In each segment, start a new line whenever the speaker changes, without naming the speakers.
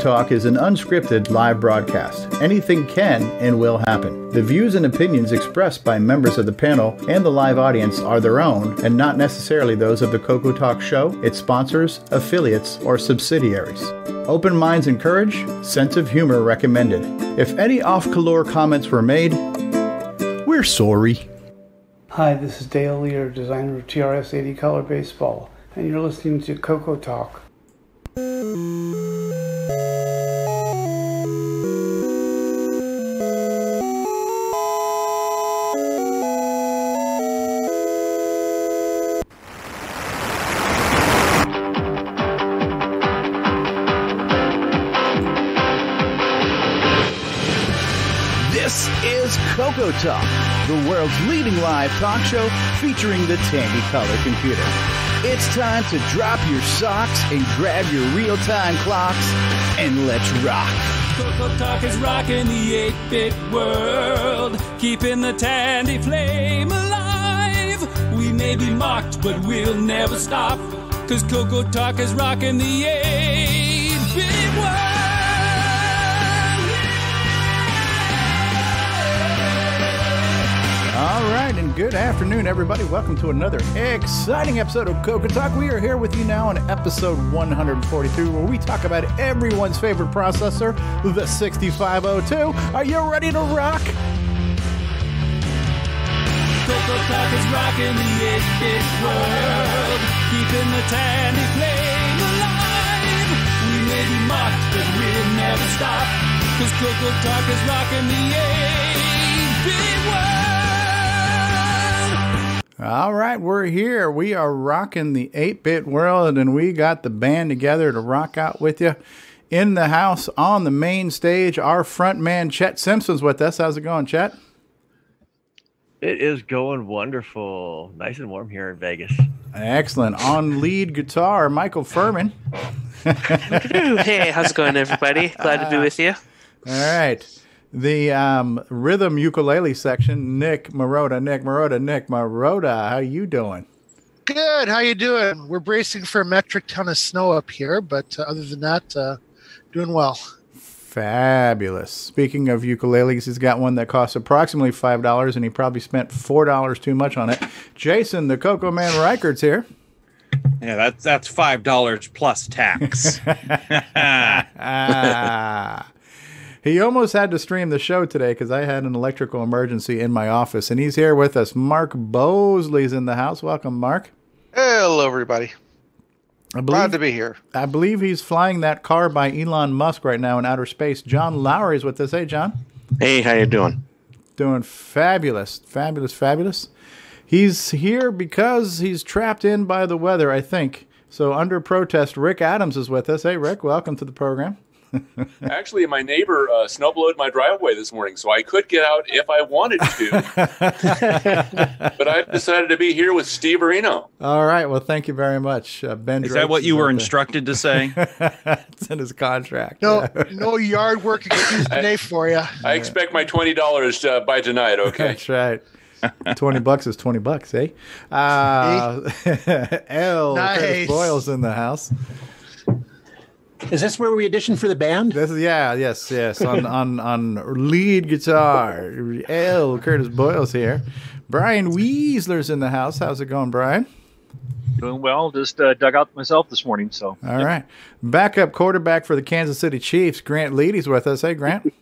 Talk is an unscripted live broadcast. Anything can and will happen. The views and opinions expressed by members of the panel and the live audience are their own and not necessarily those of the Cocoa Talk show, its sponsors, affiliates, or subsidiaries. Open minds encouraged, sense of humor recommended. If any off color comments were made, we're sorry.
Hi, this is Dale Lear, designer of TRS 80 Color Baseball, and you're listening to Coco Talk.
This is Coco Talk, the world's leading live talk show featuring the Tandy Color Computer. It's time to drop your socks and grab your real time clocks and let's rock.
Coco Talk is rocking the 8-bit world, keeping the tandy flame alive. We may be mocked, but we'll never stop, cause Coco Talk is rocking the 8-bit world.
All right, and good afternoon, everybody. Welcome to another exciting episode of Coco Talk. We are here with you now on episode 143, where we talk about everyone's favorite processor, the 6502. Are you ready to rock?
Coco Talk is rocking the 8-bit world, keeping the tandy flame alive. We may be mocked, but we'll never stop, cause Coco Talk is rocking the 8-bit world.
All right, we're here. We are rocking the 8 bit world, and we got the band together to rock out with you in the house on the main stage. Our front man, Chet Simpson's, with us. How's it going, Chet?
It is going wonderful. Nice and warm here in Vegas.
Excellent. On lead guitar, Michael Furman.
hey, how's it going, everybody? Glad to be with you.
All right. The um, rhythm ukulele section, Nick Maroda, Nick Maroda, Nick Maroda. How you doing?
Good. How you doing? We're bracing for a metric ton of snow up here, but uh, other than that, uh, doing well.
Fabulous. Speaking of ukuleles, he's got one that costs approximately five dollars, and he probably spent four dollars too much on it. Jason, the Coco Man Reichert's here.
Yeah, that's that's five dollars plus tax.
Ah. he almost had to stream the show today because I had an electrical emergency in my office, and he's here with us. Mark Bosley's in the house. Welcome, Mark.
Hello, everybody.
I
Glad to
believe,
be here.
I believe he's flying that car by Elon Musk right now in outer space. John Lowry's with us. Hey, John.
Hey, how you doing?
doing fabulous, fabulous, fabulous. He's here because he's trapped in by the weather, I think. So under protest, Rick Adams is with us. Hey, Rick, welcome to the program.
Actually, my neighbor uh, snowblowed my driveway this morning, so I could get out if I wanted to. but I decided to be here with Steve Areno.
All right. Well, thank you very much, uh, Ben.
Is that what you were
instructed?
instructed to say?
it's in his contract.
No, no yard work excuse today for you.
I expect my twenty dollars uh, by tonight. Okay.
That's right. twenty bucks is twenty bucks, eh? Uh, L.
Nice.
Curtis Boyle's in the house.
Is this where we audition for the band?
This is yeah, yes, yes. On on on lead guitar, L. Curtis Boyle's here. Brian Weasler's in the house. How's it going, Brian?
Doing well. Just uh, dug out myself this morning, so
All right. Backup quarterback for the Kansas City Chiefs, Grant Leedy's with us. Hey, Grant.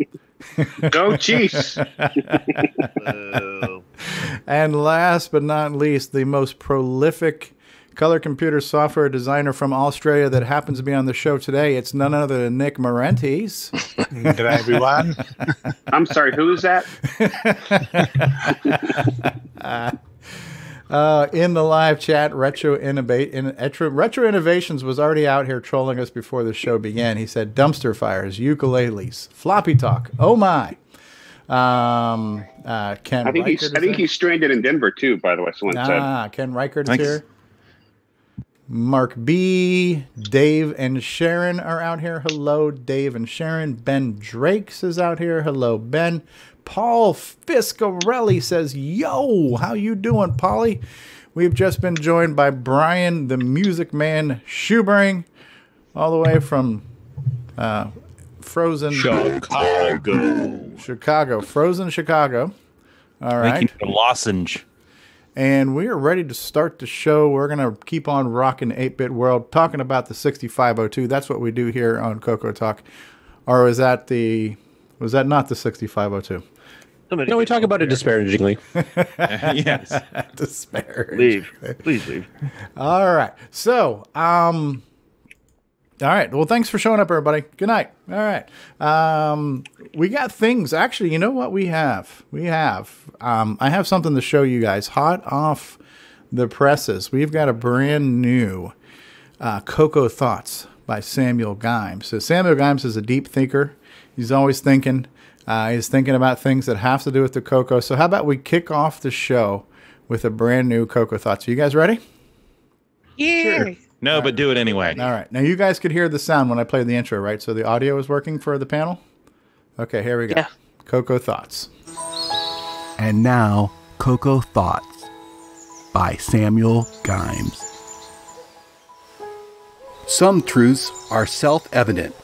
go Chiefs.
Whoa.
and last but not least, the most prolific color computer software designer from Australia that happens to be on the show today. It's none other than Nick Morentes.
Good everyone.
I'm sorry, who is that?
Uh, in the live chat, retro innovate in etro, retro innovations was already out here trolling us before the show began. He said dumpster fires, ukuleles, floppy talk. Oh my! Um, uh, Ken.
I think
Reichert
he's I
is
think
there?
he's stranded in Denver too, by the way. Someone said
Ah, Ken Reichert is
Thanks.
here. Mark B, Dave, and Sharon are out here. Hello, Dave and Sharon. Ben Drakes is out here. Hello, Ben. Paul Fiscarelli says, "Yo, how you doing, Polly?" We've just been joined by Brian, the Music Man Shoebring, all the way from uh, Frozen
Chicago.
Chicago. Frozen Chicago. All right.
Making a lozenge.
And we are ready to start the show. We're going to keep on rocking 8 Bit World, talking about the 6502. That's what we do here on Coco Talk. Or was that the. Was that not the 6502?
No, we talk about it disparagingly.
yes. Disparage.
Leave. Please leave.
All right. So, um, all right. Well, thanks for showing up, everybody. Good night. All right. Um, we got things. Actually, you know what we have? We have. Um, I have something to show you guys. Hot off the presses, we've got a brand new uh, Cocoa Thoughts by Samuel Gimes. So, Samuel Gimes is a deep thinker. He's always thinking. Uh, he's thinking about things that have to do with the cocoa. So, how about we kick off the show with a brand new Cocoa Thoughts? Are you guys ready?
Yeah. No, but do it anyway.
All right. Now you guys could hear the sound when I played the intro, right? So the audio is working for the panel. Okay, here we go. Coco thoughts.
And now, Coco Thoughts by Samuel Gimes. Some truths are self evident,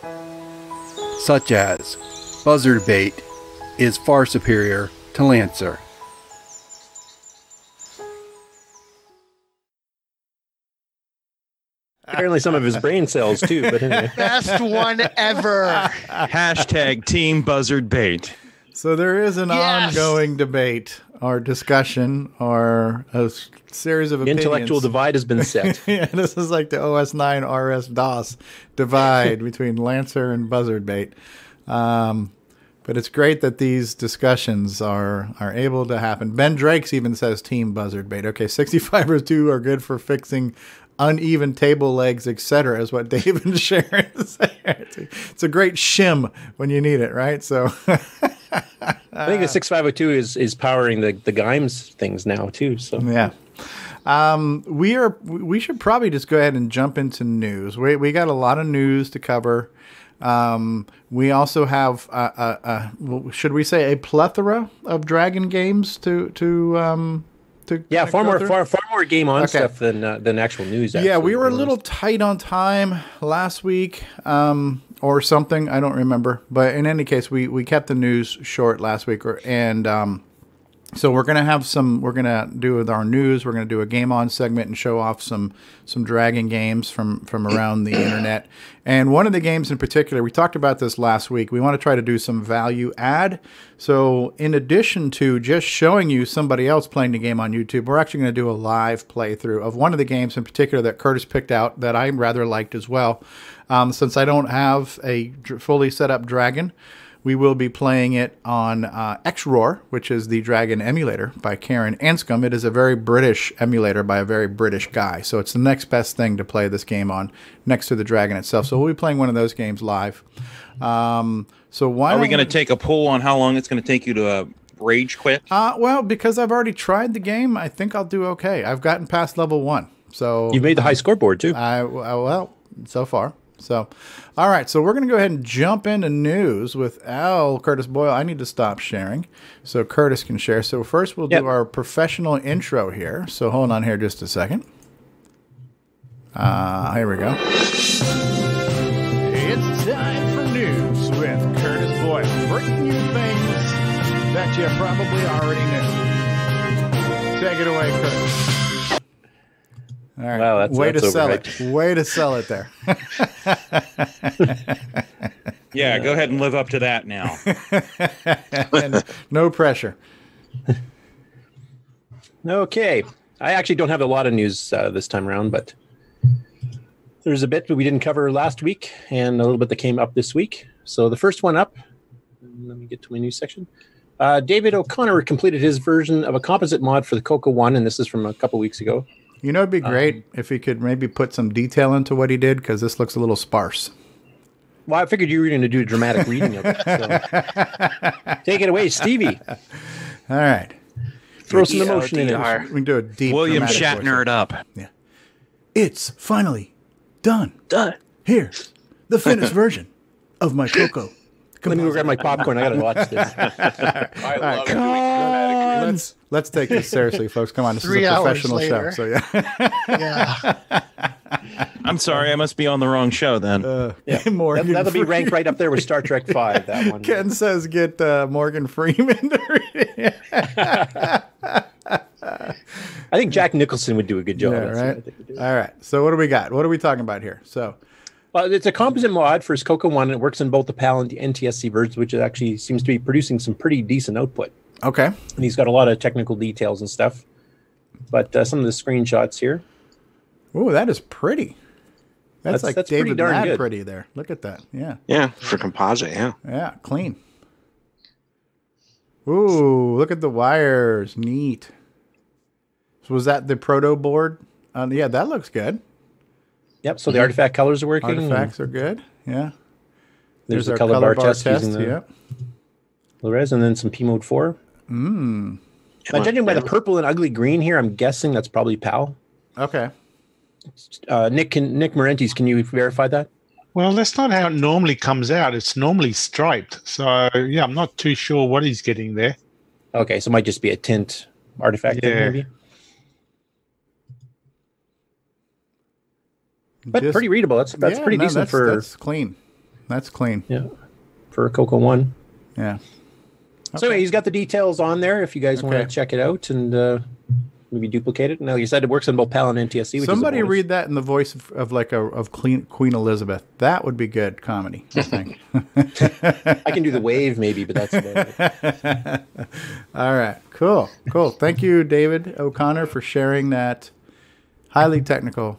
such as buzzard bait is far superior to lancer.
Apparently, some of his brain cells too. But anyway,
Best one ever.
Hashtag Team Buzzard Bait.
So there is an
Yes.
ongoing debate or discussion or a s- series of
The intellectual
opinions.
divide has been set.
yeah, this is like the OS9 RS DOS divide between Lancer and Buzzard Bait. Um, but it's great that these discussions are are able to happen. Ben Drakes even says Team Buzzard Bait. Okay, 6502 are good for fixing uneven table legs, etc., is what Dave and Sharon say. It's a great shim when you need it, right? So.
I
Uh.
think the six five zero two is is powering the the Gimes things now too. So
yeah. Um, we are. We should probably just go ahead and jump into news. We we got a lot of news to cover. Um, we also have uh, uh, uh, well, should we say a plethora of Dragon games to to um, to
yeah, far
go
more
through?
far far more game on
Okay.
stuff than uh, than actual news.
Yeah, we
actually.
were a little tight on time last week um, or something. I don't remember. But in any case, we, we kept the news short last week. Or, and um, so we're going to have some, we're going to do with our news. We're going to do a game on segment and show off some, some Dragon games from, from around the internet. And one of the games in particular, we talked about this last week. We want to try to do some value add. So in addition to just showing you somebody else playing the game on YouTube, we're actually going to do a live playthrough of one of the games in particular that Curtis picked out that I rather liked as well. Um, since I don't have a dr- fully set up Dragon, we will be playing it on uh, XROAR, which is the Dragon emulator by Karen Anscombe. It is a very British emulator by a very British guy. So it's the next best thing to play this game on next to the Dragon itself. So we'll be playing one of those games live. Um, so why
Are we
don't-
going to take a poll on how long it's going to take you to uh, rage quit?
Uh, well, because I've already tried the game, I think I'll do okay. I've gotten past level one, so
You've made the high scoreboard too.
I, I- well, so far. So, all right. So we're gonna go ahead and jump into news with Al Curtis Boyle. I need to stop sharing, so Curtis can share. So first, we'll do our professional intro here. So hold on here just a second. Uh, here we go. It's time for news with Curtis Boyle, bringing you things that you probably already knew. Take it away, Curtis. All right.
Wow, that's-
Way
that's
to sell
overhyped.
it. Way to sell it there.
Yeah, go ahead and live up to that now.
And no pressure.
Okay. I actually don't have a lot of news uh, this time around, but there's a bit that we didn't cover last week and a little bit that came up this week. So the first one up, let me get to my news section. Uh, David O'Connor completed his version of a composite mod for the Cocoa One, and this is from a couple weeks ago.
You know, it'd be great
Um,
if he could maybe put some detail into what he did because this looks a little sparse.
Well, I figured you were going to do a dramatic reading of it. So. Take it away, Stevie.
All right.
Throw some emotion in
We
it.
can do a deep
William
dramatic
Shatner
voice.
it up.
Yeah. It's finally done. Done. Here, the finished version of my cocoa.
Let me go grab my popcorn. I got to watch this.
I
love it.
Let's let's take this seriously, folks. Come on, this
Three
is a
hours
professional show.
later.
So yeah.
I'm sorry, I must be on the wrong show then.
Uh,
Yeah.
Morgan
that, will be
Freeman.
ranked right up there with Star Trek Five. That one.
Ken says get uh, Morgan Freeman. to read it.
I think Jack Nicholson would do a good job.
Yeah,
That's what I
right.
think.
All right. So what do we got? What are we talking about here? So
Well, it's a composite mod for his Cocoa One, and it works in both the PAL and the NTSC versions, which actually seems to be producing some pretty decent output.
Okay.
And he's got a lot of technical details and stuff. But uh, some of the screenshots here.
Ooh, that is pretty. That's,
That's-
like
that's pretty
David
darn
Ladd
good.
pretty there. Look at that. Yeah.
Yeah, for composite. Yeah.
Yeah. Clean. Ooh, look at the wires. Neat. So was that the proto board? Um, yeah, that looks good.
Yep. So the artifact colors are working.
Artifacts are good. Yeah.
There's the
our
color bar test using the-
Yep.
Lores, and then some P mode four.
Mm.
Now, judging by the purple and ugly green here, I'm guessing that's probably PAL.
Okay.
Uh, Nick can, Nick Morentes, can you verify that?
Well, that's not how it normally comes out. It's normally striped. So yeah, I'm not too sure what he's getting there.
Okay, so it might just be a tint artifact, then,
Yeah.
maybe. But pretty readable. That's that's
Yeah,
pretty
no,
decent
that's-
for
that's clean. That's clean.
Yeah. for a Cocoa One.
Yeah.
So anyway, he's got the details on there if you guys want
Okay.
to check it out and uh, maybe duplicate it. Now you said it works on both PAL and NTSC. Which is
Somebody
a bonus.
read that in the voice of, of like a of Queen Queen Elizabeth. That would be good comedy. I think.
I can do the wave maybe, but that's about it.
All right, cool, cool. Thank you, David O'Connor, for sharing that. Highly technical,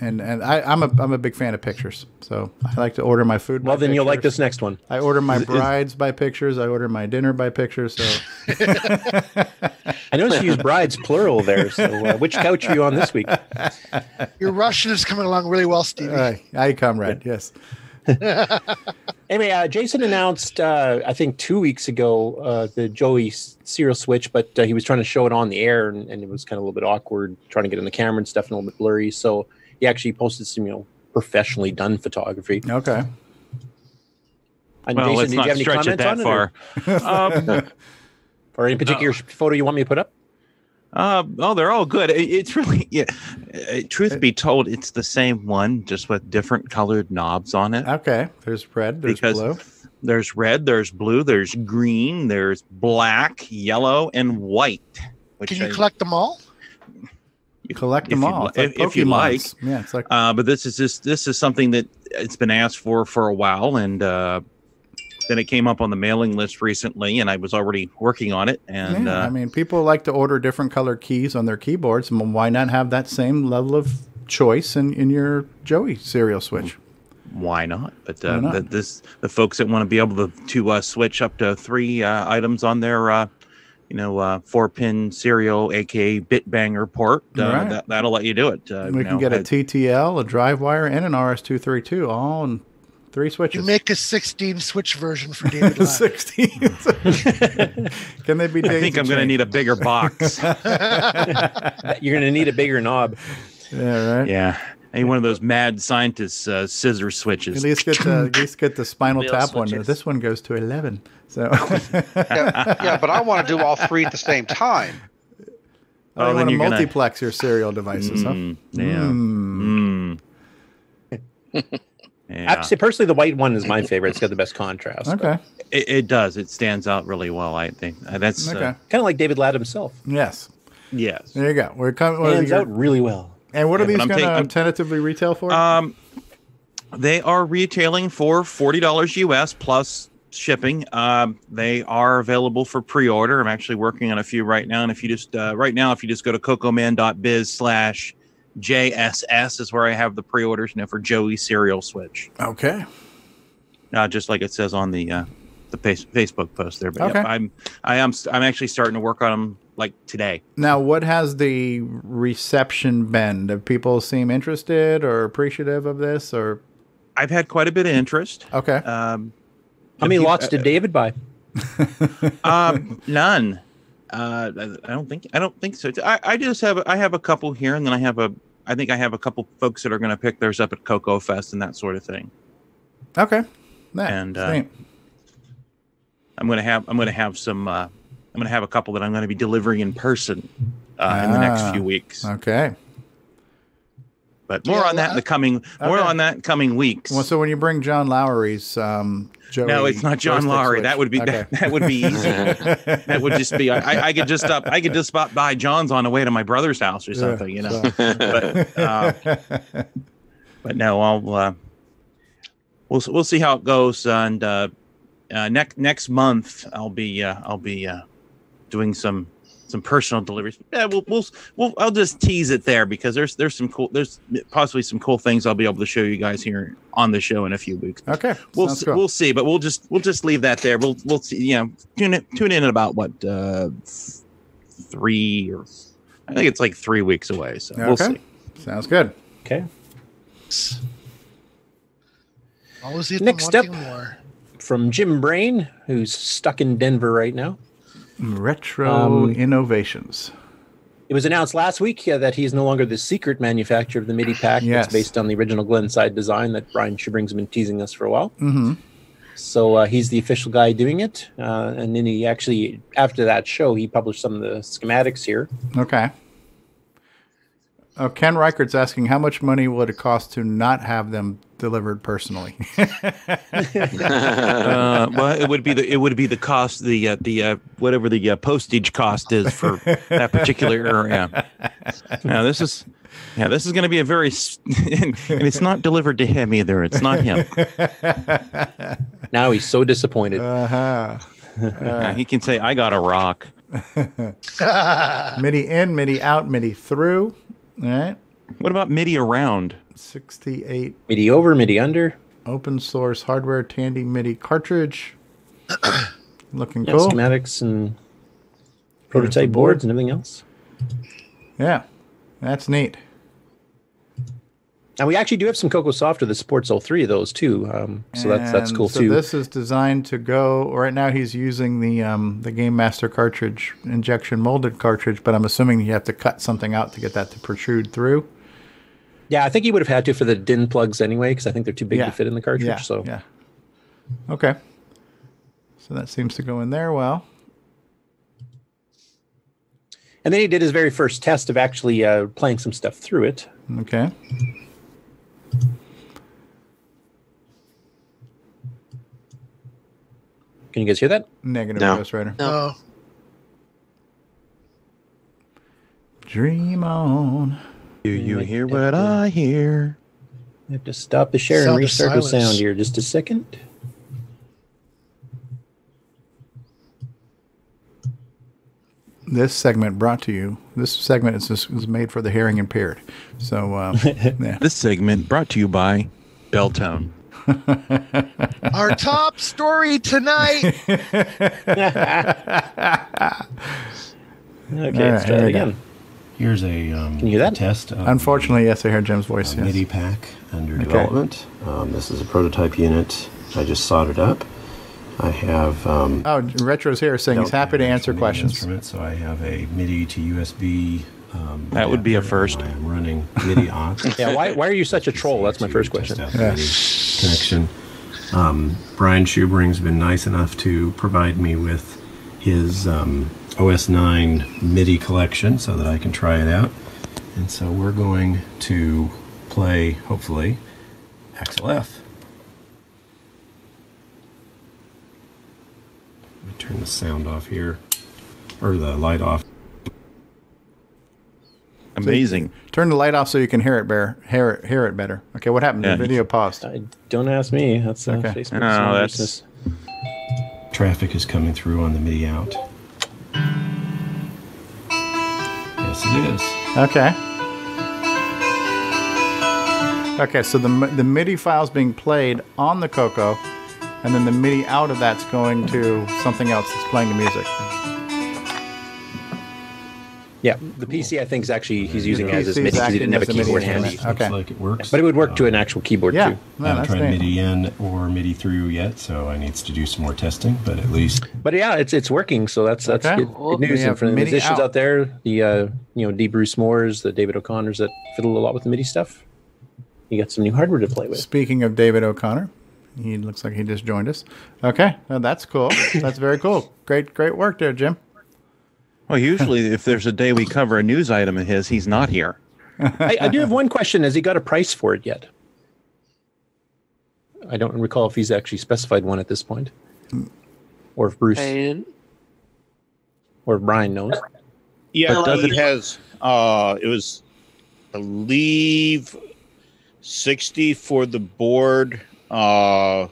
and and I, I'm a I'm a big fan of pictures, so I like to order my food.
Well,
by
then you'll like
pictures.
this next one.
I order my
Is- is-
brides by pictures. I order my dinner by pictures. So
I noticed you used brides plural there. So uh, which couch are you on this week?
Your Russian is coming along really well, Stevie.
I comrade, yes.
Anyway, uh, Jason announced uh, I think two weeks ago uh, the Joey S- serial switch, but uh, he was trying to show it on the air, and, and it was kind of a little bit awkward trying to get in the camera and stuff, and a little bit blurry. So he actually posted some you know professionally done photography.
Okay.
And
Well,
Jason,
let's
did
not
you have any
stretch it
comments
that
on it? Or,
far. Um,
or any particular sh photo you want me to put up?
Uh, oh, they're all good. It- it's really, yeah. Uh, truth be told, it's the same one, just with different colored knobs on it.
Okay, there's red, there's blue.
There's red, there's blue, there's green, there's black, yellow, and white. Which
Can you
I-
collect them all?
you
collect them
if you
all.
li-
It's like
if, if you like.
Pokemons. Yeah, it's like
Uh, but this is just this is something that it's been asked for for a while, and uh, then it came up on the mailing list recently, and I was already working on it. And
yeah,
uh,
I mean, people like to order different color keys on their keyboards. and Why not have that same level of choice in, in your Joey serial switch?
why not? But uh,
Why not?
The, this the folks that want to be able to to uh, switch up to three uh, items on their uh, you know uh, four pin serial, aka bit banger port, uh,
Right.
that, that'll let you do it. Uh,
And we
you
can
know,
get a
I-
TTL, a drive wire, and an RS232 all in three
You
switches.
make a 16 switch version for David. Lott.
16. can they be?
I think
daisy
I'm going to
chained?
need a bigger box.
Uh, You're going to need a bigger knob.
Yeah, right.
Yeah, I need one of those mad scientists uh, scissor switches.
At least get the at least get the spinal
Wheel
tap one.
switches.
This one goes to eleven. So
Oh, yeah,
yeah, but I want to do all three at the same time.
Oh, you want to
then you're gonna-
multiplex your serial devices,
Mm,
huh?
yeah.
hmm.
Mm. yeah.
Actually, personally, the white one is my favorite. It's got the best contrast.
Okay.
It, it does. It stands out really well. I think Uh, that's uh,
Okay.
Kind of like David Ladd himself.
Yes.
yes.
There you go. We're coming. well,
Hands
you're-
out really well.
And what are
Yeah, but
these
I'm
going
taking-
to
I'm-
tentatively retail for?
Um, they are retailing for forty dollars US plus shipping. Um, they are available for pre-order. I'm actually working on a few right now, and if you just uh, right now, if you just go to cocoman.biz slash JSS is where I have the pre-orders now for Joey Serial Switch.
okay.
uh, just like it says on the uh, the face- Facebook post there. But yep,
Okay.
I'm I am st- I'm actually starting to work on them like today.
Now, what has the reception been? Do people seem interested or appreciative of this? Or
I've had quite a bit of uh, interest.
okay,
Um,
How many lots did David buy?
um, none. Uh, I I don't think I don't think so. I, I just have I have a couple here, and then I have a I think I have a couple folks that are going to pick theirs up at Cocoa Fest and that sort of thing.
okay, Nice.
and uh,
Same.
I'm gonna have I'm gonna have some uh, I'm gonna have a couple that I'm gonna be delivering in person uh, in the next
Ah,
few weeks.
Okay,
But more
Yeah,
on that in the coming more
okay.
on that coming weeks.
Well, so when you bring John Lowry's, um, Joey
no, it's not John
joystick
Lowry.
switch.
That would be
Okay.
that, that would be easy. that would just be I, I could just up I could just stop by John's on the way to my brother's house or
Yeah,
something, you know.
so-
but uh, but no, I'll uh, we'll we'll see how it goes, and uh, uh, next next month I'll be uh, I'll be uh, doing some some personal deliveries. Yeah, we'll, we'll we'll I'll just tease it there because there's there's some cool there's possibly some cool things I'll be able to show you guys here on the show in a few weeks.
Okay,
we'll
sounds
s-
cool.
we'll see, but we'll just we'll just leave that there. We'll we'll see. You know, tune in tune in at about what uh, th- three or I think it's like three weeks away. So we'll
Okay.
see.
Sounds good.
Okay.
Always eat
Next
wanting
up.
more.
From Jim Brain, who's stuck in Denver right now.
Retro
Um,
innovations.
It was announced last week uh, that he is no longer the secret manufacturer of the MIDI pack.
Yes.
It's based on the original Glenside design that Brian Shibring's been teasing us for a while.
Mm-hmm.
So uh, he's the official guy doing it. Uh, and then he actually, after that show, he published some of the schematics here.
Okay. Oh, Ken Reichert's asking how much money would it cost to not have them delivered personally?
uh, well, it would be the it would be the cost the uh, the uh, whatever the uh, postage cost is for that particular area. Now this is yeah this is going to be a very s- and, and it's not delivered to him either. It's not him.
Uh.
Now he's so disappointed.
Uh-huh.
Yeah, he can say I got a rock.
MIDI in, MIDI out, MIDI through. All right.
What about MIDI around?
68
MIDI over, MIDI under.
open source hardware Tandy MIDI cartridge. Looking
Yeah,
cool.
Schematics and prototype boards and everything else.
Yeah. That's neat.
And we actually do have some Cocoa Software that supports all three of those too. Um, so that's that's
And
cool
so
too.
This is designed to go. Right now, he's using the um, the Game Master cartridge, injection molded cartridge, but I'm assuming you have to cut something out to get that to protrude through.
yeah, I think he would have had to for the DIN plugs anyway, because I think they're too big
Yeah.
to fit in the cartridge.
Yeah,
So
yeah. Okay. So that seems to go in there well.
And then he did his very first test of actually uh, playing some stuff through it.
Okay.
Can you guys hear that?
Negative
No.
Ghost Rider.
Oh.
No.
Dream on.
Do you hear what I hear?
I have to stop the share and
Sound of
restart the
silence.
sound here just a second.
This segment brought to you. This segment is, is made for the hearing impaired. So um, yeah.
This segment brought to you by Belltone.
Our top story tonight.
Okay, let's try it again.
Here's a um,
Can you hear that?
test of uh,
Unfortunately, yes, I hear Jim's voice. yes.
MIDI pack under
Okay.
development. Um, this is a prototype unit. I just soldered up. I have um,
Oh, Retro's here saying he's
Don't
happy to answer questions.
instrument, so I have a MIDI to USB. Um,
That would be a
first. I'm running MIDI aux.
Yeah, why, why are you such a troll? That's my first question.
connection. Um, Brian Schubering's been nice enough to provide me with his um, OS9 MIDI collection so that I can try it out. And so we're going to play, hopefully, Axel F. Let me turn the sound off here, or the light off.
So you- turn the light off so you can hear it better. Hear it, hear it better. Okay, what happened?
Yeah.
The video paused.
Don't ask me. That's uh,
Okay.
Facebook's
No,
own
that's-
business.
Traffic is coming through on the MIDI out. Yes, it is.
Okay. Okay, so the m- the MIDI file's being played on the Coco, and then the MIDI out of that's going to something else that's playing the music.
Yeah, the PC I think is actually he's using it as
PC
his
's
MIDI because he didn't have a
acting as a
keyboard
MIDI
handy.
instrument. Okay. Looks
like it works.
But it would work to an actual keyboard too.
I haven't tried MIDI in or MIDI through yet, so I needs to do some more testing. But at least
But yeah, it's it's working, so that's that's
Okay.
good, good news.
We
And
have
for the
MIDI
musicians
out.
out there, the uh, you know D. Bruce Moores, the David O'Connors that fiddle a lot with the MIDI stuff, you got some new hardware to play with.
Speaking of David O'Connor, he looks like he just joined us. Okay, well, that's cool. that's very cool. Great, great work there, Jim.
Well, usually if there's a day we cover a news item of his, he's not here.
I, I do have one question. Has he got a price for it yet? I don't recall if he's actually specified one at this point, or if Bruce
And
or if Brian knows.
Yeah,
But does
it
it-
has. Uh, it was, I believe, sixty for the board. Uh,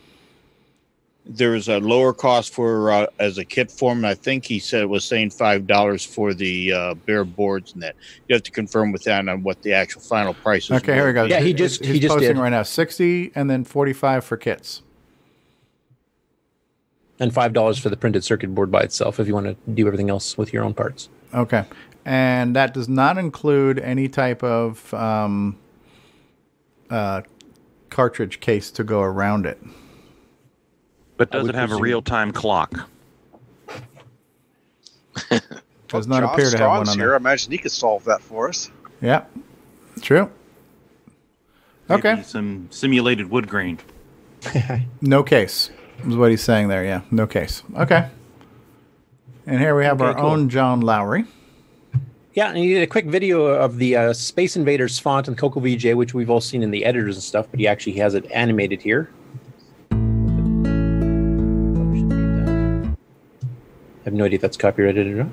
there was a lower cost for uh, as a kit form. And I think he said it was saying five dollars for the uh, bare boards and that. You have to confirm with that on what the actual final price is.
Okay, here we go. He's- he's posting right now sixty and then forty five for kits.
and five dollars for the printed circuit board by itself if you want to do everything else with your own parts.
Okay, and that does not include any type of um, uh, cartridge case to go around it.
But
I
does
would
it have a
presume-
real time clock?
Does not appear to have one on
here. I
there.
imagine he could solve that for us.
Yeah, true. Okay.
Maybe some simulated wood grain.
No case is what he's saying there. Yeah, no case. Okay. And here we have
Okay,
our
cool.
own John Lowry.
Yeah, and he did a quick video of the uh, Space Invaders font and Coco VJ, which we've all seen in the editors and stuff, but he actually has it animated here. I have no idea if that's copyrighted or not.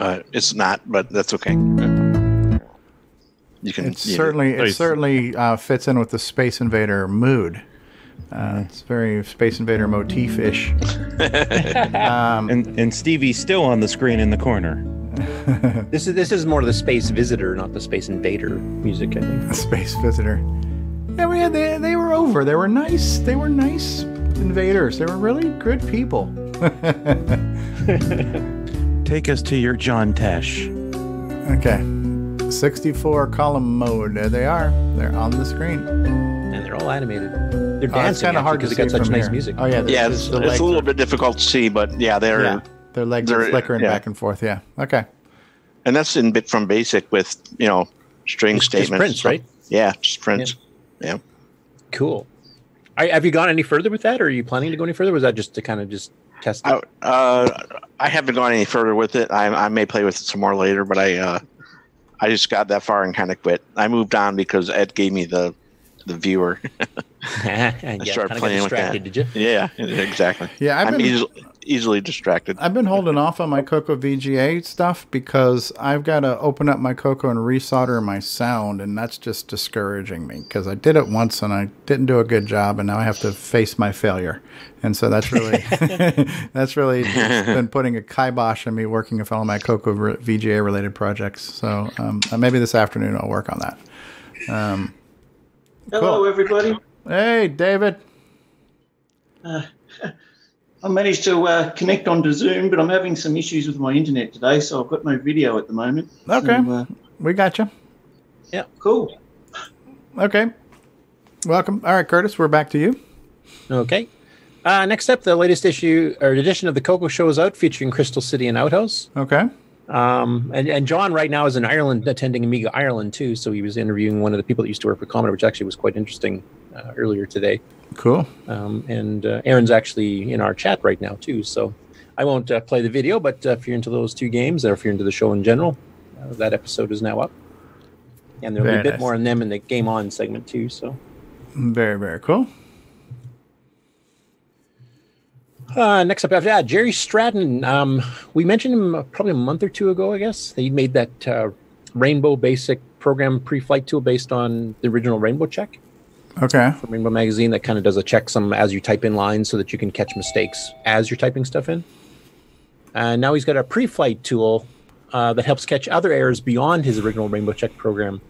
Uh, it's not, but that's okay. You can
It's certainly it certainly uh, fits in with the Space Invader mood. Uh, it's very Space Invader Um, motif ish.
and, and Stevie's still on the screen in the corner.
This is this is more the Space Visitor, not the Space Invader music. I think.
Space Visitor. Yeah, we had they, they were over. They were nice. They were nice invaders. They were really good people.
Take us to your John Tesh.
Okay. 64 column mode. There they are. They're on the screen.
And they're all animated. They're
Oh, it's
dancing
kinda hard to
actually, 'cause they got
see
such
from
nice
here.
music.
Oh, yeah, the-
yeah,
the
it's,
legs
it's a little
are-
bit difficult to see, but yeah, they're
Yeah, their legs are
they're-
flickering
yeah.
back and forth. Yeah. Okay.
and that's in bit from basic with you know string
Just- just
statements.
prints, right?
Yeah, just prints. Yeah.
Cool. Are, have you gone any further with that, or are you planning to go any further? Or was that just to kind of just test
I, uh, I haven't gone any further with it. I, I may play with it some more later, but I uh, I just got that far and kind of quit. I moved on because Ed gave me the the viewer.
I
kinda got distracted,
Did you?
Yeah, exactly.
Yeah, I've
I'm
been-
easily, easily distracted.
I've been holding off on my Coco VGA stuff because I've got to open up my Coco and resolder my sound, and that's just discouraging me because I did it once and I didn't do a good job, and now I have to face my failure, and so that's really that's really it's been putting a kibosh on me working with all my Coco re- VGA related projects. So um, maybe this afternoon I'll work on that. Um,
Hello, everybody.
Hey, David.
Uh, I managed to uh, connect onto Zoom, but I'm having some issues with my internet today, so I've got no video at the moment. uh,
Okay. we got you.
Yeah,
cool.
Okay, welcome. All right, Curtis, we're back to you.
Okay. Uh, next up, the latest issue or edition of the Coco Show is out, featuring Crystal City and Outhouse.
Okay.
Um, and, and John right now is in Ireland attending Amiga Ireland too, so he was interviewing one of the people that used to work for Commodore, which actually was quite interesting uh, earlier today.
Cool.
Um, and uh, Aaron's actually in our chat right now too, so I won't uh, play the video, but uh, if you're into those two games, or if you're into the show in general, uh, that episode is now up, and there'll be
Very
a bit
nice.
more on them in the Game On segment too. So.
Very, very cool.
Uh, next up after that, Jerry Stratton. Um, we mentioned him uh, probably a month or two ago, I guess. He made that uh, Rainbow Basic program pre-flight tool based on the original Rainbow Check
Okay.
from Rainbow Magazine that kind of does a checksum as you type in lines so that you can catch mistakes as you're typing stuff in. And now he's got a pre-flight tool uh, that helps catch other errors beyond his original Rainbow Check program,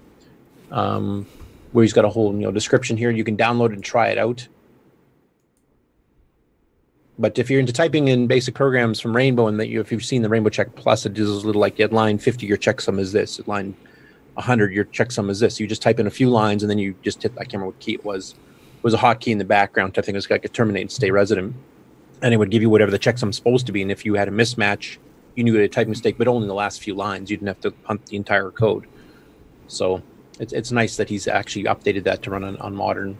um, where he's got a whole you know description here. You can download and try it out. But if you're into typing in basic programs from Rainbow, and that you, if you've seen the Rainbow Check Plus, it does those little like at line 50, your checksum is this. At line 100, your checksum is this. You just type in a few lines, and then you just hit. I can't remember what key it was. It was a hotkey in the background type thing. It was like a terminate and stay resident, and it would give you whatever the checksum's supposed to be. And if you had a mismatch, you knew it had a type mistake, but only the last few lines. You didn't have to hunt the entire code. So it's it's nice that he's actually updated that to run on, on modern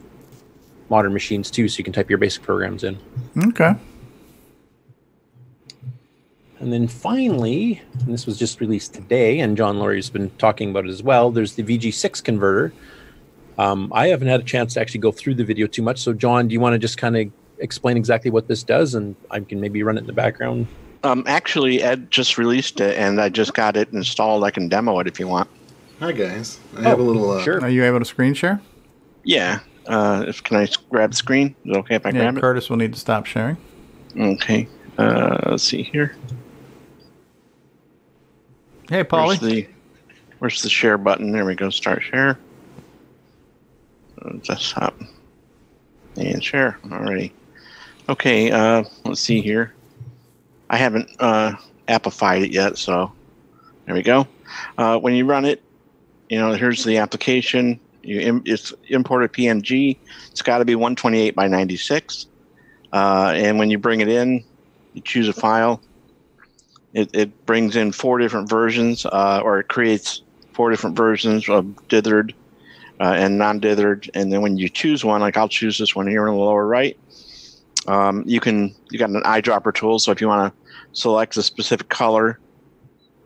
modern machines too, so you can type your basic programs in.
Okay.
And then finally, and this was just released today, and John Laurie's been talking about it as well. There's the VG6 converter. Um, I haven't had a chance to actually go through the video too much. So, John, do you want to just kind of explain exactly what this does, and I can maybe run it in the background?
Um, actually, Ed just released it, and I just got it installed. I can demo it if you want.
Hi guys, I have a
Oh,
little. Uh,
Are you able to screen share?
Yeah. Uh, if, can I s- grab the screen? Is it okay if I
yeah,
grab it?
Curtis will need to stop sharing.
Okay. Uh, let's see here.
Hey, Polly.
Where's the, where's the share button? There we go. Start share. Uh, Desktop. And share. Alrighty. Okay. Uh, let's see here. I haven't uh, appified it yet, so there we go. Uh, when you run it, you know, here's the application. You Im- it's imported PNG. It's got to be 128 by 96. Uh, and when you bring it in, you choose a file. It, it brings in four different versions, uh, or it creates four different versions of dithered uh, and non-dithered. And then when you choose one, like I'll choose this one here in the lower right, um, you can you got an eyedropper tool. So if you want to select a specific color,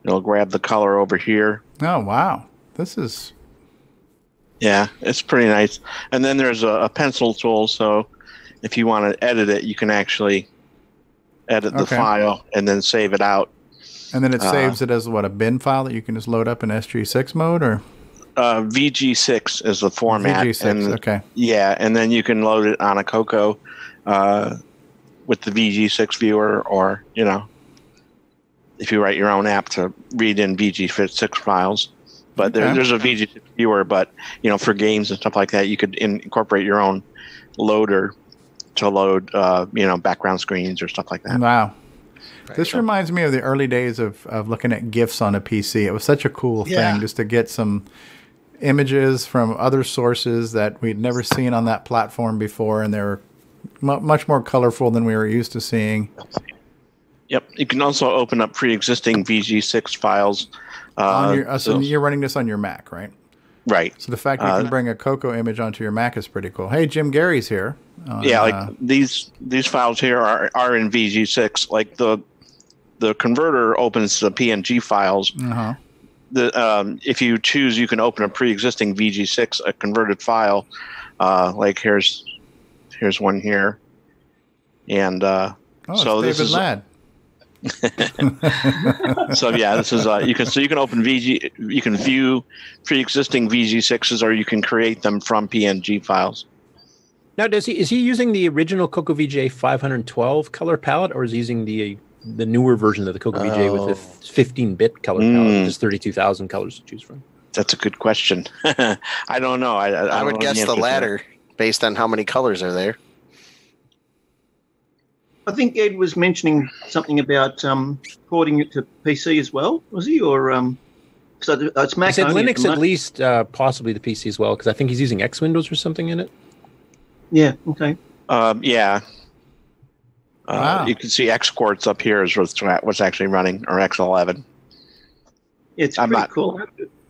it'll grab the color over here.
Oh wow, this is
Yeah, it's pretty nice. And then there's a, a pencil tool, so if you want to edit it, you can actually edit the
Okay.
file and then save it out.
and then it
Uh,
saves it as what a bin file that you can just load up in SG6 mode or
Uh, VG6 is the format.
VG6.
and-
okay,
Yeah, and then you can load it on a Coco uh, with the VG6 viewer, or you know, if you write your own app to read in VG6 files. But there,
Okay.
there's a VG6 viewer, but you know, for games and stuff like that, you could in- incorporate your own loader to load, uh, you know, background screens or stuff like that.
wow. This reminds me of the early days of, of looking at GIFs on a PC. It was such a cool
Yeah.
thing just to get some images from other sources that we'd never seen on that platform before, and they were mu much more colorful than we were used to seeing.
Yep. You can also open up pre-existing VG6 files. Uh,
on your, uh, so
so-
you're running this on your Mac, right?
right.
So the fact you
Uh,
can bring a Coco image onto your Mac is pretty cool. Hey, Jim Gary's here. on,
yeah,
uh,
like these these files here are are in VG6. Like the the converter opens the PNG files.
uh-huh.
The um, if you choose, you can open a pre-existing VG6 a converted file. Uh, like here's here's one here, and uh,
Oh,
so
it's
this
David
is uh,
Ladd.
so yeah, this is uh, you can so you can open VG you can view pre-existing VG6s or you can create them from PNG files.
Now, does he is he using the original Coco VJ 512 color palette, or is he using the the newer version of the Coco VJ with
Oh.
the 15 bit color palette?
Mm.
There's 32,000 colors to choose from.
That's a good question. I don't know. I, I,
I
don't
would
know
guess
answer
the
to that.
latter based on how many colors are there.
I think Ed was mentioning something about um, porting it to PC as well, was he? Or um, so th- it's
I
Mac
said
only at the
Linux at
moment.
least, uh, possibly the PC as well, because I think he's using X Windows or something in it.
Yeah. Okay.
Um, yeah. Uh,
Wow.
You can see X quartz up here is what's, what's actually running, or X11.
It's
I'm
pretty
not-
cool.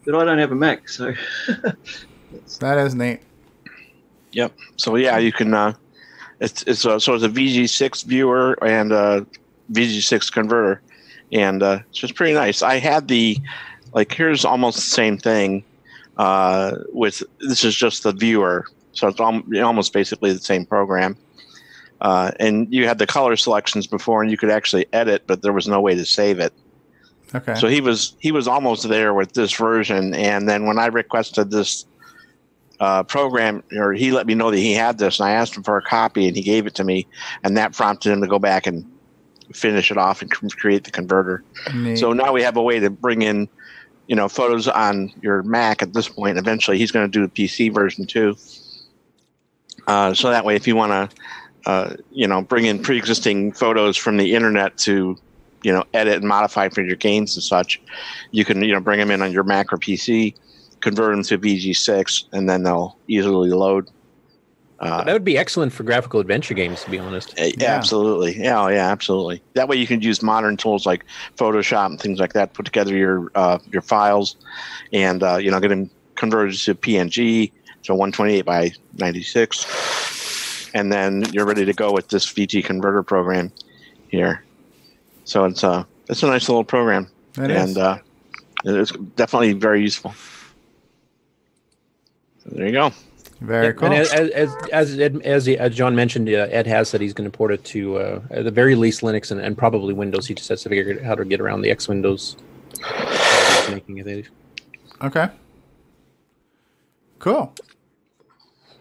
But I don't have a Mac, so
That is neat.
Yep. So yeah, you can. Uh, it's it's a, so it's a VG6 viewer and a VG6 converter, and uh, it's just pretty nice. I had the like here's almost the same thing uh, with this is just the viewer, so it's al- almost basically the same program. Uh, and you had the color selections before, and you could actually edit, but there was no way to save it.
Okay.
So he was he was almost there with this version, and then when I requested this uh, program, or he let me know that he had this, and I asked him for a copy, and he gave it to me, and that prompted him to go back and finish it off and c- create the converter.
Neat.
So now we have a way to bring in, you know, photos on your Mac at this point. Eventually, he's going to do the PC version too. Uh, so that way, if you want to, uh, you know, bring in pre-existing photos from the internet to, you know, edit and modify for your games and such, you can, you know, bring them in on your Mac or PC, convert them to VG6, and then they'll easily load. Uh, Eh,
That would be excellent for graphical adventure games, to be honest.
yeah, absolutely. Yeah, oh, yeah, absolutely. That way you can use modern tools like Photoshop and things like that. Put together your uh, your files, and uh, you know, get them converted to PNG, so 128 by 96, and then you're ready to go with this VG converter program here. So it's uh, It's a nice little program,
It
and
is.
uh, it's definitely very useful. So there you go.
Very
And as as as, Ed, as, as John mentioned, uh, Ed has said he's going to port it to uh, at the very least Linux and, and probably Windows. He just has to figure out how to get around the X Windows. Making it.
Okay. Cool.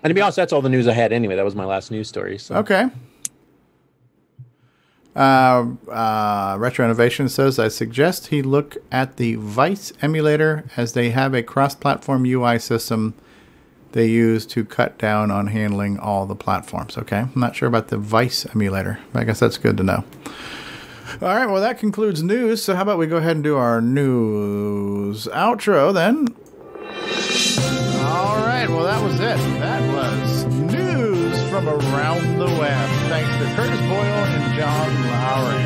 And to be honest, that's all the news I had anyway. That was my last news story. So
Okay. Uh, uh, Retro Innovation says, I suggest he look at the Vice emulator as they have a cross platform UI system they use to cut down on handling all the platforms. Okay. I'm not sure about the Vice emulator, but I guess that's good to know. All right. Well, that concludes news. So, how about we go ahead and do our news outro then? All right. Well, that was it. That was news from around the web. Thanks to Curtis Boyle and John Lowry.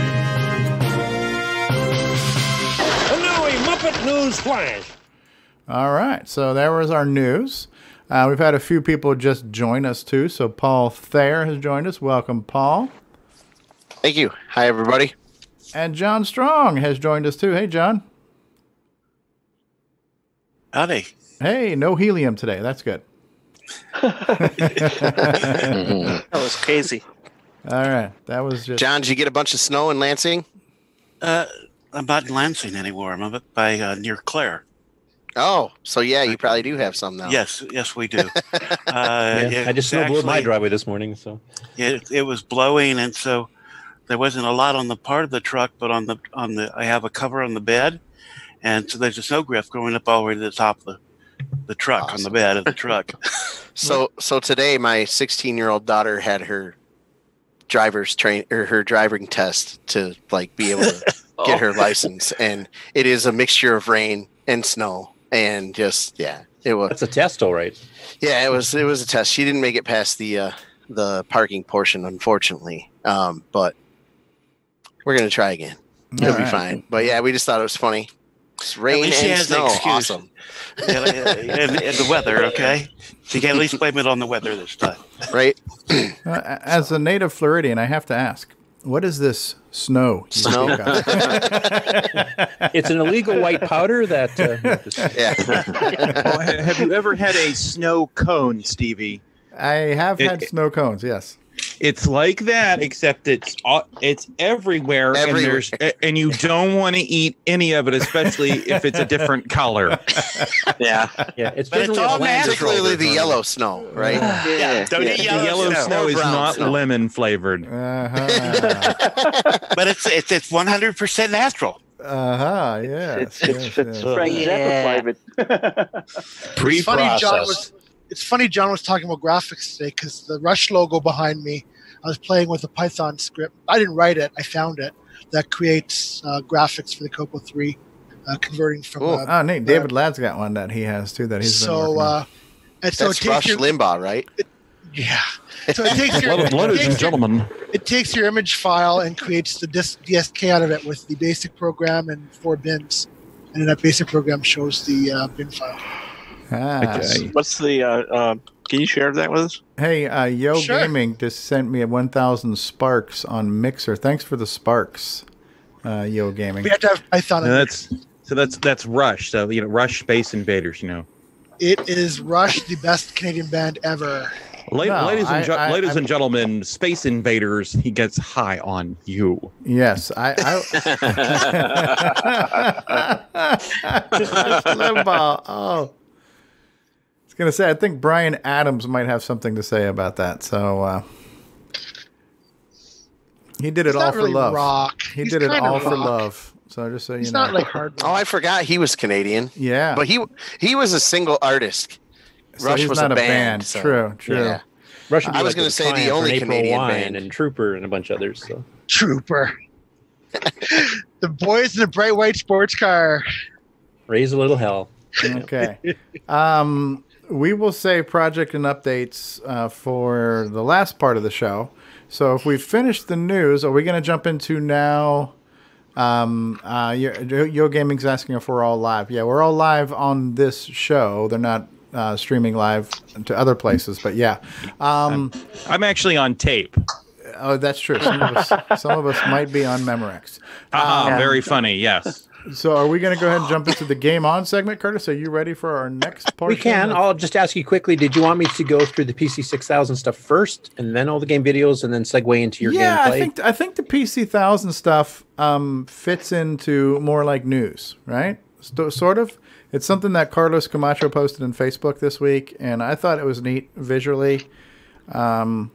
Hello, a Muppet News Flash.
All right. So there was our news. Uh, we've had a few people just join us too. So Paul Thayer has joined us. Welcome, Paul.
Thank you. Hi, everybody.
And John Strong has joined us too. Hey, John.
Howdy.
Hey, no helium today. That's good.
that was crazy.
All right. That was just.
John, did you get a bunch of snow in Lansing?
Uh, I'm not in Lansing anymore. I'm up by uh, near Clare.
Oh, so yeah, you probably do have some now.
Yes, yes, we do. uh,
Yeah, I just snowblowed my driveway this morning. So
It, it was blowing, and so there wasn't a lot on the part of the truck, but on the on the I have a cover on the bed, and so there's a snow grift going up all the way to the top of the the truck on the bed of the truck.
So so today my 16 year old daughter had her driver's train or her driving test to like be able to get her license, and it is a mixture of rain and snow, and just yeah, it was.
that's a test, all right.
Yeah, it was it was a test. She didn't make it past the uh, the parking portion, unfortunately. Um, but we're gonna try again. It'll be
Alright.
fine. But yeah, we just thought it was funny. It's rain and
least she has an
snow.
excuse.
Awesome.
and, and- and the weather, okay? So you can at least blame it on the weather this time.
Right?
Uh, a- as a native Floridian, I have to ask, what is this snow? you
Snow.
speak of?
It's an illegal white powder that. Uh,
Well, ha- have you ever had a snow cone, Stevie?
I have had snow cones. Yes.
It's like that, except it's all- it's everywhere, and there's a- and you don't want to eat any of it, especially if it's a different color.
yeah, yeah. It's
But it's
generally
all
a Land
particularly
Rover
the
driveway.
yellow snow, right?
Yeah. Don't eat yellow Yellow snow. snow is not lemon flavored.
Uh-huh.
but it's it's it's 100% natural.
Uh huh. Yeah. It's,
it's- it's
Frank Zappa flavored.
Pre
It's funny John was. It's funny John was talking about graphics today because the Rush logo behind me. I was playing with a Python script. I didn't write it. I found it that creates uh, graphics for the Coco Three, uh, converting from.
Cool.
uh,
oh, neat. David Ladd's got one that he has too. That he's been
so,
working on.
uh, and so it
That's
takes
Rush
your-
Limbaugh, right?
Yeah. So it takes your, it takes your-
gentlemen,
it takes your image file and creates the dis- DSK out of it with the basic program and four bins. And then that basic program shows the uh, bin file.
Ah.
What's the? Uh, uh, can you share that with us?
Hey, uh, Yo
Sure.
Gaming just sent me a 1,000 sparks on Mixer. Thanks for the sparks, uh, Yo Gaming.
We have to have Python.
And that's so that's that's Rush. So you know, Rush Space Invaders. You know,
It is Rush, the best Canadian band ever.
La-
No,
ladies and
I-
gen-
I-
ladies
I'm-
and gentlemen, Space Invaders. He gets high on you.
Yes, I. I Limbaugh. Oh. I was going to say, I think Brian Adams might have something to say about that. So uh, he did it
He's
all
not
for
really
love.
rock.
He
He's
did it
kinda
all for
rock.
love. So just so you
He's
know.
not like hard.
Oh, I forgot he was Canadian.
Yeah.
But he he was a single artist.
So
Rush
he's
was
not a
a band.
band.
so-
True, true.
yeah.
Rush would
I
be
was going
like
to
with
say the
Triumph
only
and April
Canadian
Wine
band.
and Trooper and a bunch of others. So
Trooper. the boys in the bright white sports car.
raise a little hell.
okay. Um, we will say project and updates uh, for the last part of the show. So if we finish the news, are we going to jump into now? Um, uh, Yo, Yo- Yo Gaming's asking if we're all live. Yeah, we're all live on this show. They're not uh, streaming live to other places, but yeah. Um,
I'm actually on tape.
Oh, that's true. Some of us, some of us might be on Memorex.
Ah,
Um,
very funny. Yes.
So, are we going to go ahead and jump into the game on segment, Curtis? Are you ready for our next part?
We can. I'll just ask you quickly. Did you want me to go through the PC six thousand stuff first, and then all the game videos, and then segue into your
yeah,
gameplay?
I think I think the PC thousand stuff um, fits into more like news, right? Sto- sort of. It's something that Carlos Camacho posted on Facebook this week, and I thought it was neat visually. Um,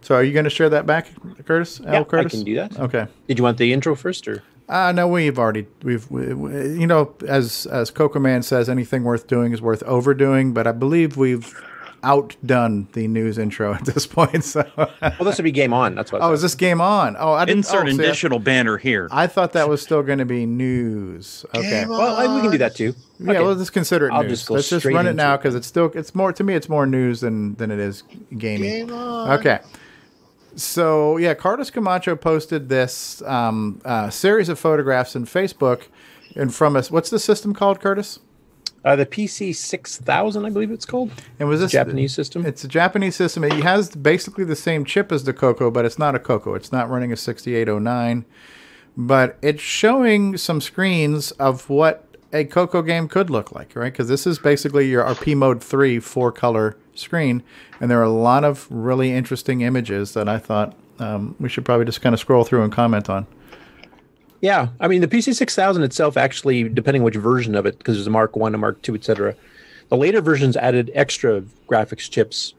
so, are you going to share that back, Curtis?
Yeah,
Al Curtis?
I can do that.
Okay.
Did you want the intro first, or
Uh, no, we've already we've we, we- you know as as Coco Man says, anything worth doing is worth overdoing. But I believe we've outdone the news intro at this point. So,
well, this would be game on. That's what. I
oh, is this game on? Oh, I didn't
Insert
oh, see, I-
additional banner here.
I thought that was still going to be news. Okay,
Game Well, I- we can do that too.
Yeah,
Okay.
we'll just consider it
I'll
news.
just go
Let's just
straight
run it
into
now
it.
because it's still it's more to me. It's more news than than it is gaming.
Game on.
okay. So yeah, Carlos Camacho posted this um, uh, series of photographs in Facebook, and from us, what's the system called, Curtis?
Uh, the PC six thousand, I believe it's called.
And was this
Japanese system?
It's a Japanese system. It has basically the same chip as the Coco, but it's not a Coco. It's not running a 6809, but it's showing some screens of what a Coco game could look like, right? Because this is basically your RP Mode 3 four color screen, and there are a lot of really interesting images that I thought um, we should probably just kind of scroll through and comment on.
Yeah, I mean the PC six thousand itself actually, depending which version of it, because there's a Mark One, a Mark Two, etc. The later versions added extra graphics chips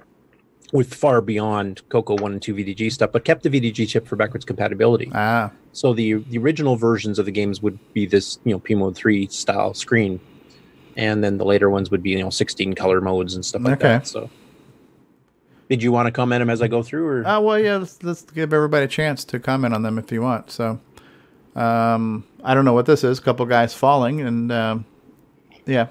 with far beyond Coco One and Two VDG stuff, but kept the VDG chip for backwards compatibility.
Ah.
So the the original versions of the games would be this, you know, P mode three style screen, and then the later ones would be you know sixteen color modes and stuff like
Okay.
that. So, did you want to comment them as I go through, or
Uh, well, yeah, let's, let's give everybody a chance to comment on them if you want. So, um, I don't know what this is. couple guys falling, and um, yeah,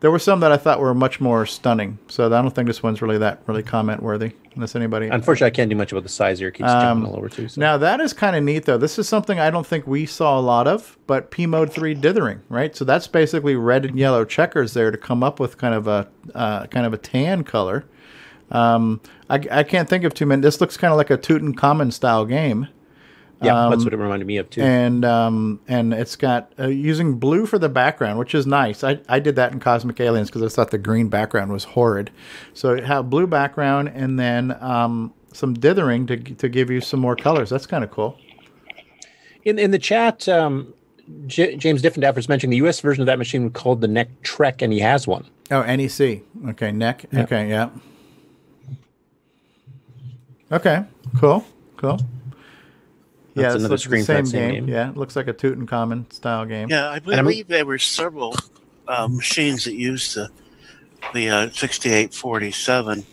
there were some that I thought were much more stunning. So I don't think this one's really that really comment worthy, unless anybody.
unfortunately I can't do much about the size here. It keeps
Um,
jumping all over too. So.
Now that is kind of neat though. This is something I don't think we saw a lot of, but P mode three dithering, right? So that's basically red and yellow checkers there to come up with kind of a uh, kind of a tan color. Um, I, I can't think of too many. This looks kind of like a Tutankhamun style game.
Yeah,
Um,
that's what it reminded me of too.
And um, and it's got uh, using blue for the background, which is nice. I, I did that in Cosmic Aliens because I thought the green background was horrid. So it had blue background and then um, some dithering to to give you some more colors. That's kind of cool.
In in the chat, um, J- James Diffendaff was mentioning the U.S. version of that machine called the Neck Trek, and he has one.
Oh, NEC. Okay, neck.
Yeah.
Okay, yeah. Okay, cool, cool. this
That's another
looks the
screen for that same game.
Yeah, it looks like a Tutankhamun style game.
Yeah, I believe there were several uh, machines that used the the uh, 6847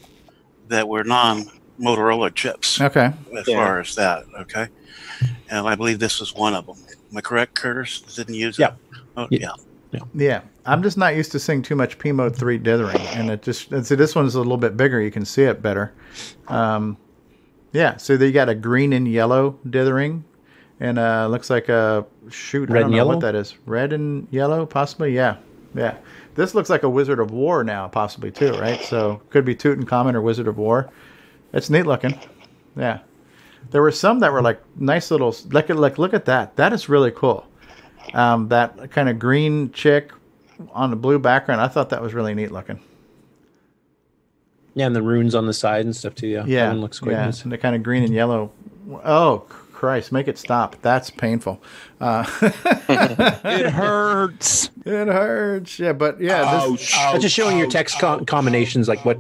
that were non Motorola chips.
Okay.
As
Yeah.
far as that, okay. And I believe this was one of them. Am I correct, Curtis? Didn't use it? Oh, yeah.
Yeah, I'm just not used to seeing too much P mode three dithering, and it just and see this one's a little bit bigger. You can see it better. Um, yeah, so they got a green and yellow dithering, and uh, looks like a shoot. I
Red
don't
and
know
yellow?
what that is. Red and yellow, possibly. Yeah, yeah. This looks like a Wizard of War now, possibly too, right? So could be Tutankhamun or Wizard of War. It's neat looking. Yeah, there were some that were like nice little like like look at that. That is really cool um, that kind of green chick on a blue background. I thought that was really neat looking.
Yeah, and the runes on the side and stuff too. Yeah, that
Yeah,
one looks quite
yeah,
nice.
and the kind of green and yellow. Oh Christ, make it stop! That's painful. Uh, it
hurts.
It hurts. Yeah, but yeah, this,
That's just showing your text com- combinations, like what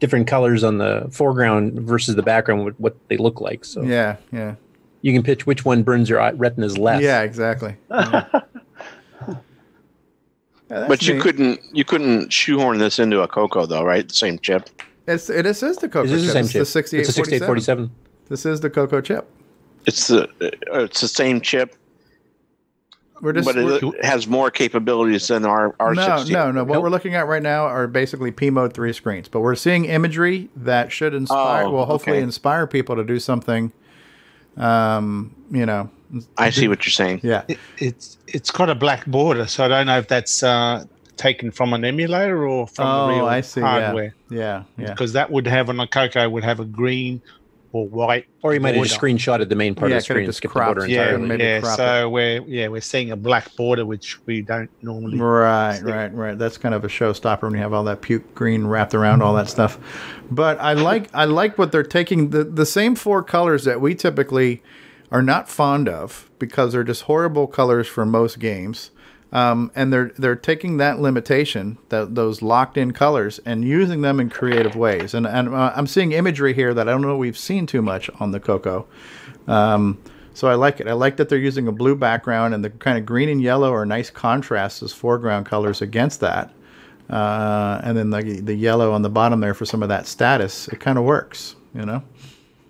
different colors on the foreground versus the background, what, what they look like. So
Yeah, yeah.
you can pitch which one burns your eye- retinas less.
Yeah, exactly. Yeah. Yeah, that's
but you
neat.
couldn't you couldn't shoehorn this into a cocoa though, right? Same chip.
It's it is the cocoa.
It is the
chip.
same
It's
chip.
The
It's a
6847. This is the cocoa chip.
It's the uh, it's the same chip.
We're just
but it
we're-
has more capabilities than our our
no,
60.
no, no. What we're looking at right now are basically P mode three screens, but we're seeing imagery that should inspire,
Oh,
will hopefully
okay.
inspire people to do something. Um, you know,
I see what you're saying.
Yeah,
it, it's it's got a black border, so I don't know if that's uh, taken from an emulator or from
Oh,
the real
I see, yeah.
hardware.
Yeah, yeah.
because that would have on a Coco would have a green or white.
Or you might have just
border.
screenshotted the main part
Yeah,
of the
could've
screen and
just
skipped the
cropped.
border
yeah,
entirely.
Yeah, so we're yeah we're seeing a black border which we don't normally.
Right, right, right. That's kind of a showstopper when you have all that puke green wrapped around all that stuff. But I like I like what they're taking the the same four colors that we typically are not fond of because they're just horrible colors for most games. Um, and they're they're taking that limitation, that those locked in colors, and using them in creative ways. And and uh, I'm seeing imagery here that I don't know we've seen too much on the Coco. Um, so I like it. I like that they're using a blue background and the kind of green and yellow are nice contrasts as foreground colors against that. Uh, and then the, the yellow on the bottom there for some of that status, it kind of works, you know?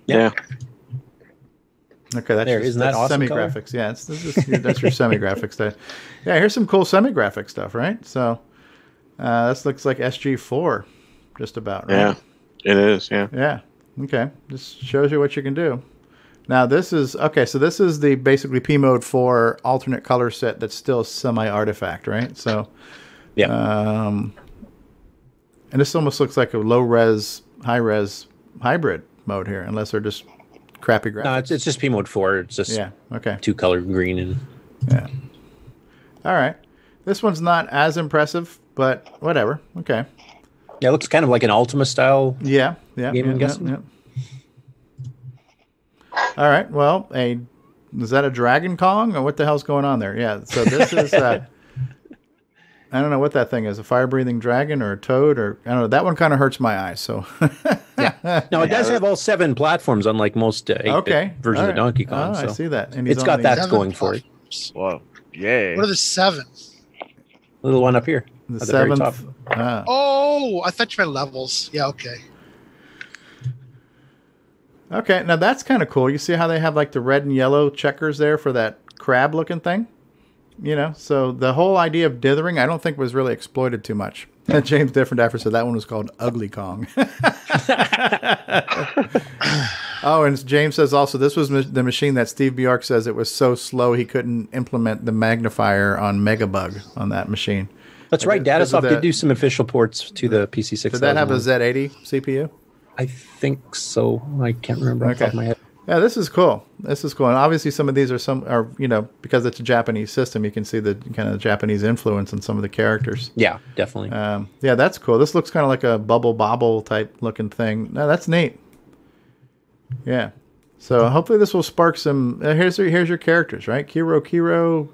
Yeah.
Okay, that's
There,
your-
isn't that
that's
awesome
semi
color?
graphics. Yeah, it's, this is your, that's your semi graphics stuff. Yeah, here's some cool semi graphic stuff, right? So uh, this looks like SG4, just about, right?
Yeah, it is. Yeah.
Yeah. Okay. Just shows you what you can do. Now this is okay. So this is the basically P mode for alternate color set that's still semi artifact, right? So
yeah.
Um, and this almost looks like a low res, high res hybrid mode here, unless they're just crappy graphics.
No, it's, it's just P mode four. It's just
Yeah, okay.
two color green and
All right. This one's not as impressive, but whatever. Okay.
yeah, it looks kind of like an Ultima style.
Yeah, yeah,
game.
yeah,
I'm
yeah,
guessing.
yeah. All right. Well, a is that a Dragon Kong or what the hell's going on there? Yeah. So this is. Uh, I don't know what that thing is—a fire-breathing dragon or a toad or I don't know. That one kind of hurts my eyes. So
No, it does have all seven platforms, unlike most uh, eight
Okay,
versions
all right.
of Donkey Kong.
Oh, I
so
see that, and he's
it's
on
got
the-
that
Seven
going for it.
Whoa! Yay!
What are the seven?
Little one up here.
the
at the very
seventh.
top.
ah.
Oh, I thought you meant levels. Yeah, okay.
Okay, now that's kind of cool. You see how they have like the red and yellow checkers there for that crab looking thing? You know, so the whole idea of dithering, I don't think was really exploited too much. James Different said that one was called Ugly Kong. oh, and James says also this was ma- the machine that Steve Bjork says it was so slow he couldn't implement the magnifier on Megabug on that machine.
That's right.
Because of
Datasoft did
the-
do some official ports to the PC6.
Did that have a Z80 CPU?
I think so. I can't remember off the top of my head.
Yeah, this is cool. This is cool, and obviously some of these are some are you know because it's a Japanese system, you can see the kind of Japanese influence in some of the characters.
Yeah, definitely.
Um, yeah, that's cool. This looks kind of like a bubble bobble type looking thing. No, that's neat. Yeah. So hopefully this will spark some. Uh, here's your, here's your characters, right? Kiro Kiro,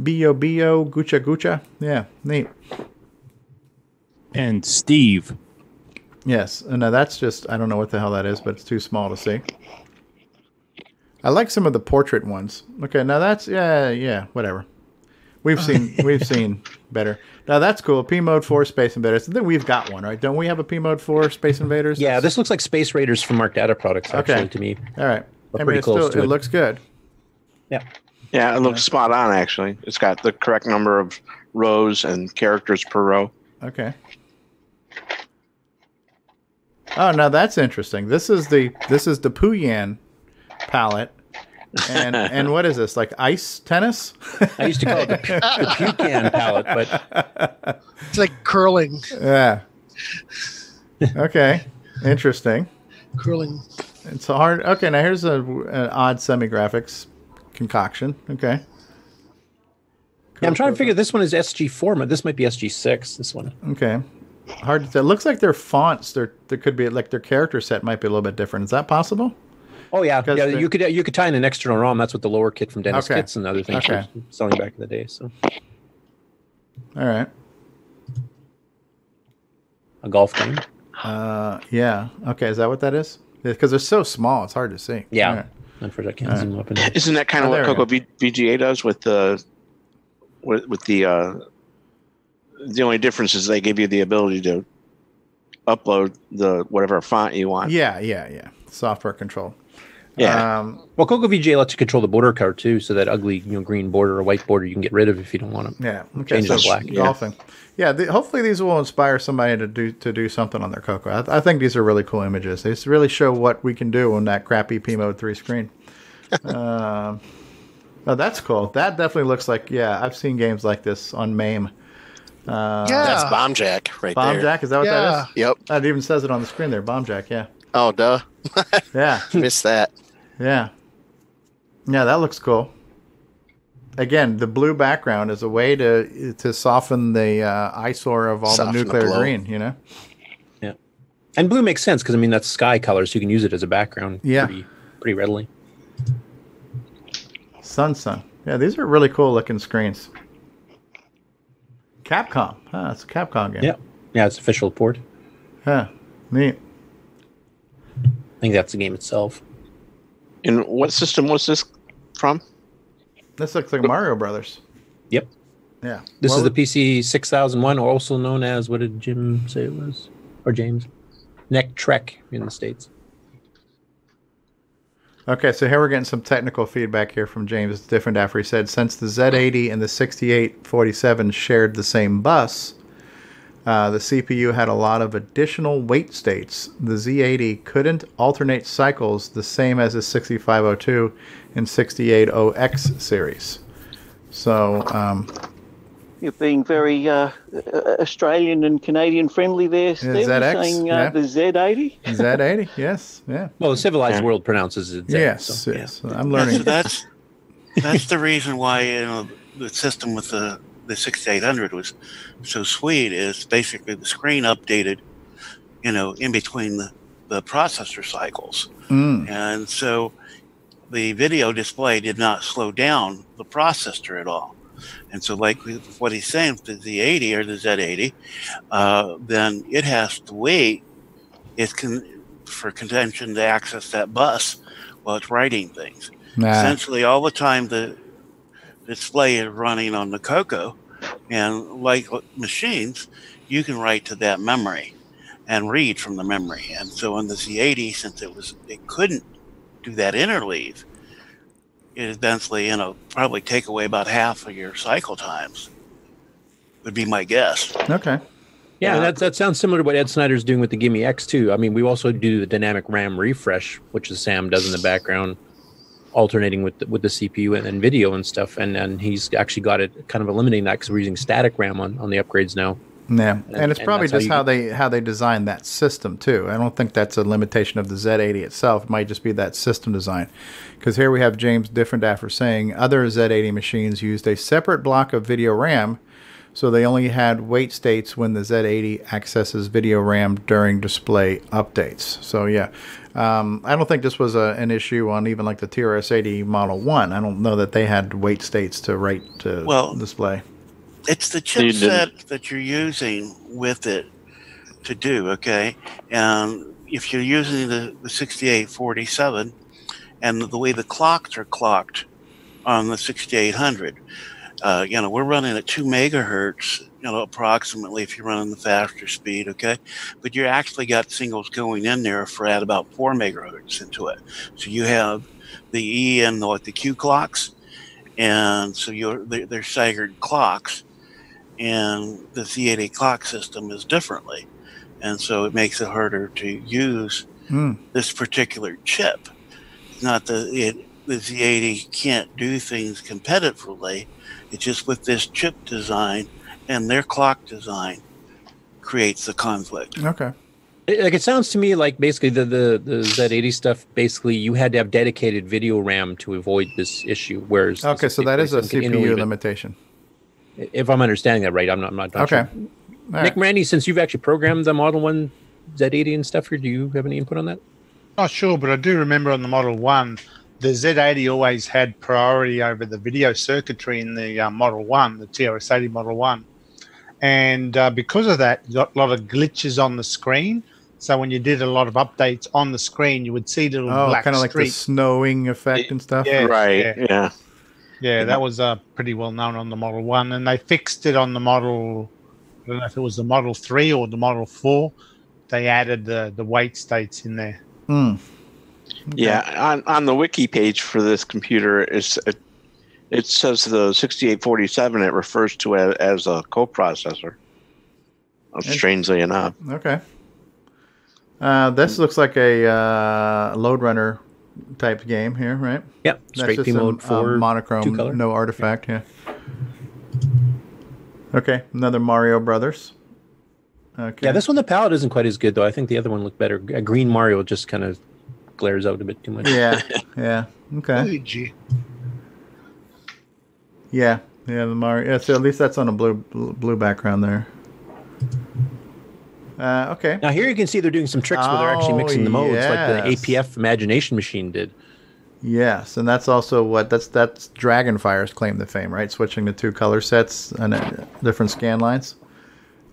Bio Bio, Gucha Gucha. Yeah, neat.
And Steve.
Yes. And now that's just I don't know what the hell that is, but it's too small to see. I like some of the portrait ones. Okay, now that's yeah, yeah, whatever. We've seen we've seen better. Now that's cool. P mode four Space Invaders. I think we've got one, right? Don't we have a P mode four Space Invaders?
Yeah, this looks like Space Raiders from Mark Data Products, actually,
Okay.
to me.
All right. I
But
mean,
pretty
it's
close
still,
to
it
it.
looks good.
Yeah, it looks spot on. Actually, it's got the correct number of rows and characters per row.
Okay. Oh, now that's interesting. This is the this is the Puyan palette. And and what is this? Like ice tennis?
I used to call it the, pu- the Pucan palette, but
It's like curling,
Yeah. Okay. Interesting.
curling.
It's a hard. Okay, now here's a, an odd semi graphics concoction. Okay.
yeah, I'm trying to figure this one is SG4, but this might be SG6, this one.
Okay. Hard to tell. Looks like their fonts, their there could be like their character set might be a little bit different. Is that possible?
Oh yeah,
Because
yeah.
the-
You could you could tie in an external ROM. That's what the lower kit from Dennis
Okay.
Kits and other things
Okay.
were selling back in the day. So
All right.
a golf game.
Uh, yeah. Okay. Is that what that is? Because they're so small, it's hard to see.
Yeah.
All right.
Unfortunately, I
All
can't
right.
zoom up. And
Isn't that kind
Oh,
of
there
what
we
Coco
go.
v- VGA does with the with, with the uh, the only difference is they give you the ability to upload the whatever font you want.
Yeah. Yeah. Yeah. Software control.
Yeah.
Um,
Well, Coco VJ lets you control the border card too, so that ugly you know green border or white border you can get rid of if you don't want it.
Yeah. Okay.
Change it to
so
black.
Golfing. Yeah. The, hopefully these will inspire somebody to do to do something on their cocoa. I, I think these are really cool images. They s- really show what we can do on that crappy P Mode three screen. um, no, that's cool. That definitely looks like yeah. I've seen games like this on MAME. Uh,
Yeah.
That's Bomb Jack right
Bomb
there.
Jack, is that what
Yeah.
that is? Yep. That even says it on the screen there. Bomb Jack, yeah.
Oh, duh.
yeah.
Miss that.
Yeah. Yeah, that looks cool. Again, the blue background is a way to to soften the uh, eyesore of all
Soften
the
the
nuclear
blow.
green. You know.
Yeah. And blue makes sense because I mean that's sky color, so you can use it as a background
Yeah.
pretty pretty readily.
Sun Sun. Yeah, these are really cool looking screens. Capcom. Huh, it's a Capcom game.
Yeah. Yeah, it's official port.
Huh. Neat.
I think that's the game itself.
And what system was this from?
This looks like Mario Brothers.
Yep.
Yeah.
This
Well,
is the PC six thousand one, or also known as what did Jim say it was? Or James? Neck Trek in the States.
Okay, so here we're getting some technical feedback here from James. It's different after he said, since the Z80 and the 6847 shared the same bus, uh, the CPU had a lot of additional wait states. The Z80 couldn't alternate cycles the same as the 6502 and 680X series. So, um,
You're being very uh, uh, Australian and Canadian friendly there, Steve. You're
ZX,
saying uh,
yeah.
the Z80.
Z80, yes, yeah.
Well, the civilized world pronounces it. Z,
Yes,
so, yeah.
yes. I'm learning.
That's that's, that's the reason why you know the system with the the 6800 was so sweet is basically the screen updated, you know, in between the, the processor cycles.
Hmm.
Mm.
And so the video display did not slow down the processor at all. And so, like with what he's saying, if the Z80 or the Z80, uh, then it has to wait it can, for contention to access that bus while it's writing things.
Nah.
Essentially, all the time the display is running on the Coco, and like machines, you can write to that memory and read from the memory. And so, on the Z80, since it was it couldn't do that interleave, it eventually, you know, probably take away about half of your cycle times. Would be my guess.
Okay.
Yeah, and that that sounds similar to what Ed Snyder's doing with the Gimme X too. I mean, we also do the dynamic RAM refresh, which is Sam does in the background, alternating with the, with the CPU and, and video and stuff. And and he's actually got it kind of eliminating that because we're using static RAM on, on the upgrades now.
Yeah, and,
And-
it's
and
probably
that's
just
how you
how,
get-
they how they designed that system too. I don't think that's a limitation of the Z80 itself. It might just be that system design. Because here we have James Diffendaffer saying other Z80 machines used a separate block of video RAM, so they only had wait states when the Z80 accesses video RAM during display updates. So yeah, um, I don't think this was a, an issue on even like the TRS-80 Model One. I don't know that they had wait states to write to
Well,
display.
It's the
So you didn't-
chipset that you're using with it to do, okay? And if you're using the, the 6847 and the way the clocks are clocked on the 6800, uh, you know, we're running at 2 megahertz, you know, approximately if you're running the faster speed, okay? But you actually got singles going in there for at about 4 megahertz into it. So you have the E and the, like, the Q clocks and so you're they're, they're staggered clocks and the z80 clock system is differently and so it makes it harder to use
Hmm.
this particular chip not that it the z80 can't do things competitively it's just with this chip design and their clock design creates the conflict
Okay.
It- like it sounds to me like basically the, the the Z80 stuff. Basically, you had to have dedicated video RAM to avoid this issue. Whereas
Okay, so that is a CPU
limit.
limitation.
If I'm understanding that right, I'm not. I'm not, not
Okay.
sure.
All right.
Nick Randy, since you've actually programmed the Model One Z80 and stuff here, do you have any input on that?
Not sure, but I do remember on the Model 1, the Z80 always had priority over the video circuitry in the uh, Model 1, the TRS-80 Model 1. And uh, because of that, you got a lot of glitches on the screen. So when you did a lot of updates on the screen, you would see little
Oh,
black
kind of like the
streaks.
snowing effect and stuff.
Yeah, Right, yeah.
Yeah.
yeah, that was uh, pretty well known on the Model 1. And they fixed it on the Model, I don't know if it was the Model 3 or the Model 4. They added the, the weight states in there.
Yeah, on, on the wiki page for this computer, it's, it, it says the 6847, it refers to it as a coprocessor. Strangely enough.
Okay. Uh, this looks like a uh, load runner type game here, right?
Yep.
That's
Straight
just
P
a,
mode
uh,
for
monochrome,
two-color.
no artifact. Yeah. Okay, another Mario Brothers. Okay.
Yeah, this one the palette isn't quite as good though. I think the other one looked better. A green Mario just kind of glares out a bit too much.
Yeah. yeah. Okay.
Luigi.
Yeah. Yeah. The Mario. Yeah. So at least that's on a blue blue blue background there. Uh, okay.
Now here you can see they're doing some tricks where they're actually
Oh,
mixing the modes, like
yes.
the APF Imagination Machine did.
Yes, and that's also what that's that's Dragonfire's claim to fame, right? Switching the two color sets and uh, different scan lines.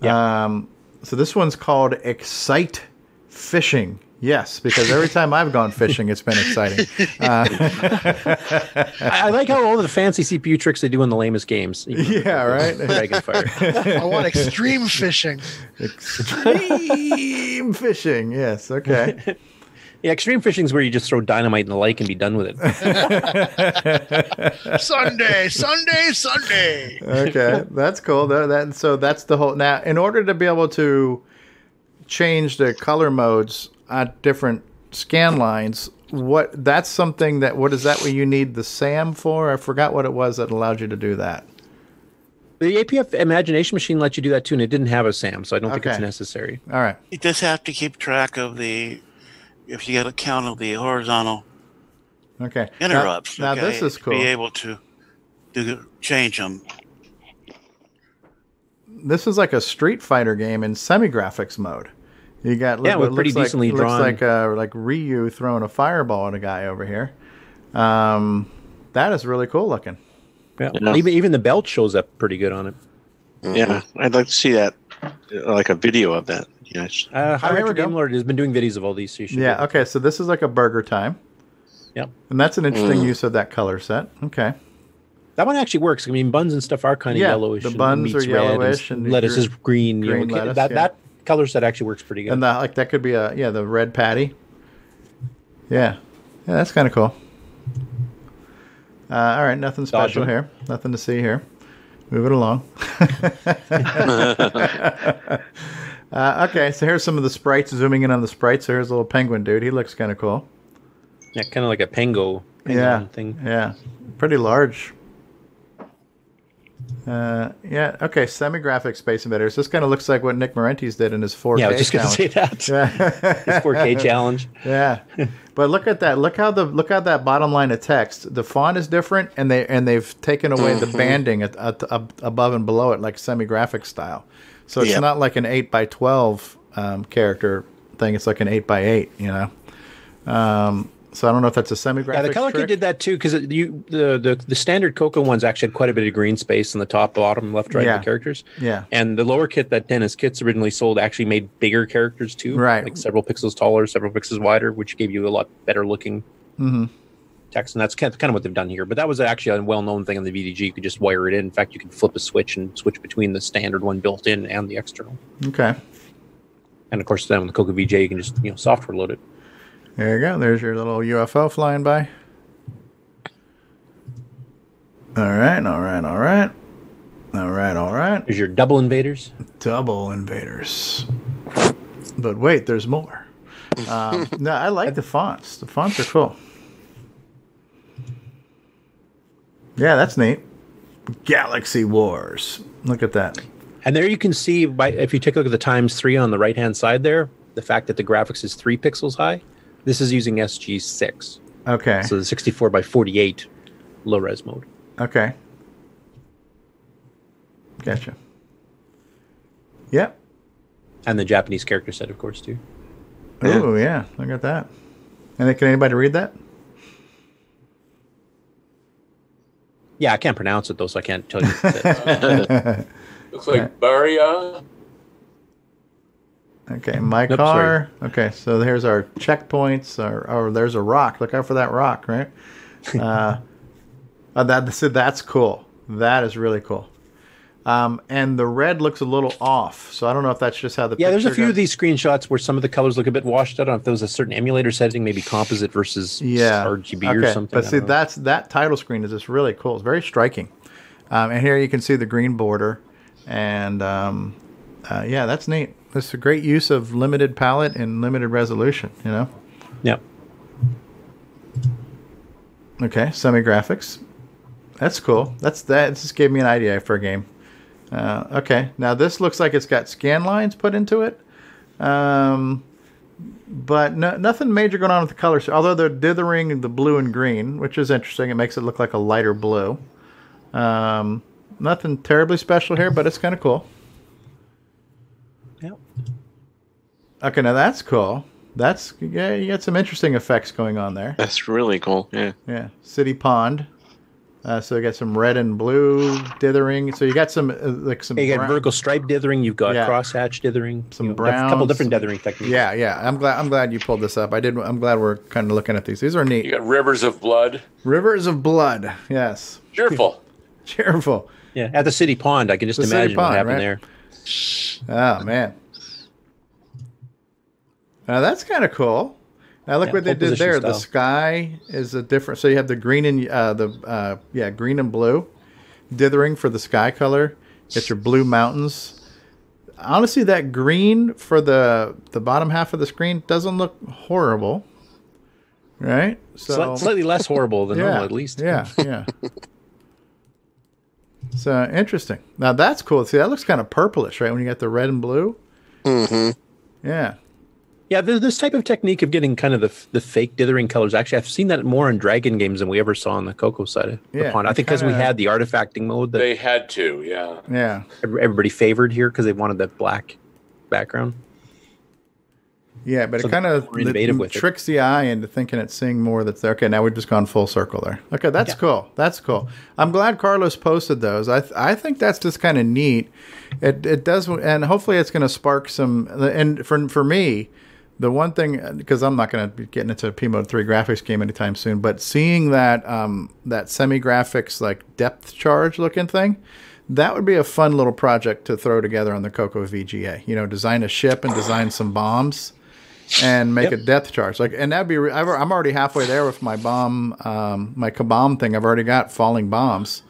Yeah. Um, so this one's called Excite Fishing. Yes, because every time I've gone fishing, it's been exciting. Uh,
I, I like how all the fancy CPU tricks they do in the lamest games.
yeah, right.
Dragonfire.
I want extreme fishing.
Extreme fishing. Yes. Okay.
Yeah, extreme fishing is where you just throw dynamite and the like and be done with it.
Sunday, Sunday, Sunday.
okay, that's cool. That, that so that's the whole. Now, in order to be able to change the color modes at different scan lines, what that's something that what is that what you need the SAM for? I forgot what it was that allowed you to do that.
The APF Imagination Machine lets you do that too, and it didn't have a SAM, so I don't think it's
Okay.
necessary.
All right.
You just have to keep track of the, if you get a count of the horizontal
Okay. Now-
interrupts.
Now,
okay,
this is
to
cool.
Be able to do, change them.
this is like a Street Fighter game in semi-graphics mode. You got
Yeah,
look-
with
what
pretty
looks like-
decently
looks
drawn-
like uh, like Ryu throwing a fireball at a guy over here. Um, that is really cool looking.
Yeah.
Yeah.
Uh, Even even the belt shows up pretty good on it.
Yeah, I'd like to see that, uh, like a video of that. Yes.
Uh, High
remember
Retro Game Lord has been doing videos of all these, so you should.
Yeah. Okay. So this is like a burger time.
Yep.
And that's an interesting
Mm.
use of that color set. Okay.
That one actually works. I mean, buns and stuff are kind of
Yeah,
yellowish.
the
and
buns
meat's
are
red and
yellowish and the
lettuce
gr-
is green. you know,
green
okay,
lettuce,
that
yeah.
that color set actually works pretty good.
And that like that could be a yeah the red patty. Yeah. Yeah, that's kind of cool. Uh, all right, nothing special
Dodging.
here. Nothing to see here. Move it along. uh, okay, so here's some of the sprites. Zooming in on the sprites. Here's a little penguin dude. He looks kind of cool.
yeah, kind of like a pango.
yeah.
thing.
Yeah. Pretty large. Uh, yeah. Okay. Semi-graphic space invaders. This kind of looks like what Nick Morentes did in his 4K.
Yeah, I was just gonna
challenge.
say that.
Yeah.
His 4K challenge.
Yeah. But look at that. Look how the look how that bottom line of text. The font is different, and they and they've taken away the
Mm-hmm.
Mhm.
banding at, at, ab- above and below it, like semi-graphic style. So it's
Yep.
not like an eight by twelve um, character thing. It's like an eight by eight. You know. Um, so I don't know if that's a
Yeah,
semi-graphic.
the color
trick.
key did that too because you the, the the standard Coco ones actually had quite a bit of green space in the top, bottom, left, right, of
Yeah.
the characters.
Yeah.
And the lower kit that Dennis Kits originally sold actually made bigger characters too,
Right.
Like several pixels taller, several pixels wider, which gave you a lot better looking
Mm-hmm.
text. And that's kind of, kind of what they've done here. But that was actually a well known thing on the VDG. You could just wire it in. In fact, you could flip a switch and switch between the standard one built in and the external.
Okay.
And of course, then on the Coco VJ, you can just you know software load it.
There you go. There's your little UFO flying by. All right, all right, all right. All right, all right.
Is your double invaders?
Double invaders. But wait, there's more. Um, no, I like the fonts. The fonts are cool. Yeah, that's neat. Galaxy Wars. Look at that.
And there you can see by if you take a look at the times three on the right hand side there, the fact that the graphics is three pixels high. This is using SG six.
Okay.
So the sixty four by forty eight low res mode.
Okay. Gotcha. Yep.
And the Japanese character set, of course, too.
Oh yeah, look at that. And then, can anybody read that?
Yeah, I can't pronounce it though, so I can't tell you. what it says.
Looks like uh,
Uh,
Baria.
Okay, my
Nope,
car. Okay, so there's our checkpoints. Our, or there's a rock. Look out for that rock, right? uh, uh, that so that's cool. That is really cool. Um, and the red looks a little off, so I don't know if that's just how the
yeah, there's a
picture
few
got-
of these screenshots where some of the colors look a bit washed out. I don't know if there was a certain emulator setting, maybe composite versus
yeah
RGB
Okay,
or something. I
But
don't
see,
know.
that's that title screen is just really cool. It's very striking. Um, and here you can see the green border, and um, uh, yeah, that's neat. That's a great use of limited palette and limited resolution. You know.
Yep.
Okay, semi graphics. That's cool. That's that. Just gave me an idea for a game. Uh, okay, now this looks like it's got scan lines put into it. Um, but no, nothing major going on with the colors. Although they're dithering the blue and green, which is interesting. It makes it look like a lighter blue. Um, nothing terribly special here, but it's kind of cool.
Yep.
Okay, now that's cool. That's yeah, you got some interesting effects going on there.
That's really cool. Yeah.
Yeah, city pond. Uh, so you got some red and blue dithering. So you got some uh, like some.
you got
brown-
vertical stripe dithering. You've got
Yeah.
crosshatch dithering.
Some
you know, A couple
browns.
different dithering techniques.
Yeah, yeah. I'm glad. I'm glad you pulled this up. I did. I'm glad we're kind of looking at these. These are neat.
You got rivers of blood.
Rivers of blood. Yes,
Cheerful.
cheerful.
Yeah, at the city pond, I can just
The city
imagine
pond,
what happened
right?
there.
Oh man. Now that's kind of cool. Now look
Yeah,
what they
pole
did
position
there. The
style.
sky is a different. So you have the green and uh, the uh, yeah green and blue, dithering for the sky color. Get your blue mountains. Honestly, that green for the the bottom half of the screen doesn't look horrible, right?
Sli- slightly less horrible than normal, at least.
Yeah, yeah. so interesting. Now that's cool. See, that looks kind of purplish, right? When you got the red and blue. Mm-hmm. Yeah.
Yeah, th- this type of technique of getting kind of the, f- the fake dithering colors. Actually, I've seen that more in Dragon games than we ever saw on the Coco side of
Yeah,
the pond. I
you
think because we
kinda-
had the artifacting mode that
They had to, yeah.
Yeah.
ev- everybody favored here because they wanted that black background.
Yeah, but it
Something
kind of
more innovative with it.
tricks the eye into thinking it's seeing more that's there. Okay, now we've just gone full circle there. Okay, that's cool. That's cool. I'm glad Carlos posted those. I th- I think that's just kind of neat. It it does, and hopefully it's going to spark some. And for for me, the one thing because I'm not going to be getting into a P Mode three graphics game anytime soon, but seeing that um that semi graphics like depth charge looking thing. That would be a fun little project to throw together on the Coco VGA. You know, design a ship and design some bombs and make a death charge. Like, and that'd be. re- I've, I'm already halfway there with my bomb, um, my kabomb thing. I've already got falling bombs,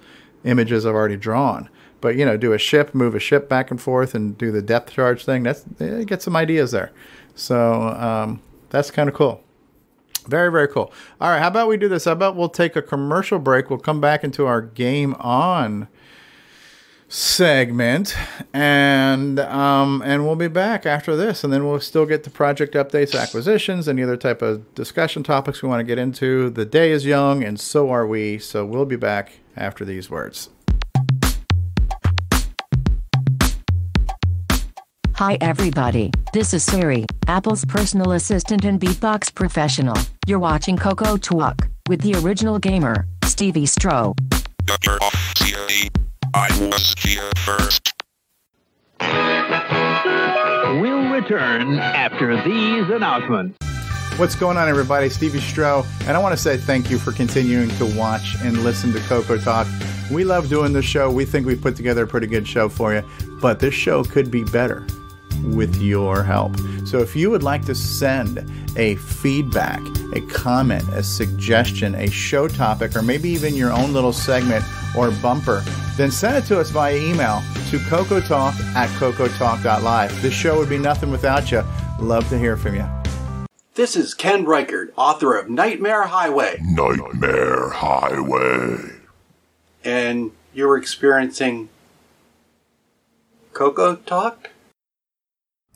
images I've already drawn. But you know, do a ship, move a ship back and forth, and do the depth charge thing. That's eh, get some ideas there. So um, that's kind of cool. Very, very cool. All right, how about we do this? How about we'll take a commercial break? We'll come back into our game on segment and um and we'll be back after this and then we'll still get the project updates acquisitions any other type of discussion topics we want to get into the day is young and so are we so we'll be back after these words
Hi everybody, this is Siri, Apple's personal assistant and beatbox professional. You're watching Coco Talk with the original gamer, Stevie Stroh.
Dr. Off-CLE. I was here first.
We'll return after these announcements.
What's going on, everybody? Stevie Stroh, and I want to say thank you for continuing to watch and listen to Coco Talk. We love doing this show. We think we've put together a pretty good show for you, but this show could be better with your help. So if you would like to send a feedback, a comment, a suggestion, a show topic, or maybe even your own little segment or bumper, then send it to us via email to cocotalk at cocotalk.live. This show would be nothing without you. Love to hear from you.
This is Ken Reichard, author of Nightmare Highway,
Nightmare Highway.
and you're experiencing Coco Talk?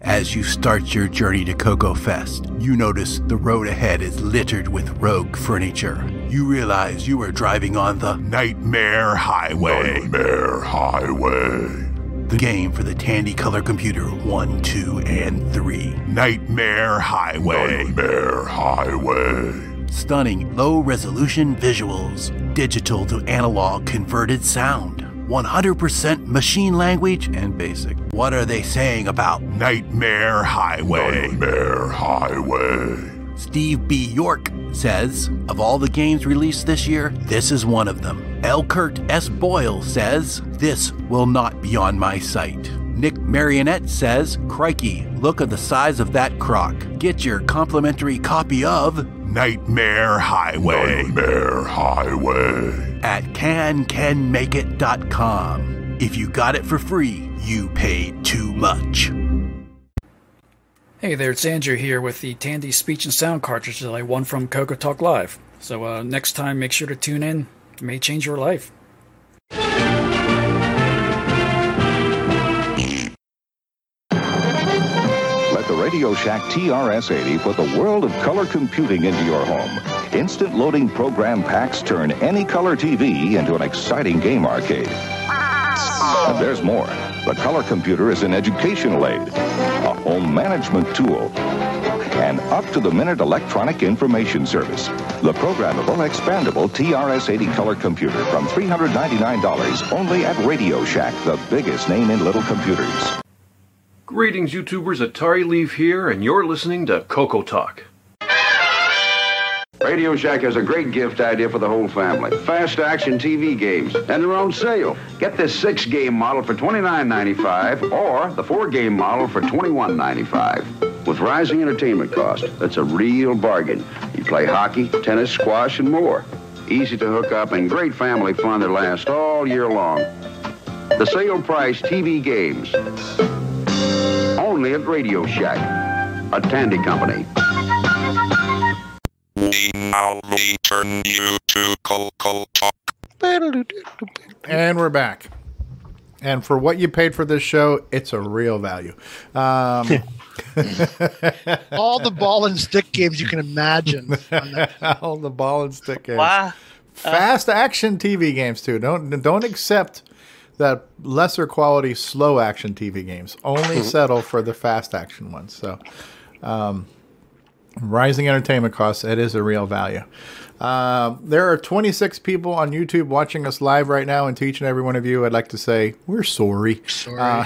As you start your journey to Coco Fest, you notice the road ahead is littered with rogue furniture. You realize you are driving on the Nightmare Highway. Nightmare Highway. The game for the Tandy Color Computer 1, 2, and 3. Nightmare Highway. Nightmare Highway. Stunning low resolution visuals, digital to analog converted sound, 100% machine language, and basic. What are they saying about Nightmare Highway? Nightmare Highway. Steve B. York says, of all the games released this year, this is one of them. L. Kurt S. Boyle says, this will not be on my site. Nick Marionette says, crikey, look at the size of that croc. Get your complimentary copy of Nightmare Highway. Nightmare Highway. At cancanmakeit.com. If you got it for free, you paid too much.
Hey there, it's Andrew here with the Tandy Speech and Sound cartridge that I won from Coco Talk Live. So uh, next time, make sure to tune in. It may change your life.
Let's
let the Radio Shack TRS-80 put the world of color computing into your home. Instant loading program packs turn any color TV into an exciting game arcade. And there's more. The color computer is an educational aid, a home management tool, an up-to-the-minute electronic information service. The programmable, expandable TRS-80 color computer from $399 only at Radio Shack, the biggest name in little computers.
Greetings, YouTubers. Atari Leaf here, and you're listening to Coco Talk.
Radio Shack has a great gift idea for the whole family. Fast action TV games, and they're on sale. Get this six game model for $29.95 or the four game model for $21.95. With rising entertainment costs, that's a real bargain. You play hockey, tennis, squash, and more. Easy to hook up and great family fun that lasts all year long. The sale price TV games. Only at Radio Shack, a Tandy company.
We now return you to Coco Talk.
Oh,
And we're back. And for what you paid for this show, it's a real value. Um,
All the ball and stick games you can imagine.
All the ball and stick games. Fast action TV games too. Don't don't accept that lesser quality slow action TV games. Only settle for the fast action ones. So, um, rising entertainment costs. It is a real value. Uh, there are 26 people on YouTube watching us live right now, and to each and every one of you, I'd like to say we're sorry. Sorry. Uh,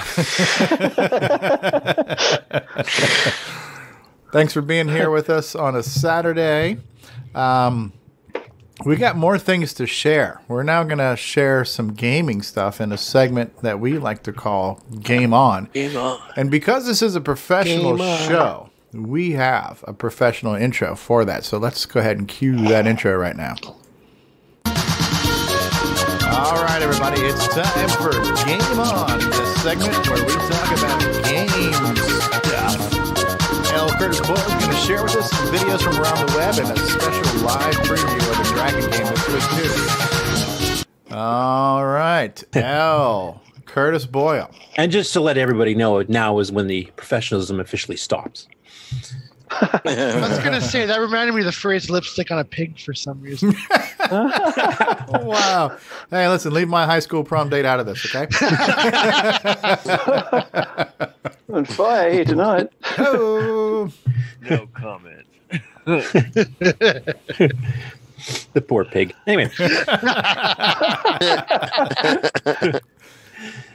thanks for being here with us on a Saturday. Um, we got more things to share. We're now going to share some gaming stuff in a segment that we like to call Game On.
Game on.
And because this is a professional
Game on.
show, we have a professional intro for that. So let's go ahead and cue that intro right now. All right, everybody, it's time for Game On, the segment where we talk about game stuff. L. Curtis Boyle is going to share with us some videos from around the web and a special live preview of the Dragon game that's with two. All right, L. Curtis Boyle.
And just to let everybody know, now is when the professionalism officially stops.
I was gonna say that reminded me of the phrase "lipstick on a pig" for some reason.
wow. Hey, listen, leave my high school prom date out of this, okay?
On fire tonight.
Oh.
No comment.
the poor pig. Anyway.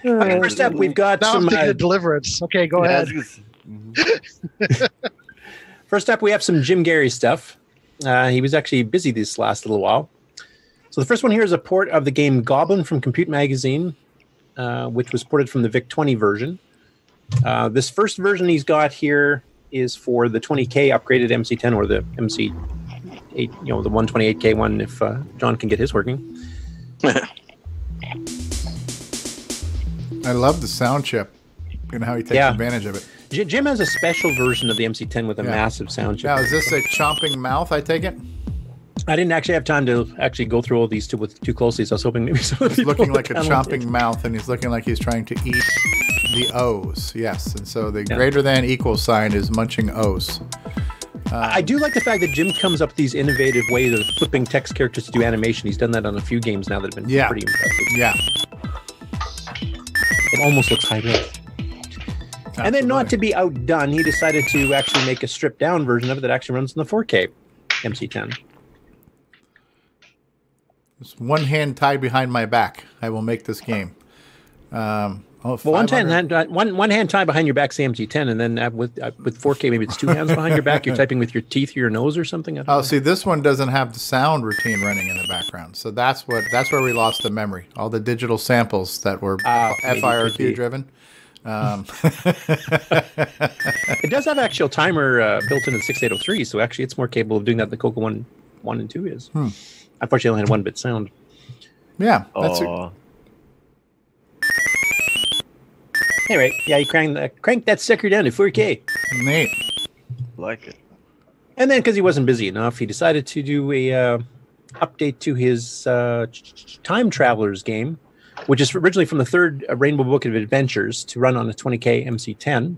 Okay, first up, we've got
now
some,
I'm thinking
uh,
of deliverance. Okay, go
Yeah,
ahead.
First up, we have some Jim Gary stuff. Uh, he was actually busy this last little while. So the first one here is a port of the game Goblin from Compute Magazine, uh, which was ported from the VIC 20 version. Uh, this first version he's got here is for the 20K upgraded MC10 or the MC8, you know, the 128K one if uh, John can get his working.
I love the sound chip and how he takes
Yeah.
advantage of it.
J- Jim has a special version of the MC10 with a
Yeah.
massive sound chip.
Now, is this a chomping mouth, I take it?
I didn't actually have time to actually go through all these too with too closely, so I was hoping maybe some
He's
of the people
looking
would
like a
download
chomping
it.
mouth and he's looking like he's trying to eat the O's. Yes. And so the greater than equal sign is munching O's.
I I do like the fact that Jim comes up with these innovative ways of flipping text characters to do animation. He's done that on a few games now that have been
Yeah.
pretty impressive.
Yeah.
It almost looks high res. And then, not to be outdone, he decided to actually make a stripped down version of it that actually runs in the 4K MC10.
It's one hand tied behind my back. I will make this game. Um, oh,
Well, one
500
hand, one one hand tied behind your back, say MC10, and then uh, with uh, with 4K, maybe it's two hands behind your back. You're typing with your teeth or your nose or something. I don't
Oh,
know.
see, this one doesn't have the sound routine running in the background, so that's what that's where we lost the memory. All the digital samples that were
Ah, maybe it could be.
FIRQ driven. Um,
It does have actual timer uh, built into the 6803, so actually it's more capable of doing that than the Coco One, One and Two is.
Hmm.
Unfortunately, it only had one bit sound.
yeah, that's it.
Oh,
Anyway, yeah, you crank that, crank that sucker down to 4K.
Neat.
like it.
And then, because he wasn't busy enough, he decided to do a uh, update to his uh, Time Travelers game, which is originally from the third uh, Rainbow Book of Adventures to run on a 20K MC10.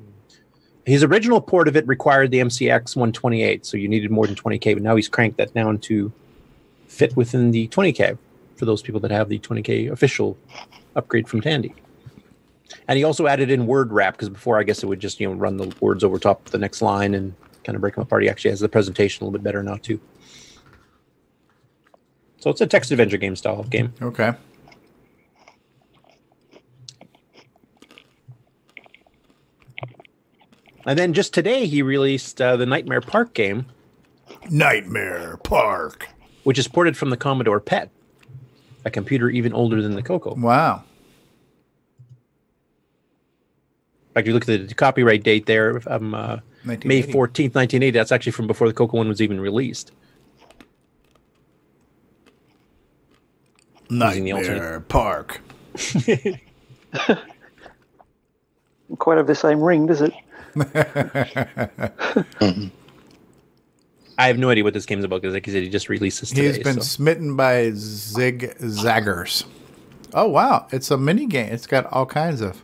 his original port of it required the MCX 128, so you needed more than 20k. But now he's cranked that down to fit within the 20k for those people that have the 20k official upgrade from Tandy. And he also added in word wrap because before I guess it would just you know run the words over top of the next line and kind of break them apart. He actually has the presentation a little bit better now too. So it's a text adventure game style of game.
Okay.
And then just today he released uh, the Nightmare Park game,
Nightmare Park,
which is ported from the Commodore PET, a computer even older than the Coco.
Wow.
Like you look at the copyright date there, um, uh, May
1980.
fourteenth, nineteen eighty. That's actually from before the Coco one was even released. Using the alternate-
Nightmare Park.
Quite of the same ring, does it?
I have no idea what this game's about because, like I said, he just released this today.
He's been
so-
smitten by zig zaggers. Oh wow, it's a mini game. It's got all kinds of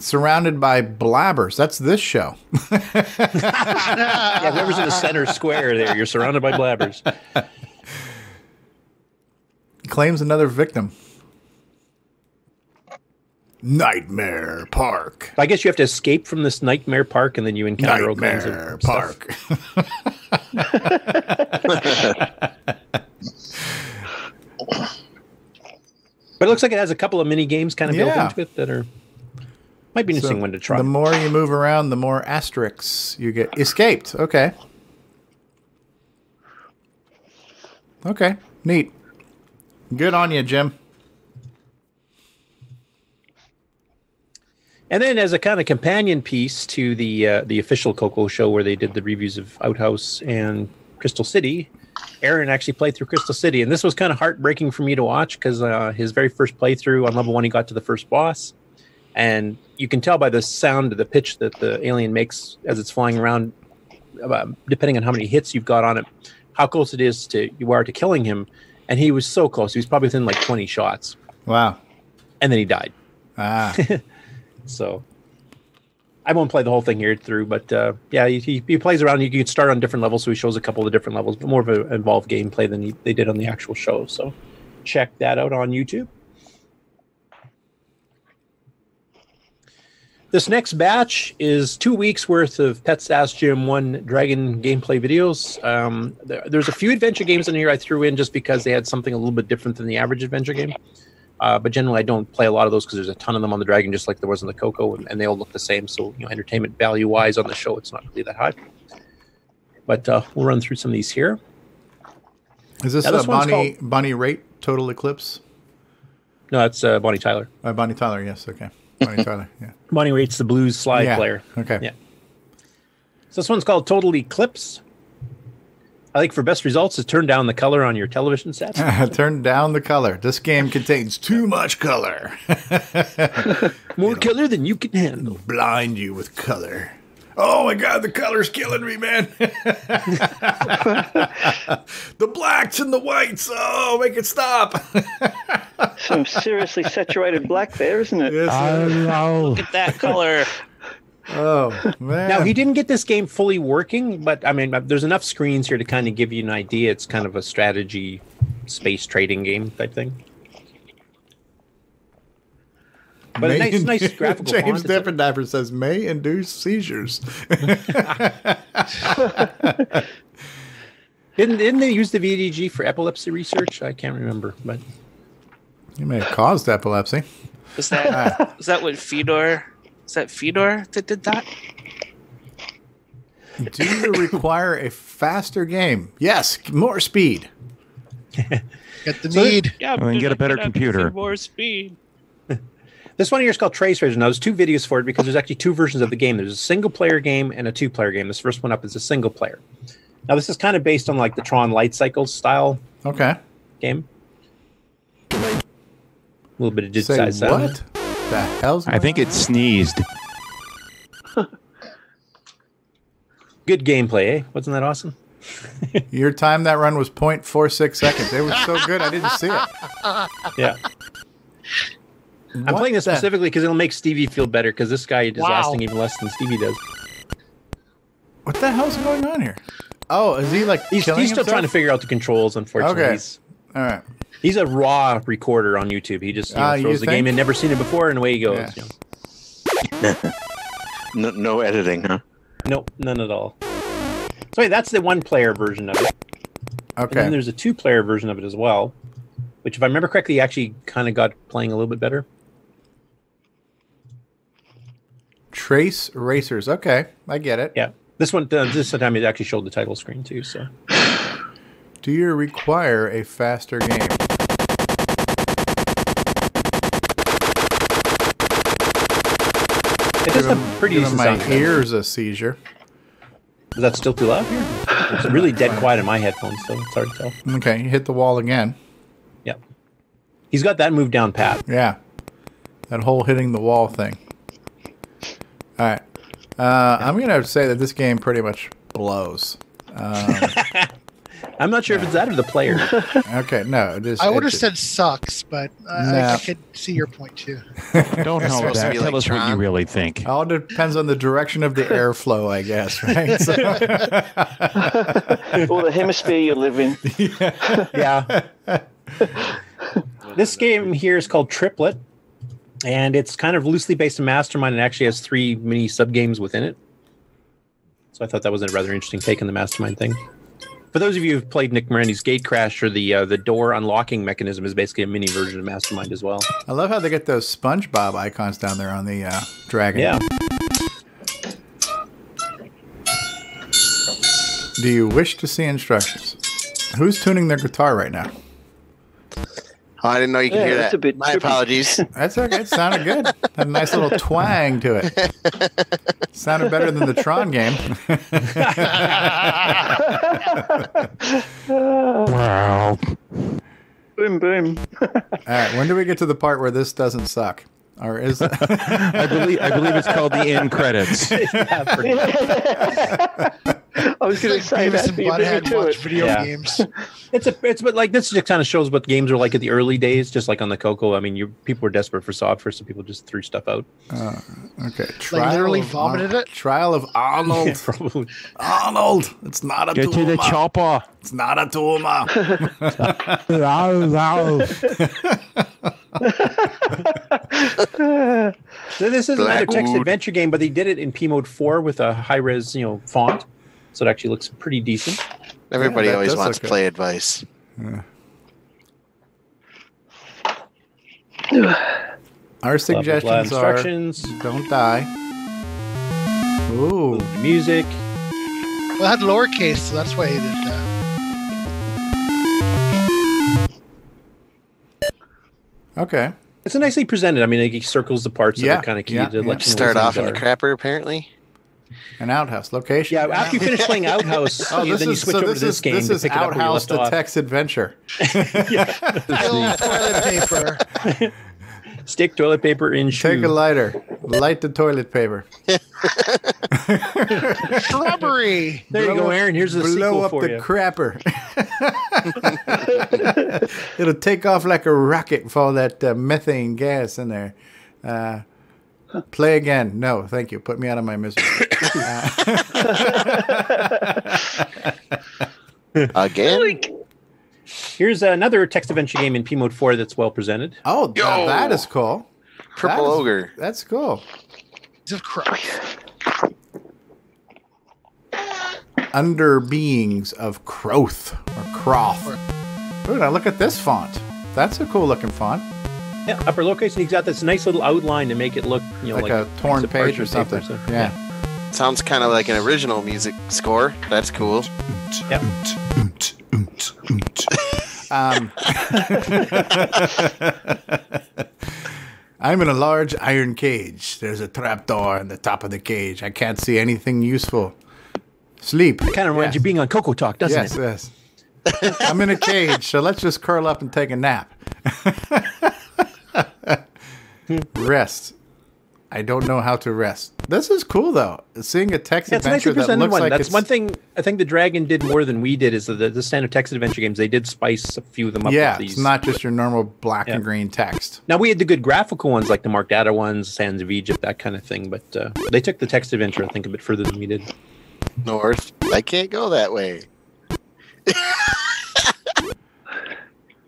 surrounded by blabbers. That's this show.
yeah, whoever's in the center square there, you're surrounded by blabbers.
Claims another victim.
Nightmare Park.
I guess you have to escape from this nightmare park, and then you encounter all kinds
Nightmare
of stuff. but it looks like it has a couple of mini games kind of built
Yeah.
into it that are might be an interesting
So
one to try.
The more you move around, the more asterisks you get. Escaped. Okay. Okay. Neat. Good on you, Jim.
And then, as a kind of companion piece to the uh, the official Coco show, where they did the reviews of Outhouse and Crystal City, Aaron actually played through Crystal City, and this was kind of heartbreaking for me to watch because uh, his very first playthrough on level one, he got to the first boss, and you can tell by the sound, the pitch that the alien makes as it's flying around, uh, depending on how many hits you've got on it, how close it is to you are to killing him, and he was so close; he was probably within like twenty shots,
Wow.
and then he died.
Ah.
So I won't play the whole thing here through, but uh, yeah, he- he, he plays around. You can start on different levels, so he shows a couple of different levels, but more of an involved gameplay than he, they did on the actual show. So check that out on YouTube. This next batch is two weeks worth of Pets Ass Gym 1 Dragon gameplay videos. Um, there- there's a few adventure games in here I threw in just because they had something a little bit different than the average adventure game. Uh, but generally, I don't play a lot of those because there's a ton of them on the Dragon, just like there was on the Coco, and, and they all look the same. So, you know, entertainment value wise on the show, it's not really that high. But uh, we'll run through some of these here.
Is this,
Now,
uh,
one's
Bonnie Bonnie Raitt Total Eclipse?
called- no, that's uh, Bonnie Tyler.
Uh, Bonnie Tyler. Yes. Okay. Bonnie Tyler. Yeah.
Bonnie Rate's the blues slide
Yeah,
player.
Okay.
Yeah. So this one's called Total Eclipse. I think for best results is turn down the color on your television set.
Turn down the color. This game contains too much color.
More color than you can handle.
Blind you with color. Oh my god, the color's killing me, man. the blacks and the whites. Oh, make it stop.
Some seriously saturated black there, isn't it?
Oh, Look
at that color.
Oh man!
Now he didn't get this game fully working, but I mean, there's enough screens here to kind of give you an idea. It's kind of a strategy, space trading game type thing. But a
May
nice, nice
induce-
graphical
James
font. It's-
Dapper says may induce seizures.
Didn't didn't they use the VDG for epilepsy research? I can't remember, but
you may have caused epilepsy.
Was that was that what Fedor? Is that Fedor that did that?
Do you require a faster game? Yes, more speed.
Get the
So-
need.
Yeah, And then because get a I better cannot computer. see
More speed.
This one here is called Trace Razor. Now, there's two videos for it because there's actually two versions of the game. There's a single player game and a two player game. This first one up is a single player. Now, this is kind of based on like the Tron Light Cycle style
Okay.
game. A little bit of
Say
digitized sound.
what? The hell's
I think it sneezed.
Good gameplay, eh? Wasn't that awesome?
Your time that run was 0.46 seconds. It was so good I didn't see it.
Yeah. I'm
What
playing this
the-
specifically because it'll make Stevie feel better because this guy is
Wow.
asking even less than Stevie does.
What the hell's going on here? Oh, is he like
He's,
killing
he's still
himself?
trying to figure out the controls. Unfortunately,
Okay.
he's,
all right.
He's a raw recorder on YouTube. He just you know,
Ah, you
throws the
think?
game in, never seen it before, and away he goes.
Yeah.
you know.
No, no editing, huh?
Nope, none at all. So yeah, that's the one-player version of it. And
Okay.
then there's a two-player version of it as well, which, if I remember correctly, actually kind of got playing a little bit better.
Trace Racers. Okay, I get it.
Yeah, this one, uh, this time it actually showed the title screen too. So
Do you require a faster game?
it does have pretty
Giving my
decent sound.
ears a seizure.
Is that still too loud here? It's really dead quiet in my headphones, so it's hard to tell.
Okay, you hit the wall again.
Yep. He's got that move down pat.
Yeah. That whole hitting the wall thing. All right. Uh, I'm going to say that this game pretty much blows. Um,
I'm not sure if it's that or the player.
okay, no. It is,
I would
it-
have said sucks, but I, I
Nah.
could see your point too.
Don't It's hold supposed to back. be like
Tell us what you
Tron.
really think.
all depends on the direction of the airflow, I guess, right?
or the hemisphere you live in.
yeah. this game here is called Triplet, and it's kind of loosely based on Mastermind and actually has three mini sub games within it. So I thought that was a rather interesting take on the Mastermind thing. For those of you who've played Nick Mirandi's Gate Crash, or the uh, the door unlocking mechanism is basically a mini version of Mastermind as well.
I love how they get those SpongeBob icons down there on the uh, dragon.
Yeah.
Do you wish to see instructions? Who's tuning their guitar right now?
Oh, I didn't know you could
Yeah,
hear
that's
that.
a bit
My
trippy.
apologies.
That's okay. It sounded good. Had a nice little twang to it. Sounded better than the Tron game. wow.
Boom, boom.
All right. When do we get to the part where this doesn't suck? Or is I
believe I believe it's called the end credits.
I was going to say that. but you beat me to it.
Yeah. it's a it's but like this just kind of shows what games are like at the early days, just like on the Coco. I mean, you people were desperate for software, so people just threw stuff out.
Uh, okay. Trial
Like literally
of
vomited
Ar-
it.
Trial of Arnold.
Yeah, probably.
Arnold. It's not a
Get to the
Tuma.
chopper.
It's not a Tuma.
so this is another text
Blackwood.
adventure game, but they did it in P mode four with a high res, you know, font, so it actually looks pretty decent.
Everybody
Yeah, that
always
does
wants
look good.
play advice.
Our
blah, blah,
suggestions are
instructions.
don't die. Ooh.
Music.
Well, it had lowercase, so that's why he did that.
Okay.
It's a nicely presented. I mean, it circles the parts
Yeah,
that are kind of key
yeah,
to
yeah.
let you know
Start
what
off
things
in the
are.
Crapper, apparently.
An outhouse location.
Yeah, after you finish playing Outhouse,
Oh,
you-
this
then you
is-
switch
so
over
this
to this
is-
game
This
to
is
pick it up where you
Outhouse
left
the
off.
Text Adventure.
Toilet paper.
Stick toilet paper in
Take a lighter. Light the toilet paper.
Shrubbery.
There
Blow
you go,
up-
Aaron. Here's the
blow
sequel
up
for
the
you.
crapper. It'll take off like a rocket with all that uh, methane gas in there. Uh, play again. No, thank you. Put me out of my misery. Uh,
Again?
Here's another text adventure game in P mode four that's well presented.
Oh, now that is cool.
Purple
That is-
Ogre.
That's cool.
Of course.
Under beings of Croth or Croth. Ooh, now look at this font. That's a cool looking font.
Yeah, upper location. He's got this nice little outline to make it look, you know,
Like
like,
a torn
piece of
page or
parchment paper
something. Yeah.
Sounds kind of like an original music score. That's cool. Uh,
Yep.
Um, I'm in a large iron cage. There's a trapdoor in the top of the cage. I can't see anything useful. Sleep. It
kind of reminds you of being on Cocoa Talk, doesn't
yes,
it?
Yes, I'm in a cage, so let's just curl up and take a nap. Rest. I don't know how to rest. This is cool though. Seeing a text
That's
adventure
nicely
that
presented
looks
one.
like
That's
it's
one thing I think the Dragon did more than we did is the, the standard text adventure games. They did spice a few of them up.
yeah,
with these.
it's not just your normal black and
Yeah.
green text.
Now we had the good graphical ones like the Mark Data ones, Sands of Egypt, that kind of thing. But uh, they took the text adventure, I think, a bit further than we did.
North. I can't go that way.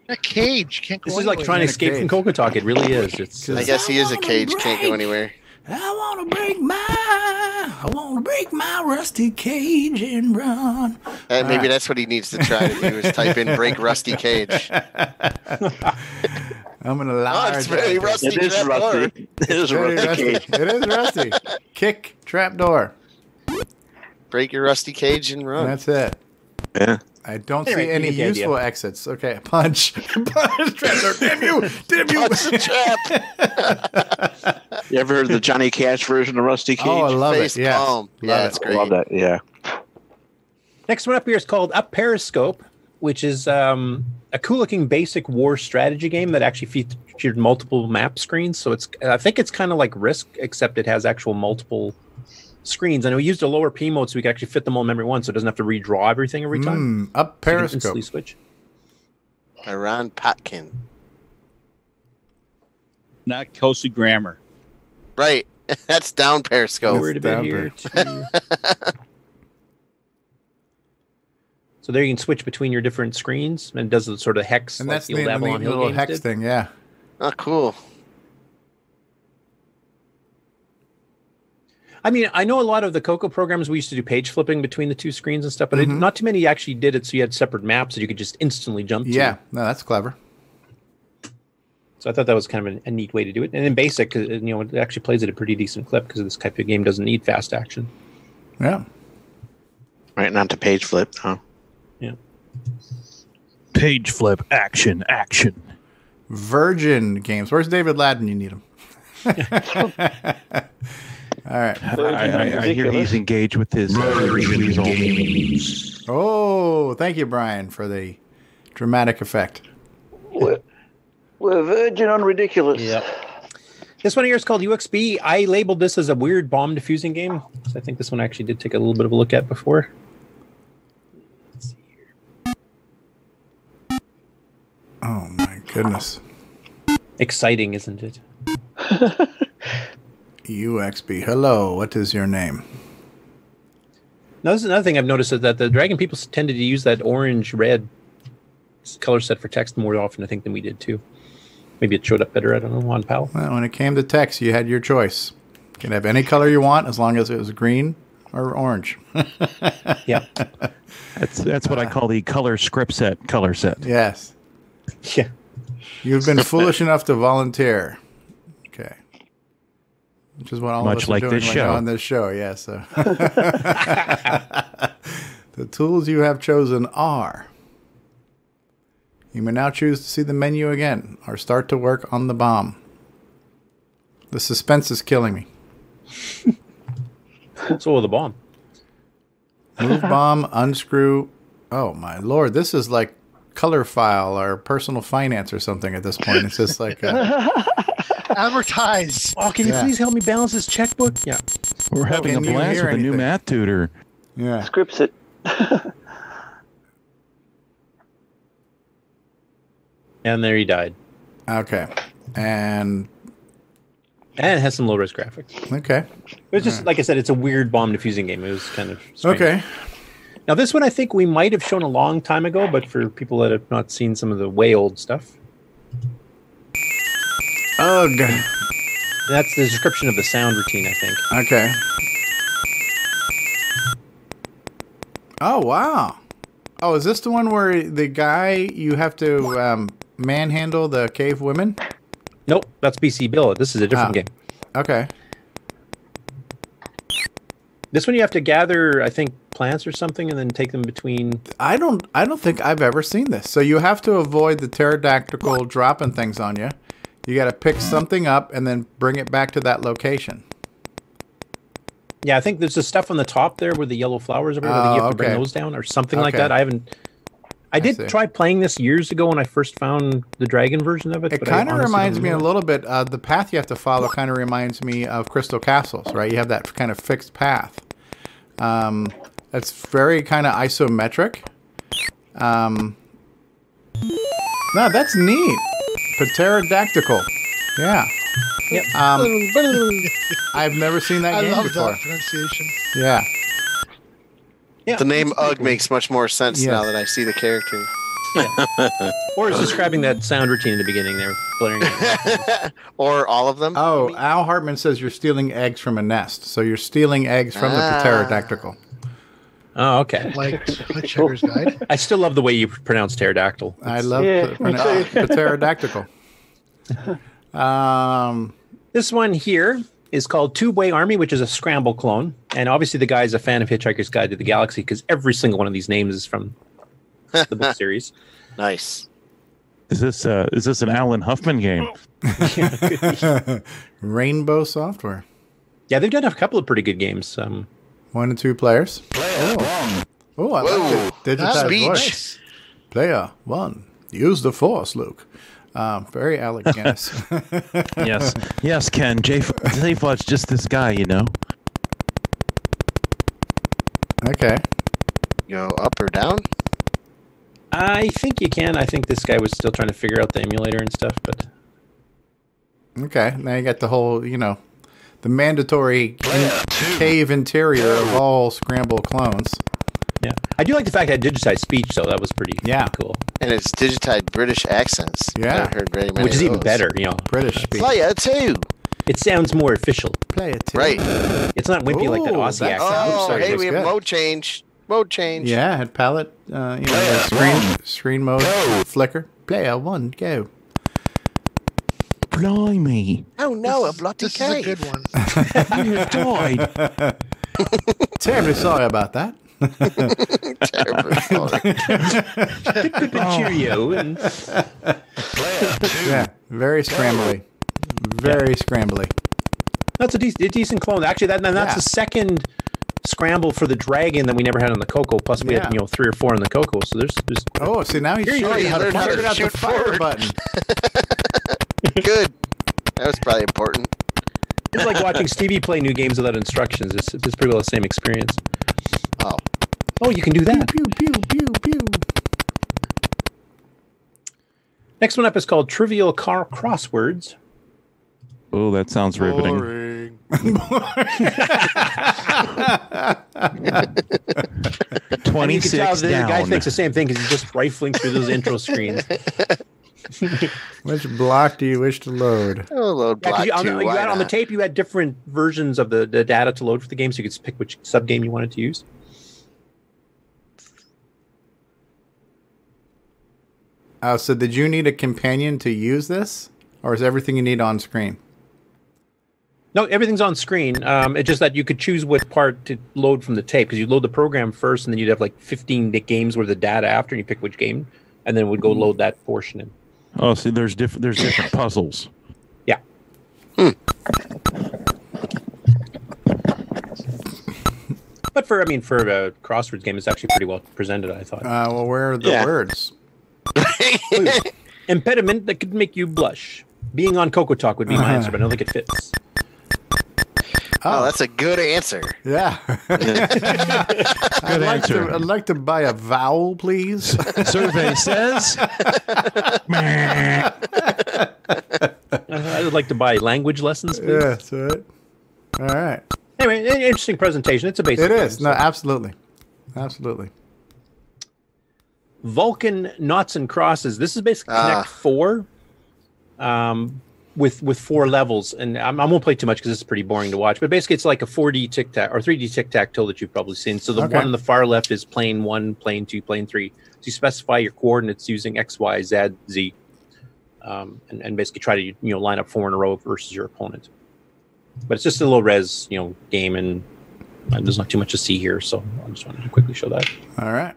A cage can't go.
This is like
anywhere.
trying to escape from Kokotok. It really is. It's.
I guess he is a cage. Can't go anywhere.
I want to break my, I want to break my rusty cage and run.
Uh, maybe that's what he needs to try to do is type in break rusty cage.
I'm gonna lie.
it's very rusty It is trapdoor. rusty. It is
very
rusty.
rusty. it is rusty. Kick trapdoor.
Break your rusty cage and run.
That's it.
Yeah.
I don't
Anyway,
see
you
any
get the idea.
useful exits. Okay, punch. punch trapdoor. Damn you! Damn you!
You ever heard the Johnny Cash version of Rusty Cage?
Oh, I love it. Yes.
yeah,
Love
that's
it.
great. Love that. Yeah.
Next one up here is called Up Periscope, which is um, a cool looking basic war strategy game that actually featured multiple map screens. So it's I think it's kind of like Risk, except it has actual multiple screens. And we used a lower P mode so we could actually fit them all in memory one, so it doesn't have to redraw everything every time.
Mm, up
So you can
Periscope.
instantly switch.
By Ron Potkin.
Not Coastal Grammar.
Right. That's down Periscope.
Worried about here So there you can switch between your different screens and it does the sort of hex
And
like
that's
the
the,
old
the
Avalon
neat
Hill
little
games
hex
did.
thing. Yeah.
Oh, cool.
I mean, I know a lot of the Coco programs we used to do page flipping between the two screens and stuff, but it- not too many actually did it. So you had separate maps that you could just instantly jump to.
Yeah. No, that's clever.
So I thought that was kind of an- a neat way to do it. And in basic, uh, you know, it actually plays at a pretty decent clip because this type of game doesn't need fast action.
Yeah.
Right, not to page flip. Huh?
Page flip, action, action.
Virgin Games. Where's David Ladden? You need him. All right.
I, I, I hear he's engaged with his uh, games.
Oh, thank you, Brian, for the dramatic effect.
We're virgin on ridiculous.
This one here is called UXB. I labeled this as a weird bomb diffusing game. So I think this one I actually did take a little bit of a look at before.
Oh my goodness.
Exciting, isn't it?
UXB. Hello. What is your name?
Now, this is another thing I've noticed is that the Dragon people tended to use that orange red color set for text more often, I think, than we did too. Maybe it showed up better. I don't know, Juan Powell.
Well, when it came to text, you had your choice. You can have any color you want as long as it was green or orange.
yeah.
That's that's what I call the color script set. Color set.
Yes.
Yeah.
You've been foolish enough to volunteer. Okay. Which is what all
Much
of us
like
are doing
this
right
show.
now on this show. Yeah. So the tools you have chosen are. You may now choose to see the menu again or start to work on the bomb. The suspense is killing me.
So with the bomb.
Move bomb, unscrew. Oh my lord, this is like color file or personal finance or something at this point. It's just like a,
Advertise.
Oh, can you
Yeah.
please help me balance this checkbook? Yeah.
We're having a
Can Oh, you
blast
hear
with a new
anything?
math tutor.
yeah.
Scripts it.
And there he died.
Okay. And
And it has some low res graphics.
okay.
It was just, like I said, it's a weird bomb diffusing game. It was kind of. strange.
Okay.
Now, this one I think we might have shown a long time ago, but for people that have not seen some of the way old stuff,
Ugh.
that's the description of the sound routine, I think.
Okay. Oh wow. Oh, is this the one where the guy you have to um, manhandle the cave women?
Nope, that's BC Bill. This is a different
Ah.
game.
Okay.
This one you have to gather, I think, plants or something, and then take them between.
I don't I don't think I've ever seen this. So you have to avoid the pterodactyl dropping things on you. You got to pick something up and then bring it back to that location.
Yeah, I think there's the stuff on the top there with the yellow flowers or whatever. that you
Oh,
have to bring
okay.
those down or something like
Okay.
that. I haven't. I did try playing this years ago when I first found the dragon version of it.
It
but I
kind of
honestly
reminds
don't
me a
know.
little bit. Uh, the path you have to follow kind of reminds me of Crystal Castles, right? You have that kind of fixed path. Um, that's very kind of isometric. Um, no, that's neat. Pterodactyl. Yeah.
Yep.
Um, I've never seen that
I
game
love
before.
that pronunciation.
Yeah.
the name Ugg makes much more sense
Yeah.
now that I see the character.
Or is describing that sound routine in the beginning there, blaring. it.
Or all of them? Oh, Al Hartman says you're stealing eggs from a nest. So you're stealing eggs from
Ah.
the pterodactyl.
oh, okay.
Like Hitchhiker's Guide.
I still love the way you pronounce pterodactyl.
I love Yeah, the- me pronoun- too. the pterodactyl. Um,
this one here is called Two Way Army, which is a scramble clone, and obviously the guy is a fan of Hitchhiker's Guide to the Galaxy because every single one of these names is from the book series.
Nice.
Is this uh, is this an Alan Huffman game?
Rainbow Software.
Yeah, they've done a couple of pretty good games. Um,
One and two players.
Oh,
oh I like the digitized
Speech.
voice. Player one. Use the force, Luke. Um, very Alec Guinness.
yes, yes, Ken. Jay, Jay Fudge, just this guy, you know.
Okay.
Go up or down?
I think you can. I think this guy was still trying to figure out the emulator and stuff, but
Okay, now you got the whole, you know, the mandatory cave interior of all Scramble clones.
Yeah, I do like the fact I digitized speech, though. That was pretty yeah cool.
And it's digitized British accents. I haven't heard very many
which is
of
even
those.
better. You know,
British speech.
Player two.
It sounds more official.
Player two.
Right.
It's not wimpy like that
Ooh,
Aussie
that
accent.
sounds
Oh,
Sorry,
hey,
that's
we have
good.
mode change. Mode change.
Yeah, had palette, uh, you know, the screen screen mode flicker. Player one, go.
Blimey.
Oh no, a bloody
This is
cave.
a good one.
You have died.
Terribly sorry about that.
Terribly
sorry.
Cheerio and-
yeah, very scrambly. Very scrambly.
That's a, dec- a decent clone. Actually, that and that's
Yeah.
the second scramble for the dragon that we never had on the Coco. Plus, we
Yeah.
had you know three or four on the Coco. So there's there's
Oh, see now he's
Here you
showing
go.
you how to
Learn how to
figure out the
shoot
fire
forward.
button.
Good. That was probably important.
it's like watching Stevie play new games without instructions. It's it's pretty well the same experience.
Oh.
Oh, you can do that.
Pew pew pew pew.
Next one up is called Trivial Car Crosswords.
Oh, that sounds riveting.
And you can tell
26
the guy
down.
thinks the same thing because he's just rifling through those intro screens.
Which block do you wish to load?
Oh, load
Yeah, 'cause
block
you, on,
two.
the- you
why
had- on the
not?
tape, you had different versions of the, the data to load for the game, so you could just pick which sub game you wanted to use.
Oh, so did you need a companion to use this, or is everything you need on screen?
No, everything's on screen. Um, it's just that you could choose what part to load from the tape because you load the program first, and then you'd have like 15 di- games worth of data after, and you pick which game, and then it would go load that portion in.
Oh, see, there's different there's different puzzles.
Yeah. But for I mean, for a crosswords game, it's actually pretty well presented. I thought.
Uh, well, where are the
Yeah.
words?
Impediment that could make you blush. Being on Coco Talk would be my answer, but I don't think it fits.
Oh, that's a good answer.
Yeah. I'd, like to,
answer.
I'd like to buy a vowel, please.
Survey says.
I would like to buy language lessons. Please.
Yeah, that's it. All right.
Anyway, an interesting presentation. It's a basic.
It is.
game,
No,
so.
absolutely. Absolutely.
Vulcan knots and crosses. This is basically Connect Four, um, with with four levels. And I'm, I won't play too much because this is pretty boring to watch. But basically, it's like a 4D tic tac or 3D tic tac toe that you've probably seen. So the
Okay.
one on the far left is plane one, plane two, plane three. So you specify your coordinates using X, Y, Z, Z, um, and, and basically try to you know line up four in a row versus your opponent. But it's just a low res you know game, and uh, there's not too much to see here. So I just wanted to quickly show that.
All right.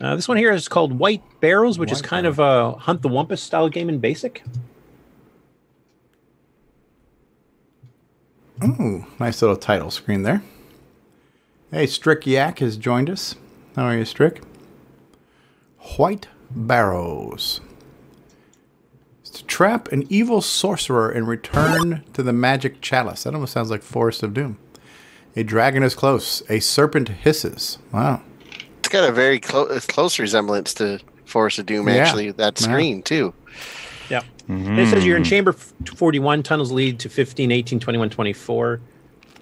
Uh, this one here is called White Barrels, which is kind of a Hunt the Wumpus style game in basic.
Ooh, nice little title screen there. Hey, Strick Yak has joined us. How are you, Strick? White Barrows. It's to trap an evil sorcerer and return to the magic chalice. That almost sounds like Forest of Doom. A dragon is close. A serpent hisses. Wow.
It's got a very clo- close resemblance to Force of Doom,
Yeah.
actually, that
Yeah.
screen, too.
Yeah. And It says you're in chamber f- 41, tunnels lead to 15, 18, 21, 24.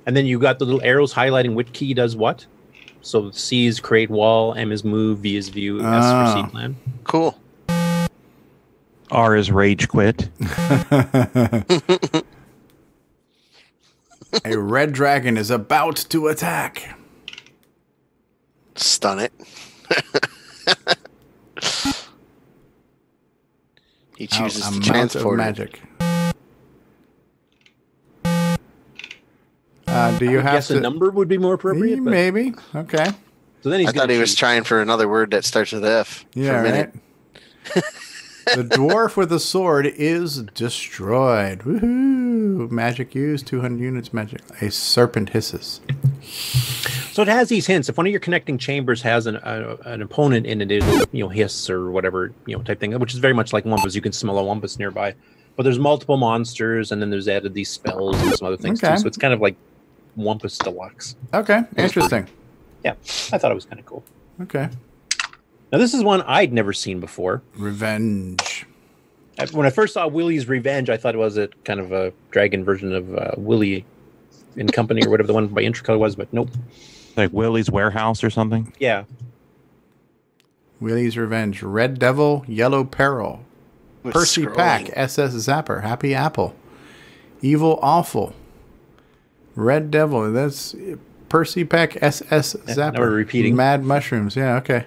And then you got the little arrows highlighting which key does what. So C is create wall, M is move, V is view, S for
Ah.
seed plan.
Cool.
R is rage quit.
A red dragon is about to attack.
Stun it. he chooses
Out-
to
amount
transport. it.
magic. Uh, do you
would
have
guess a
to-
number
would be more appropriate.
Maybe. Okay.
So then
I thought he was trying for another word that starts with F. for
Yeah,
a minute.
right. the dwarf with the sword is destroyed. Woohoo! Magic used, 200 units magic. A serpent hisses.
So it has these hints. If one of your connecting chambers has an a, an opponent in it, it'll you know hiss or whatever you know type thing, which is very much like Wumpus. You can smell a Wumpus nearby. But there's multiple monsters, and then there's added these spells and some other things
Okay.
too. So it's kind of like Wumpus Deluxe.
Okay, interesting.
Yeah, I thought it was kind of cool.
Okay.
Now this is one I'd never seen before.
Revenge.
I, when I first saw Willy's Revenge, I thought it was a kind of a dragon version of uh, Willy and Company or whatever the one by Intercolor was, but nope.
Like Willie's warehouse or something.
Yeah.
Willie's Revenge. Red Devil, Yellow Peril.
With
Percy
scrolling.
Pack, SS Zapper, Happy Apple. Evil Awful. Red Devil. That's Percy Pack, SS
Yeah,
Zapper.
now we're repeating.
Mad Mushrooms. Yeah, okay.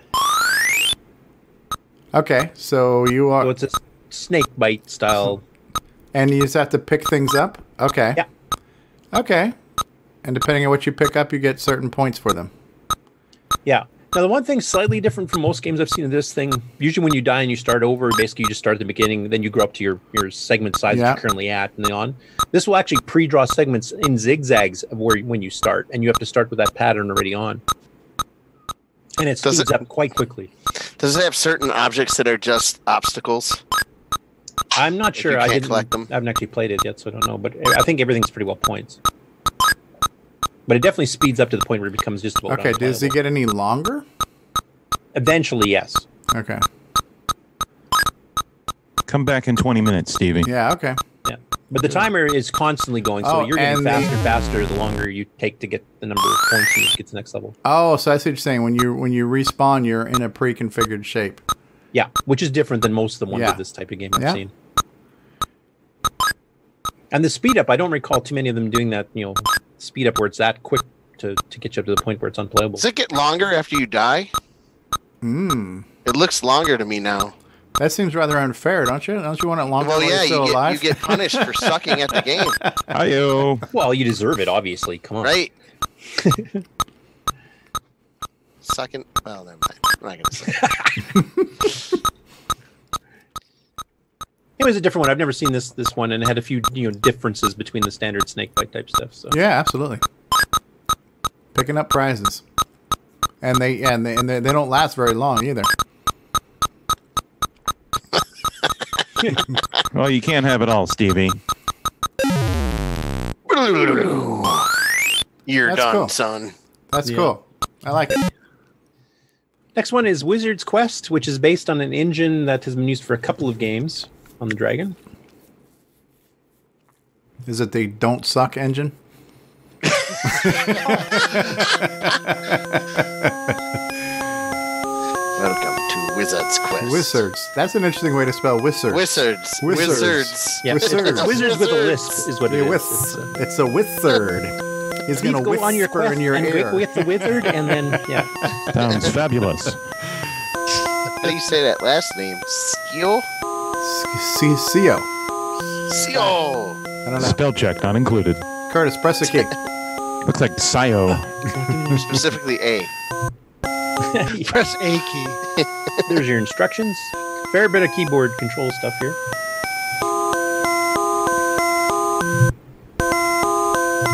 Okay, so you are.
So it's a s- snake bite style.
And you just have to pick things up? Okay.
Yeah.
Okay. And depending on what you pick up, you get certain points for them.
Yeah. Now the one thing slightly different from most games I've seen in this thing, usually when you die and you start over, basically you just start at the beginning, then you grow up to your your segment size
Yeah.
that you're currently at and then on. This will actually pre-draw segments in zigzags of where when you start, and you have to start with that pattern already on. And it
Does
speeds up quite quickly.
Does it have certain objects that are just obstacles?
I'm not
If
sure.
you
I
can't
didn't.
collect them.
I haven't actually played it yet, so I don't know. But I think everything's pretty well points. But it definitely speeds up to the point where it becomes just about
okay, does it get any longer?
Eventually, yes.
Okay.
Come back in 20 minutes, Stevie.
Yeah, okay.
Yeah. But the timer is constantly going, so
Oh,
you're getting
and
faster
the-
and faster the longer you take to get the number of points you need to get to the next level.
Oh, so I see what you're saying. When you when you respawn, you're in a pre-configured shape.
Yeah, which is different than most of the ones
Yeah.
of this type of game I've
Yeah.
seen. And the speed up, I don't recall too many of them doing that, you know, speed up where it's that quick to, to get you up to the point where it's unplayable.
Does it get longer after you die?
Hmm.
It looks longer to me now.
That seems rather unfair, don't you? Don't you want it longer?
Well,
while you're
yeah,
still
you get, you
alive?
get punished for sucking at the game,
Ayo.
Well, you deserve it, obviously. Come on.
right? Sucking. Well, never mind. I'm not gonna say.
It was a different one. I've never seen this this one and it had a few, you know, differences between the standard snake bite type stuff. So
yeah, absolutely. Picking up prizes, and they and they and they, they don't last very long either.
Well, you can't have it all, Stevie.
You're
That's
done,
cool.
son.
That's
Yeah.
cool. I like it.
Next one is Wizard's Quest, which is based on an engine that has been used for a couple of games on the Dragon.
Is it the don't suck engine?
Welcome to Wizard's Quest.
Wizards. That's an interesting way to spell wizards.
Wizards.
Wizards.
Wizards.
Yeah,
Wizards.
it's Wizards with a lisp is what it
Yeah,
is.
with-
It's a-
It's a wizard. He's
Please
gonna
go
whisper
on your quest
in your
and
ear.
wi- with the wizard, and then yeah,
Sounds fabulous.
How do you say that last name? Skio?
C- Sio.
Skio!
I don't know.
Spell check not included.
Curtis, press the key.
Looks like Sio.
Specifically A.
Press A key.
there's your instructions. Fair bit of keyboard control stuff here.
Uh,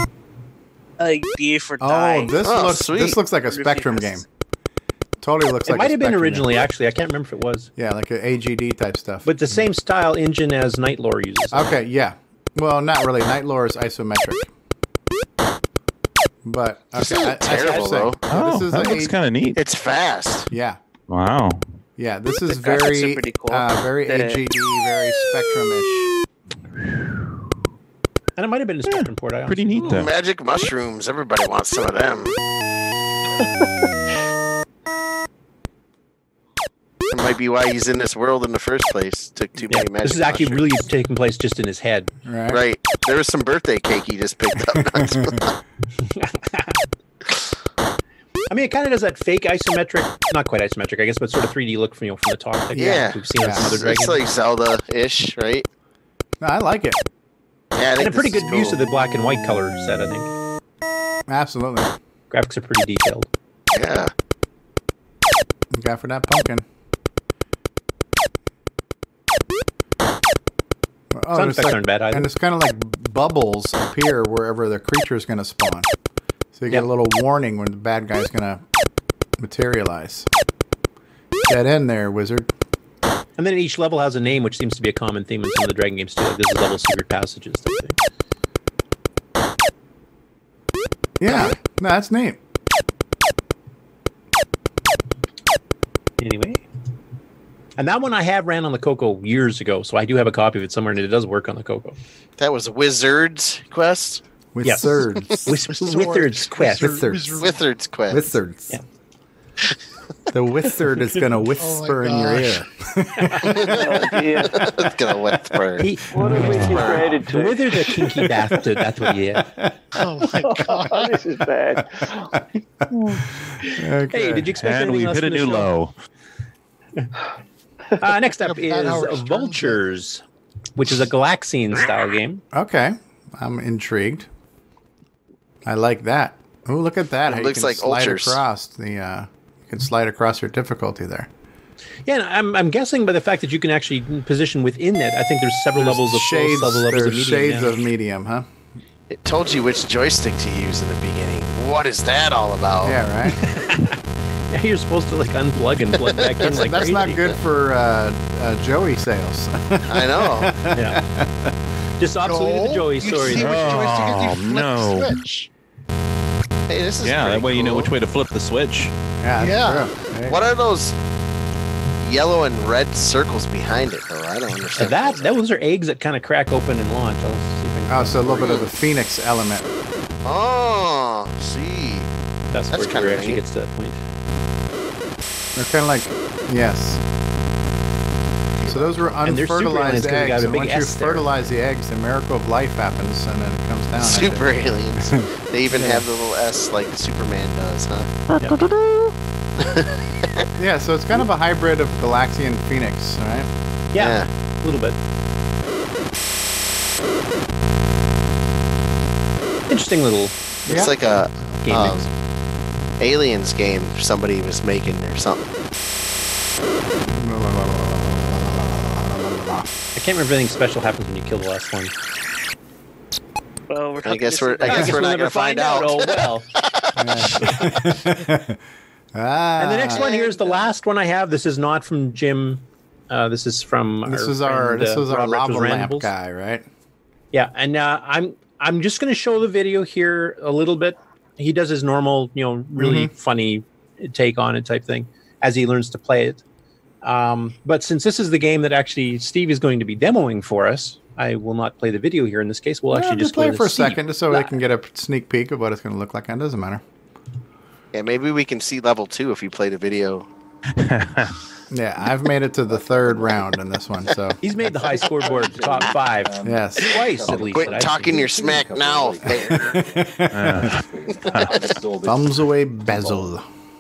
idea for
Oh,
dying.
this looks this looks like a
Wonder if
Spectrum game. Totally looks
It
like
might
a
have been
Spectrum
originally,
game.
actually. I can't remember if it was.
Yeah, like an AGD type stuff.
But the same style engine as Nightlore uses.
Okay, yeah. Well, not really. Night lore is isometric. But okay,
This isn't
I- I see what you're
terrible,
saying.
though.
So
Oh,
this is
that
a-
looks kind of neat.
It's fast.
Yeah,
Wow.
yeah. This is
The graphics
very,
are pretty cool.
uh, very
The-
AGD, very Spectrum-ish.
And it might have been a Spectrum port. I
Pretty neat, though.
Magic mushrooms. Everybody wants some of them. That might be why he's in this world in the first place. Took too many magic.
This is actually really taking place just in his head.
mushrooms. right. There was some birthday cake he just picked up.
I mean, it kind of does that fake isometric, not quite isometric, I guess, but sort of 3D look from you know, from the top. Like
yeah,
we've seen on some other
it's,
dragons.
it's like Zelda-ish, right?
No, I like it.
Yeah, I
and
think
a pretty
this
good
is
use
cool.
of the black and white color set, I think.
Absolutely.
Graphics are pretty detailed.
Yeah.
Look out for that pumpkin. Oh,
Sound
it's
effects
like-
aren't bad either.
And it's kind of like bubbles appear wherever the creature is going to spawn. So you get a little warning when the bad guy's going to materialize. Get in there, wizard.
And then each level has a name, which seems to be a common theme in some of the Dragon games too. Like this is level Secret Passages. type thing.
Yeah, no, that's neat.
Anyway, and that one I have ran on the Coco years ago, so I do have a copy of it somewhere, and it does work on the Coco.
That was Wizard's Quest.
With
Yes.
thirds.
With- Wizard's Quest.
Wizards.
Wizard's Quest.
Wizards. The wizard is
Oh
going to whisper in your ear.
it's gonna whisper.
He-
What have we degraded to?
Wither the kinky bastard, that's what he is.
Oh my
God, this is bad.
Hey, did you expect
And
anything
we've
else
hit
from
a
the
new
show?
low.
Uh, next up
Yeah, Pat Howard's
is Vultures, which is a Galaxian style game.
Okay, I'm intrigued. I like that. Oh, look at that!
It
how you
looks
can
like
slide
ultras.
across the. Uh, you can slide across your difficulty there.
Yeah, and I'm, I'm guessing by the fact that you can actually position within it. I think there's several
There's
levels of
shades-
shades, several levels
there's
of medium.
shades
yeah.
of medium, huh?
It told you which joystick to use in the beginning. What is that all about?
Yeah, right.
Yeah, you're supposed to like unplug and plug back in
that's
like
that's not
crazy.
good for uh, uh, Joey sales.
I know.
Yeah. Just obsolete the Joey story.
see
though.
which joystick
Oh,
is you flip
no.
the switch.
Hey, this is
Yeah,
pretty
that way you know
cool.
which way to flip the switch.
Yeah.
Yeah.
that's true. Hey.
What are those yellow and red circles behind it? Though I don't
So
understand.
that those are eggs that kind of crack open and launch. I'll see if I
Oh, so a little bit of the phoenix element.
Oh, see.
can- that's,
That's
where
kinda
it actually
neat.
gets to that point.
They're kind of like yes. So those were
And they're super
unfertilized
aliens 'cause they got
eggs.
a
And
big
once you
S there.
fertilize the eggs, the miracle of life happens, and then it comes down. I think.
Super aliens. they even have the little S like Superman does, huh?
Yeah, so it's kind of a hybrid of Galaxian Phoenix, all right?
Yeah, a little bit. Interesting little.
It's
Yeah.
like a
Game
um,
mix.
aliens game somebody was making or something.
I can't remember if anything special happens when you kill the last one.
Well, we're
I guess
talking
we're I guess we're
we'll
not
never
gonna find out.
Oh well.
Ah,
And the next one here is the last one I have. This is not from Jim. Uh, this is from.
this is our
friend,
this
uh,
is our lava
Robert
lamp
Rambles.
guy, right?
Yeah, and uh, I'm I'm just going to show the video here a little bit. He does his normal, you know, really
Mm-hmm.
funny take on it type thing as he learns to play it. Um, but since this is the game that actually Steve is going to be demoing for us, I will not play the video here in this case. We'll
Yeah,
actually just,
play
go
it
to
for a
the Steve.
second just so they can get a sneak peek of what it's going to look like. It doesn't matter.
Yeah, maybe we can see level two if you play the video.
Yeah, I've made it to the third round in this one, so
He's made the high scoreboard the top five
yes.
twice at least.
Um, Quit
that I've
talking
seen.
your smack now.
Uh. Thumbs away, Basil.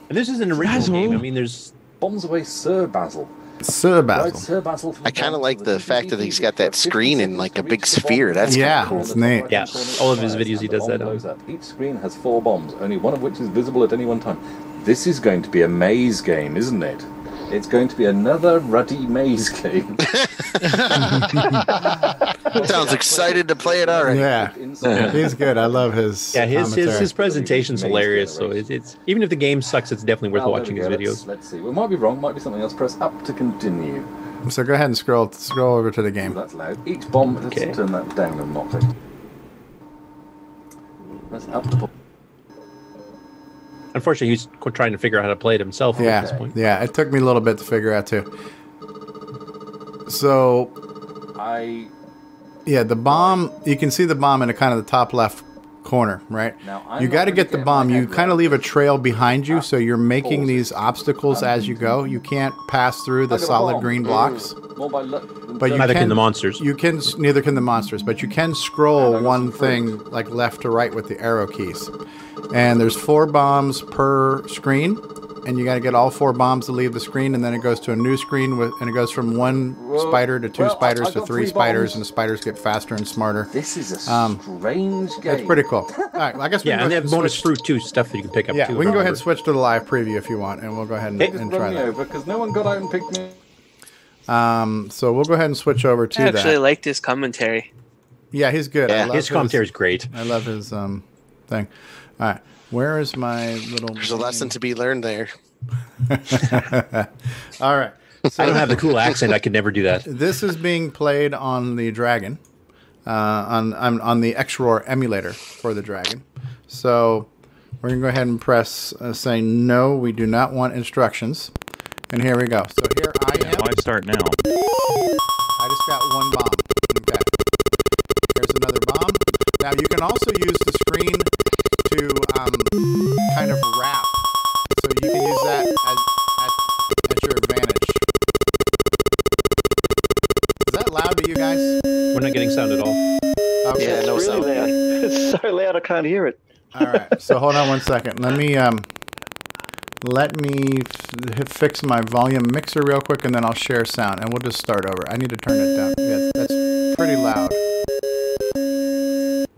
And this is an original game. I mean, there's
Bombs away, Sir Basil.
Sir
Ride
Basil.
Sir Basil from
I kind of
Basil
like
to
the fact that
DVD
he's got that screen in like a big sphere. That's
Yeah,
corner
it's
top
neat.
right-hand
yeah,
corner
all of his
fires
videos he
and the
does
bomb
that. um, on.
blows up. Each screen has four bombs, only one of which is visible at any one time. This is going to be a maze game, isn't it? It's going to be another ruddy maze game.
Sounds excited to play it already.
Yeah, he's good. I love his.
Yeah, his his,
commentary.
his presentation's hilarious. So it's, it's even if the game sucks, it's definitely worth
Oh, there
watching
we
his
go.
videos.
Let's, let's see. We might be wrong. Might be something else. Press up to continue.
So go ahead and scroll scroll over to the game.
That's loud. Each bomb. Let's turn that down and not. take- Press up to.
Unfortunately, he's qu- trying to figure out how to play it himself at this
Yeah,
point.
yeah. It took me a little bit to figure out too. So
I
Yeah, the bomb. You can see the bomb in the kind of the top left corner, right?
Now, I'm
you
not
got to
really
get the
getting
bomb. You kind of leave a trail behind you, so you're making these obstacles as you go. You can't pass through the
Look at
solid
bomb.
green blocks,
More by luck.
but you
Neither
can,
can the monsters.
You can s- neither can the monsters, but you can scroll one thing like left to right with the arrow keys. And there's four bombs per screen, and you got to get all four bombs to leave the screen, and then it goes to a new screen with, and it goes from one
Well,
spider to two
well, I-
spiders
I
to
got
three
three
spiders,
bombs.
and the spiders get faster and smarter.
This is a
Um,
strange game.
That's pretty cool. All right, well, I guess we
Yeah,
can
and
go
they have bonus
switch-
fruit too, stuff that you can pick up
Yeah,
too.
we can go ahead and
remember.
switch to the live preview if you want, and we'll go ahead and,
Hey, just
and
run
try
me
that.
over because no one got out and picked me.
Um, so we'll go ahead and switch over to
I actually
that.
like this commentary.
Yeah, he's good. I
Yeah,
love
his commentary's
great.
I love his um thing. All right, where is my little?
There's a lesson to be learned there.
All right.
I don't have the cool accent. I could never do that.
This is being played on the Dragon, uh, on on on the Xroar emulator for the Dragon. So we're gonna go ahead and press uh, say no. We do not want instructions. And here we go. So here I am.
Why start now?
I just got one bomb. Okay. Here's another bomb. Now you can also use the screen to um, kind of wrap. So you can use that as, at, at your advantage. Is that loud to you guys?
We're not getting sound at all.
Okay.
it's really loud. It's so loud I can't hear it.
All right. So hold on one second. Let me um, let me f- h- fix my volume mixer real quick, and then I'll share sound, and we'll just start over. I need to turn it down. Yeah, that's pretty loud.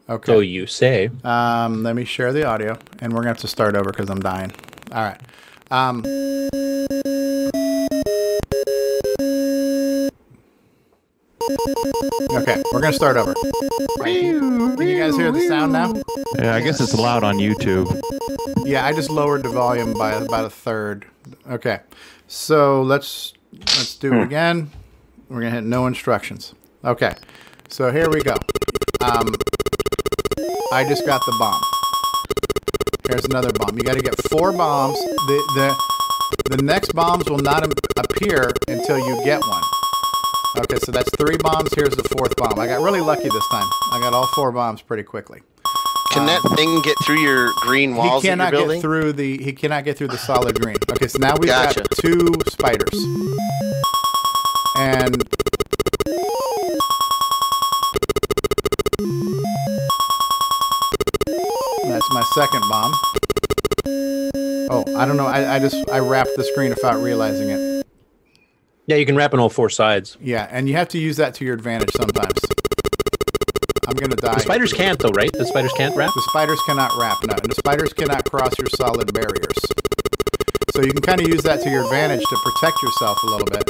Okay.
So you say.
Um, let me share the audio, and we're gonna have to start over because I'm dying. All right. Um, okay, we're gonna start over. Can you guys hear the sound now?
Yeah, I guess it's loud on YouTube.
Yeah, I just lowered the volume by about a third. Okay, so let's let's do it again. We're gonna hit no instructions. Okay, so here we go. Um, I just got the bomb. Here's another bomb. You got to get four bombs. The the the next bombs will not a- appear until you get one. Okay, so that's three bombs. Here's the fourth bomb. I got really lucky this time. I got all four bombs pretty quickly.
Can that thing get through your green walls
He
that you're
cannot
building?
get through the he cannot get through the solid green. Okay, so now we've
Gotcha.
got two spiders. And that's my second bomb. Oh, I don't know. I, I just I wrapped the screen without realizing it.
Yeah, you can wrap on all four sides.
Yeah, and you have to use that to your advantage sometimes. I'm gonna die.
The spiders can't though, right? The spiders can't wrap.
The spiders cannot wrap, no. And the spiders cannot cross your solid barriers. So you can kind of use that to your advantage to protect yourself a little bit.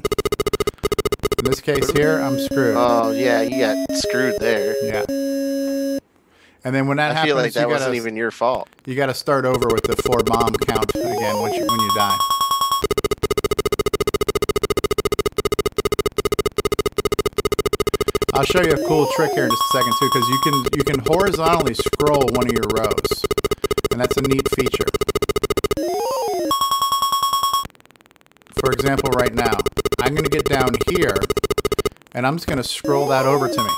In this case here, I'm screwed.
Oh yeah, you got screwed there.
Yeah. And then when that
I
happens,
feel like that
you
wasn't
gotta,
even your fault.
you got to start over with the four bomb count again once you, when you die. I'll show you a cool trick here in just a second too, because you can you can horizontally scroll one of your rows, and that's a neat feature. For example, right now, I'm going to get down here, and I'm just going to scroll that over to me.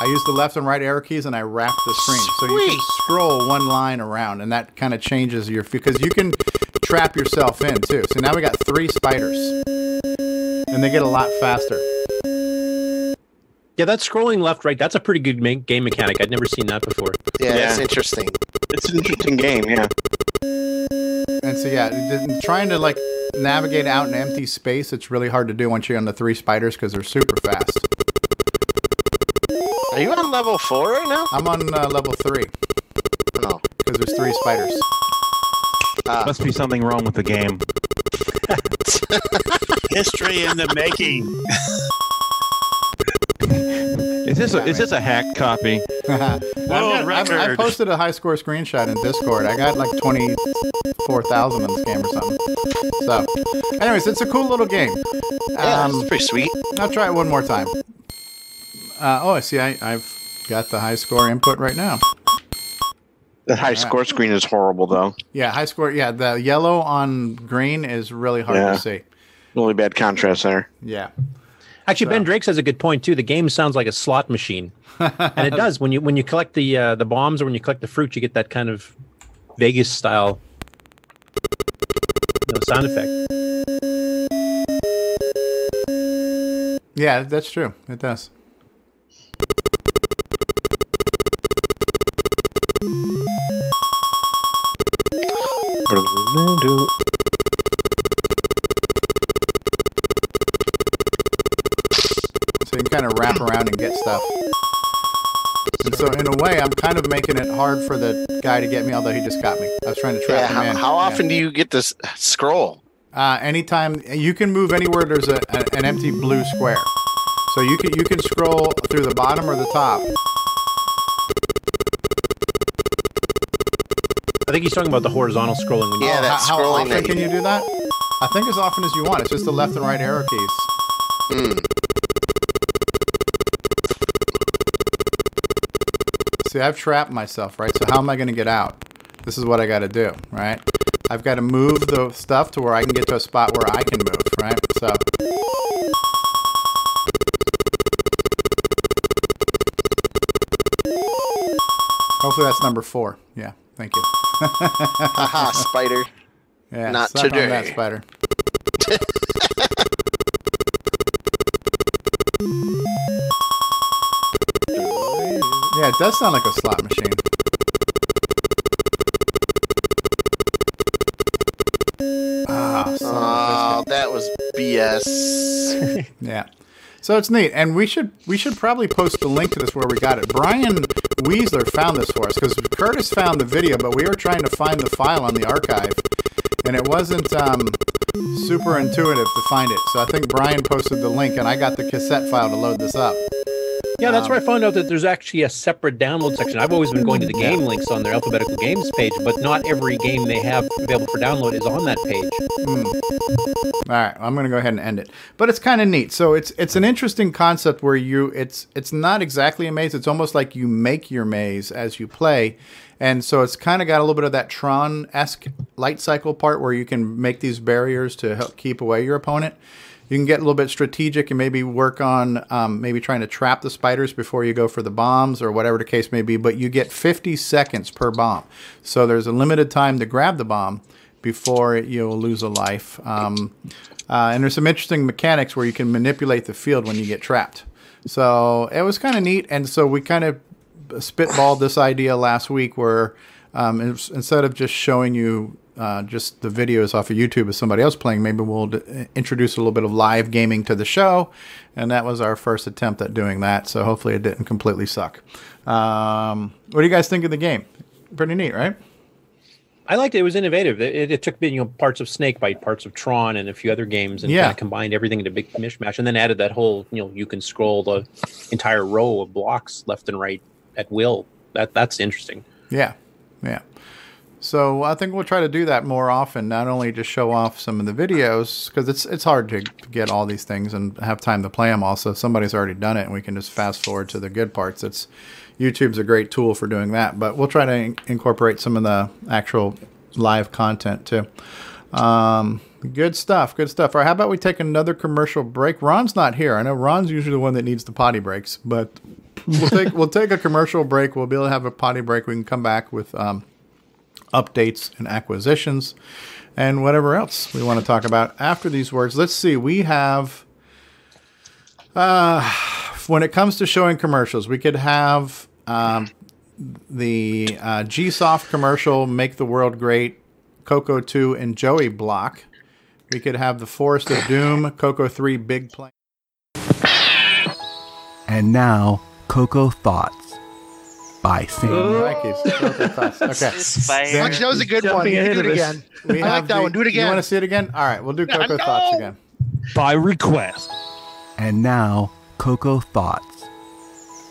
I use the left and right arrow keys, and I wrap the screen, so you can scroll one line around, and that kind of changes your because you can trap yourself in too. So now we got three spiders, and they get a lot faster.
Yeah, that's scrolling left, right. That's a pretty good ma- game mechanic. I'd never seen that before.
Yeah, that's interesting.
It's an interesting game, yeah.
And so yeah, th- th- trying to like navigate out in empty space, it's really hard to do once you're on the three spiders because they're super fast.
Are you on level four right now?
I'm on uh, level three
Oh.
because there's three spiders.
Must be something wrong with the game.
History in the making.
Is this a, is this a hack copy?
I'm gonna- I'm- I
record.
posted a high score screenshot in Discord. I got like 24,000 on this game or something. So, anyways, it's a cool little game. Um,
Yeah, it's pretty sweet.
I'll try it one more time. Uh, oh, I see. I, I've got the high score input right now.
That high score screen is horrible, though.
Yeah, high score. Yeah, the yellow on green is really hard
Yeah.
to see.
Really bad contrast there.
Yeah.
Actually, Ben Drake says a good point too. The game sounds like a slot machine, and it does. When you when you collect the uh, the bombs or when you collect the fruit, you get that kind of Vegas style you know, sound effect.
Yeah, that's true. It does. So you can kind of wrap around and get stuff. And so, in a way, I'm kind of making it hard for the guy to get me, although he just got me. I was trying to trap
Yeah,
him
how,
in.
how often do you get this scroll?
Uh, anytime you can move anywhere, there's a, a, an empty blue square. So you can you can scroll through the bottom or the top.
I think he's talking about the horizontal scrolling. When you
Oh, how, how often can you do that? I think as often as you want. It's just the left and right arrow keys. See, I've trapped myself, right? So how am I going to get out? This is what I got to do, right? I've got to move the stuff to where I can get to a spot where I can move, right? So hopefully that's number four. Yeah, thank you.
Haha, spider.
Yeah,
Not
slap on that
today.
spider. Yeah, it does sound like a slot machine. Ah, son of a
Oh, that was BS.
Yeah. So it's neat, and we should we should probably post the link to this where we got it. Brian Weasler found this for us because Curtis found the video, but we were trying to find the file on the archive, and it wasn't um, super intuitive to find it. So I think Brian posted the link, and I got the cassette file to load this up. Um,
Yeah, that's where I found out that there's actually a separate download section. I've always been going to the game links on their alphabetical games page, but not every game they have available for download is on that
Uh,
page.
All right, I'm going to go ahead and end it. But it's kind of neat. So it's it's an interesting concept where you it's it's not exactly a maze. It's almost like you make your maze as you play, and so it's kind of got a little bit of that Tron esque light cycle part where you can make these barriers to help keep away your opponent. You can get a little bit strategic and maybe work on um, maybe trying to trap the spiders before you go for the bombs or whatever the case may be. But you get 50 seconds per bomb, so there's a limited time to grab the bomb before you'll lose a life. Um, uh, and there's some interesting mechanics where you can manipulate the field when you get trapped. So it was kind of neat, and so we kind of spitballed this idea last week where um, ins- instead of just showing you uh, just the videos off of YouTube of somebody else playing, maybe we'll d- introduce a little bit of live gaming to the show. And that was our first attempt at doing that. So hopefully it didn't completely suck. Um, what do you guys think of the game? Pretty neat, right?
I liked it. It was innovative. It, it, it took you know parts of Snakebite, parts of Tron, and a few other games, and
Yeah.
kind of combined everything into a big mishmash, and then added that whole you know you can scroll the entire row of blocks left and right at will. That that's interesting.
Yeah, yeah. So I think we'll try to do that more often. Not only just show off some of the videos because it's it's hard to get all these things and have time to play them. Also, if somebody's already done it, and we can just fast forward to the good parts. It's YouTube's a great tool for doing that. But we'll try to in- incorporate some of the actual live content too. Um, good stuff. Good stuff. All right, how about we take another commercial break? Ron's not here. I know Ron's usually the one that needs the potty breaks, but we'll take we'll take a commercial break. We'll be able to have a potty break. We can come back with um, updates and acquisitions and whatever else we want to talk about after these words. Let's see. We have uh, when it comes to showing commercials, we could have um, the uh, GSoft commercial, "Make the World Great," Coco Two, and Joey block. We could have the Forest of Doom, Coco Three, Big Plane.
And now, Coco Thoughts. By Sam
Oh.
Raikis. Okay.
Inspired. Actually, that was a good one. You can do it again. I like that one. Do it
You
again.
want to see it again? All right, we'll do
Yeah,
Coco
no!
Thoughts again. By request. And now, Coco Thoughts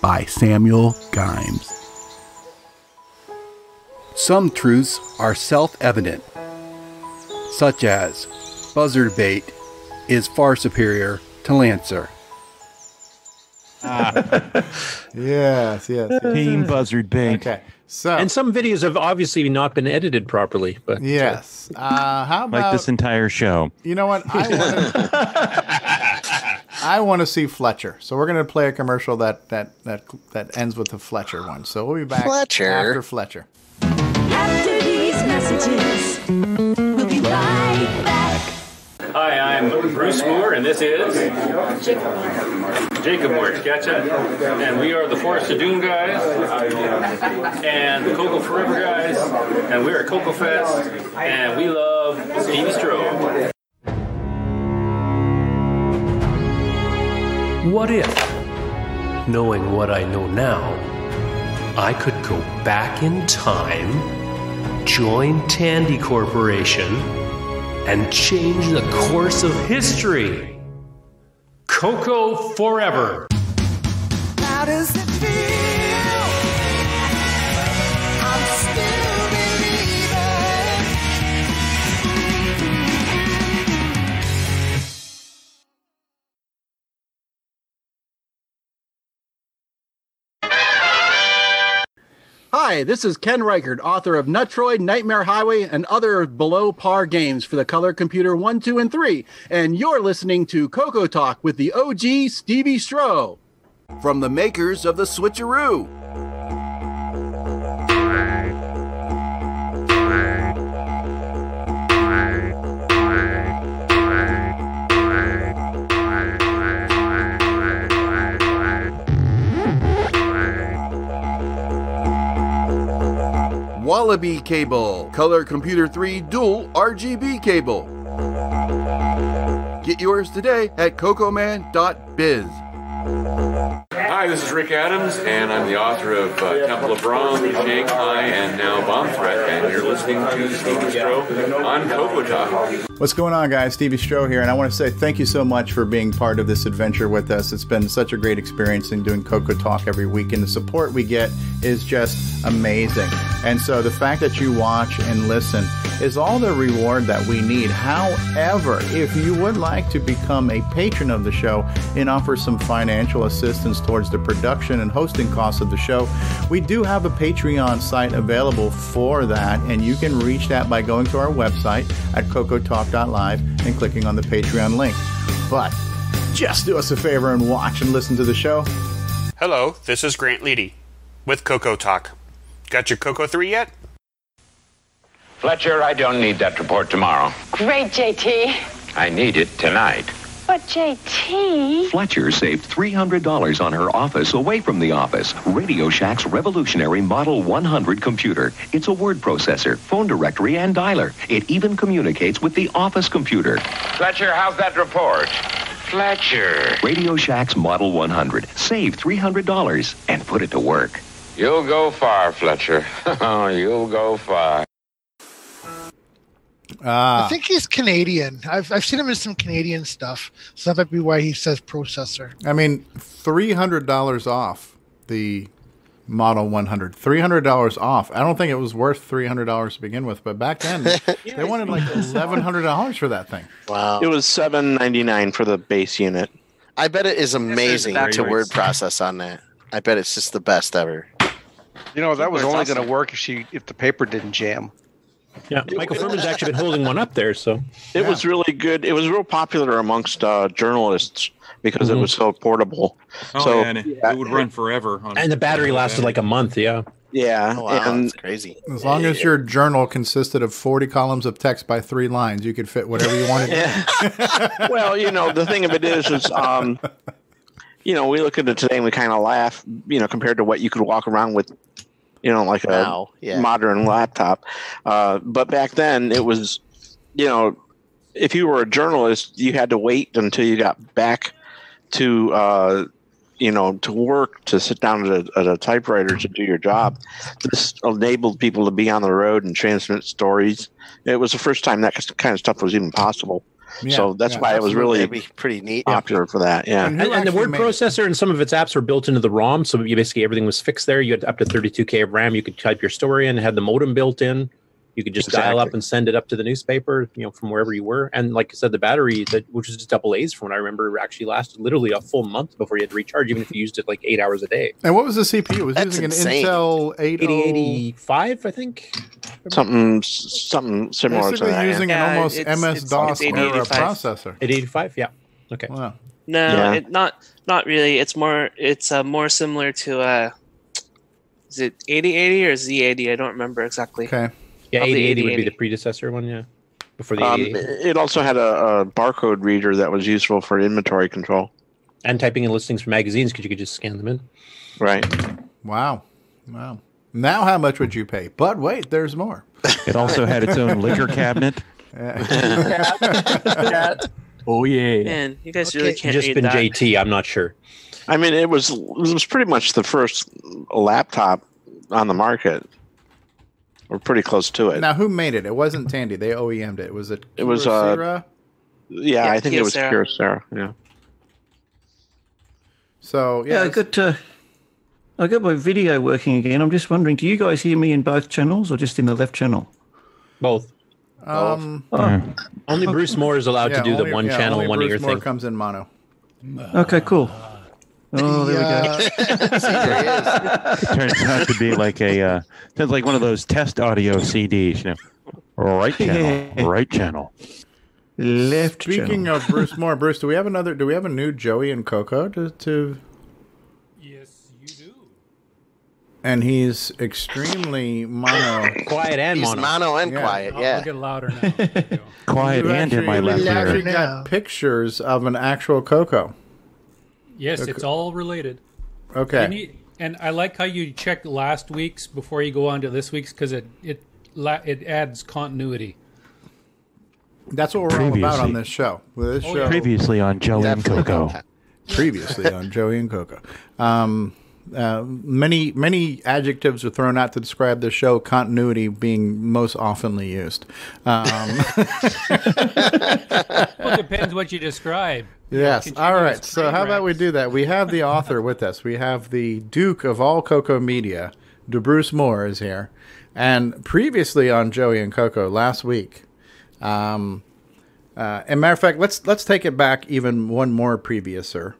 by Samuel Gimes. Some truths are self evident, such as buzzard bait is far superior to lancer. Ah. yes, yes.
Team
buzzard bait. Okay. So,
and some videos have obviously not been edited properly, but
Yes. Uh, how about
Like this entire show.
You know what? I want I want to see Fletcher. So we're going to play a commercial that that that that ends with the Fletcher one. So we'll be back
Fletcher?
after Fletcher.
After these messages, we'll be right back.
Hi, I'm Bruce Moore, and this is Jacob Moore. Gotcha. And we are the Forest of Doom guys, and the Cocoa Forever guys, and we're at Cocoa Fest, and we love Stevie Strobe.
What if, knowing what I know now, I could go back in time, join Tandy Corporation, and change the course of history? Coco forever.
How does it feel? I'm still believing.
Hi, this is Ken Reichard, author of Nutroid, Nightmare Highway, and other below par games for the Color Computer 1, 2, and 3. And you're listening to Coco Talk with the OG Stevie Stroh. From the makers of the Switcheroo. Wallaby Cable, Color Computer 3 Dual RGB Cable. Get yours today at cocoman.biz.
Hi, this is Rick Adams, and I'm the author of uh, Temple of Bronze, Shanghai, and now Bomb Threat, and you're listening to Stephen Stroh on Coco Talk.
What's going on, guys? Stevie Stroh here, and I want to say thank you so much for being part of this adventure with us. It's been such a great experience in doing Cocoa Talk every week, and the support we get is just amazing. And so the fact that you watch and listen is all the reward that we need. However, if you would like to become a patron of the show and offer some financial assistance towards the production and hosting costs of the show, we do have a Patreon site available for that, and you can reach that by going to our website at cocotalk.live and clicking on the Patreon link. But just do us a favor and watch and listen to the show.
Hello, this is Grant Leedy with Coco Talk. Got your Coco 3 yet?
Fletcher, I don't need that report tomorrow.
Great, JT.
I need it tonight.
But JT.
Fletcher saved $300 on her office away from the office. Radio Shack's revolutionary Model 100 computer. It's a word processor, phone directory, and dialer. It even communicates with the office computer.
Fletcher, how's that report? Fletcher.
Radio Shack's Model 100. Save $300 and put it to work.
You'll go far, Fletcher. Oh, You'll go far.
Ah.
I think he's Canadian. I've, I've seen him in some Canadian stuff, so that might be why he says processor.
I mean, three hundred dollars off the Model 100. Three hundred dollars off. I don't think it was worth three hundred dollars to begin with, but back then they wanted like eleven hundred dollars for that thing.
Wow.
It was seven ninety nine for the base unit.
I bet it is amazing
That's
to
very
word
nice.
process on that. I bet it's just the best ever.
You know that was
That's
only
awesome.
going to work if she if the paper didn't jam.
yeah, Michael Furman's actually been holding one up there. So
It was really good. It was real popular amongst uh, journalists because it
Mm-hmm.
Mhm.
was so portable.
Oh,
so
yeah, and it- it would run
forever. On
and the battery lasted like a month. Yeah,
yeah,
Oh, wow,
and
that's crazy.
As long as your journal consisted of forty columns of text by three lines, you could fit whatever you wanted.
well, you know, the thing of it is, is um, you know, we look at it today and we kind of laugh, you know, compared to what you could walk around with, you know, like a
Now, yeah.
modern laptop. Uh, but back then, it was, you know, if you were a journalist, you had to wait until you got back to, uh, you know, to work, to sit down at a, at a typewriter to do your job. This enabled people to be on the road and transmit stories. It was the first time that kind of stuff was even possible.
Yeah,
so that's
yeah,
why it was really
absolutely.
pretty neat popular for that. Yeah,
And, and the word processor and some of its apps were built into the ROM, so you basically everything was fixed there. You had up to 32k of RAM. You could type your story in. it Had the modem built in. You could just dial up and send it up to the newspaper, you know, from wherever you were. And like I said, the battery, that, which was just double A's from what I remember, actually lasted literally a full month before you had to recharge, even if you used it like eight hours a day.
And what was the CPU? It was using an Intel 80,
8085, I think.
something something similar
Basically
to that.
using an almost
it's-
MS DOS
it's
era
8085.
processor.
8085, yeah. Okay.
Wow.
No,
Yeah.
it, not not really. It's more it's uh, more similar to uh, is it eighty eighty or Z eighty? I don't remember exactly.
Yeah,
Of the
8080 would be
8080.
the predecessor one, yeah. Before the E
Um,
8080.
it also had a, a barcode reader that was useful for inventory control.
And typing in listings from magazines because you could just scan them in.
Right.
Wow. Wow. Now, how much would you pay? But wait, there's more.
It also had its own liquor cabinet.
Oh yeah.
Man, you guys really can't
just
read
been
that.
JT. I'm not sure.
I mean, it was it was pretty much the first laptop on the market, or pretty close to it.
Now, who made it? It wasn't Tandy. They OEM'd it. Was it?
It was, uh,
Kyocera?
yeah,
Yeah,
I think it was
Kyocera.
Kyocera. Yeah.
So
yeah, I got uh, I got my video working again. I'm just wondering, do you guys hear me in both channels or just in the left channel?
Both.
Um,
Only Bruce Moore is allowed
yeah,
to do
only-
the one
yeah,
channel,
only
one
Bruce
ear
Moore
thing.
comes in mono.
Okay, cool. Oh, there we go.
It turns out to be like a uh, sounds like one of those test audio CDs, you know. Right channel, right channel.
Left.
Speaking of Bruce Moore, Bruce, do we have another? Do we have a new Joey and Coco to? to...
Yes, you do.
And he's extremely mono,
quiet and
He's mono. mono and quiet,
I'll, I'll get louder now.
Quiet
We've
and in
actually-
my left
We've actually
ear.
got pictures of an actual Coco.
Yes,
Okay.
it's all related.
Okay.
And, you- and I like how you checked last week's before you go on to this week's because it it la- it adds continuity.
That's what we're all about on
Previously.
this show. Well, this
Oh,
show
Previously on Joey and Coco.
previously on Joey and Coco. Um, uh, many many adjectives are thrown out to describe the show. Continuity being most oftenly used. Um,
Well, it depends what you describe.
Yes. All right. So how
train
about we do that? We have the author with us. We have the Duke of all Coco media, De Bruce Moore is here, and previously on Joey and Coco last week. Um, uh, and matter of fact, let's let's take it back even one more previouser,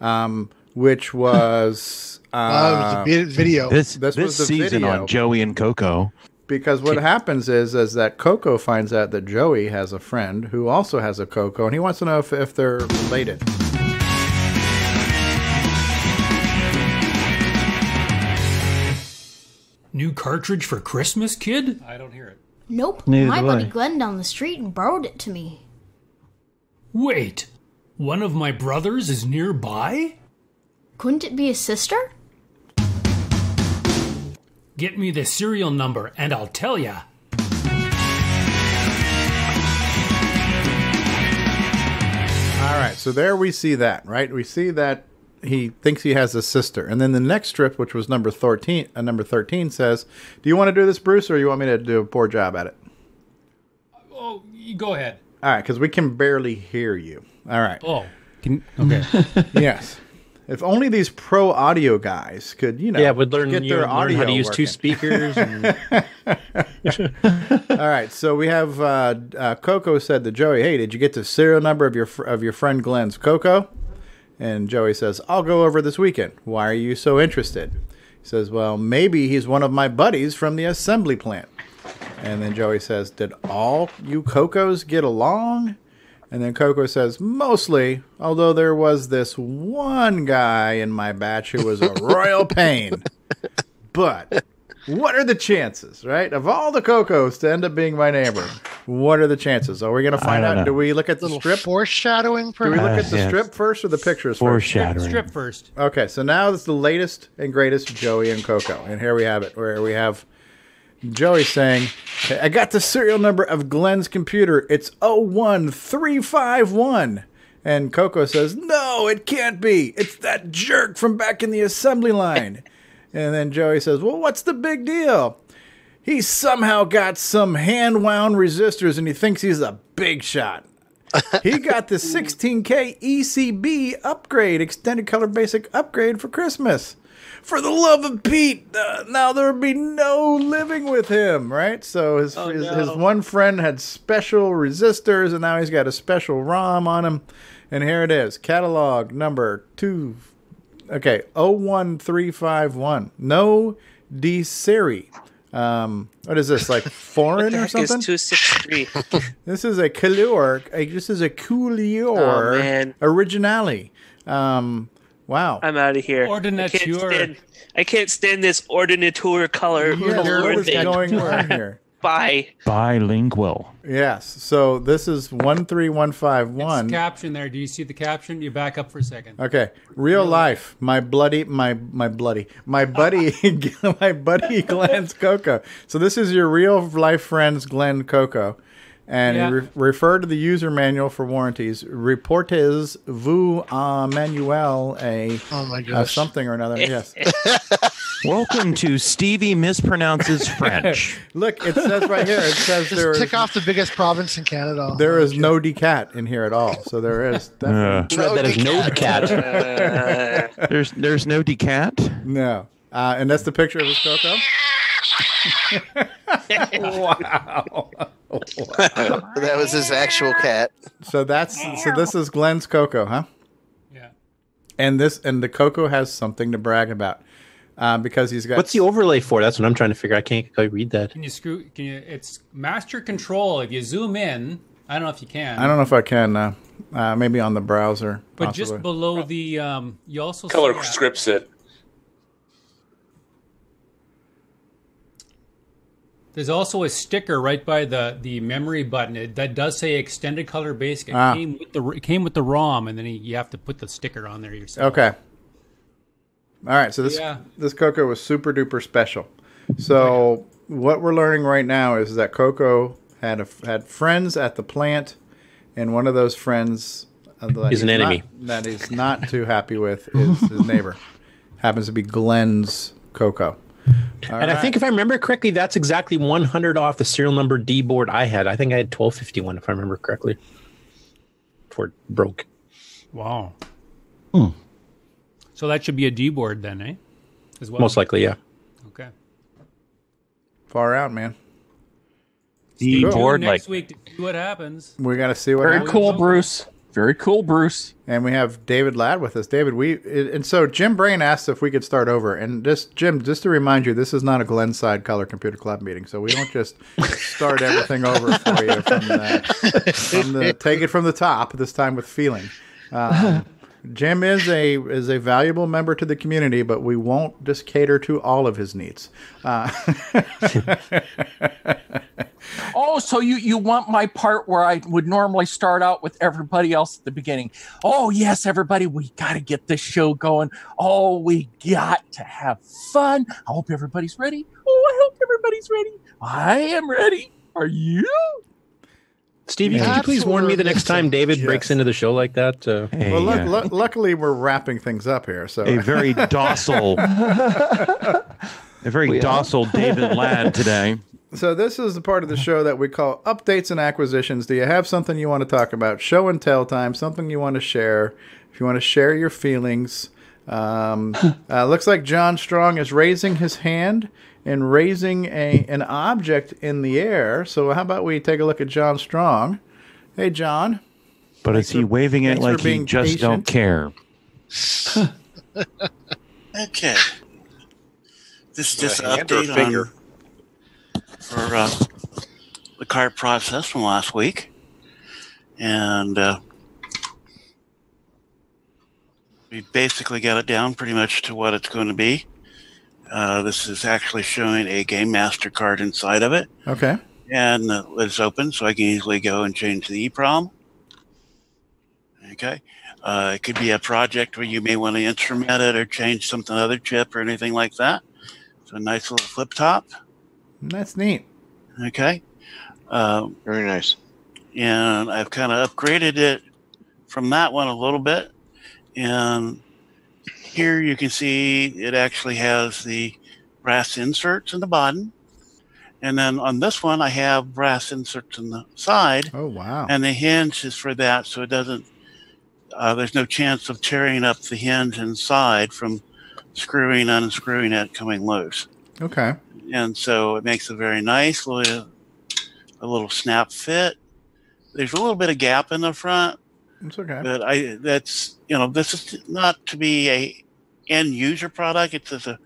um, which was uh,
Oh, it was the vi- video.
This this, season
video.
on Joey and Coco.
Because what happens is is that Coco finds out that Joey has a friend who also has a Coco, and he wants to know if, if they're related.
New cartridge for Christmas, kid? I don't hear it.
Nope.
Neither
My
do
buddy
I.
Glenn down the street and borrowed it to me.
Wait, one of my brothers is nearby?
Couldn't it be a sister?
Get me the serial number and I'll tell ya.
All right, so there we see that, right? We see that he thinks he has a sister, and then the next strip, which was number thirteen, uh, number thirteen says, "Do you want to do this, Bruce, or you want me to do a poor job at it?"
Oh, you go ahead.
All right, because we can barely hear you. All right.
Oh.
okay. yes. If only these pro audio guys could, you know,
yeah, would learn,
get
you
their
know, learn
audio
how to use two
working.
speakers. And,
All right, so we have uh, uh, Coco said to Joey, "Hey, did you get the serial number of your fr- of your friend Glenn's Coco?" And Joey says, "I'll go over this weekend. Why are you so interested?" He says, "Well, maybe he's one of my buddies from the assembly plant." And then Joey says, "Did all you Cocos get along?" And then Coco says, "Mostly, although there was this one guy in my batch who was a royal pain." But what are the chances, right? Of all the Cocos to end up being my neighbor, what are the chances? Are we going to find
don't
out?
know.
Do we look at the
Little
strip?
foreshadowing.
Do we look
Uh,
at the
yeah.
strip first or the pictures
Foreshadowing.
first?
Strip- strip
first.
Okay, so now it's the latest and greatest Joey and Coco. And here we have it, where we have Joey saying, "Hey, oh I got the serial number of Glenn's computer. It's 01351. And Coco says, No, it can't be. It's that jerk from back in the assembly line. And then Joey says, Well, what's the big deal? He somehow got some hand wound resistors and he thinks he's a big shot. he got the 16K ECB upgrade, extended color basic upgrade for Christmas. For the love of Pete, uh, now there would be no living with him, right? So his,
Oh,
his, his one friend had special resistors, and now he's got a special ROM on him. And here it is catalog number two. Okay, 01351. No D Seri. Um, what is this, like foreign or
It's
something?
263.
This is a Couleur. a- This is a Couleur
Oh, man.
originale. Um, wow.
I'm out of here.
Ordinateur.
I can't stand, I can't stand this ordinateur color.
Yeah, what is going on here?
Bye.
Bilingual.
Yes. So this is one three one five one.
Caption there. Do you see the caption? You back up for a second.
Okay. Real life. My bloody my my bloody. My buddy my buddy Glenn's Coco. So this is your real life friend's Glenn Coco. And
Yeah.
re- refer to the user manual for warranties. Reportes vous a manuel a, a
gosh.
something or another. Yes.
Welcome to Stevie mispronounces French.
Look, it says right here. It says
Just
there is
tick off the biggest province in Canada.
there is no decat in here at all. So there is. definitely-
Tread that is no
decat.
there's there's no decat.
No, uh, and that's the picture of his cocoa. wow.
that was his actual cat.
So that's so this is Glenn's cocoa, huh? Yeah. And this and the cocoa has something to brag about uh, because he's got
What's the overlay for? That's what I'm trying to figure. I can't quite read that.
Can you screw? Can you? It's master control. If you zoom in, I don't know if you can.
I don't know if I can uh, uh, maybe on the browser.
But
possibly.
just below the, um, you also
Color
see, uh,
scripts it.
there's also a sticker right by the the memory button it, that does say extended color basic. It
Ah.
came with the it came with the ROM, and then you have to put the sticker on there yourself.
Okay. All right. So this
Yeah.
this cocoa was super duper special. So what we're learning right now is that Coco had a, had friends at the plant, and one of those friends uh, that
Is an
he's
enemy.
not, that he's not too happy with is his neighbor. Happens to be Glenn's Coco. All
and I
right.
think if I remember correctly, that's exactly 100 off the serial number D board I had. I think I had 1251 if I remember correctly. Before it broke.
Wow.
Hmm.
So that should be a D board then, eh? As well.
Most likely, yeah.
Okay.
far out, man.
Stay tuned
Cool.
next week to see what happens.
We got to see what.
Very cool,
Bruce. Very cool, Bruce. And we have David Ladd with us. David, we and so Jim Brain asked if we could start over. And just Jim, just to remind you, this is not a Glenside Color Computer Club meeting, so we don't just start everything over for you from the, from the take it from the top. This time with feeling. Um, Jim is a is a valuable member to the community, but we won't just cater to all of his needs. Uh,
Oh, so you you want my part where I would normally start out with everybody else at the beginning? Oh yes, everybody, we got to get this show going. Oh, we got to have fun. I hope everybody's ready. Oh, I hope everybody's ready. I am ready. Are you?
Stevie, could you please warn me the next time David
Yes.
breaks into the show like that? Uh,
well, luck, luck- luckily we're wrapping things up here. So
A very docile-
A very docile David Ladd today.
So this is the part of the show that we call updates and acquisitions. Do you have something you want to talk about? Show and tell time. Something you want to share. If you want to share your feelings. Um, uh, looks like John Strong is raising his hand and raising a an object in the air. So how about we take a look at John Strong? Hey, John.
But is he waving it
thanks for
like he
being
just don't
patient.
care?
Okay. This is Is it just a an hand or a update finger? on for uh, the card process from last week, and uh, we basically got it down pretty much to what it's going to be. Uh, this is actually showing a Game Master card inside of it,
Okay.
and uh, it's open, so I can easily go and change the EEPROM. Okay. Uh, it could be a project where you may want to instrument it or change something other chip or anything like that. So a nice little flip top.
That's neat.
Okay. Um,
Very nice.
And I've kind of upgraded it from that one a little bit. And here you can see it actually has the brass inserts in the bottom. And then on this one, I have brass inserts on the side.
Oh, wow.
And the hinge is for that, so it doesn't, uh, there's no chance of tearing up the hinge inside from screwing, unscrewing it, coming loose.
Okay.
And so it makes a very nice little, a little snap fit. There's a little bit of gap in the front,
It's okay.
but I that's you know this is not to be a end user product. It's just a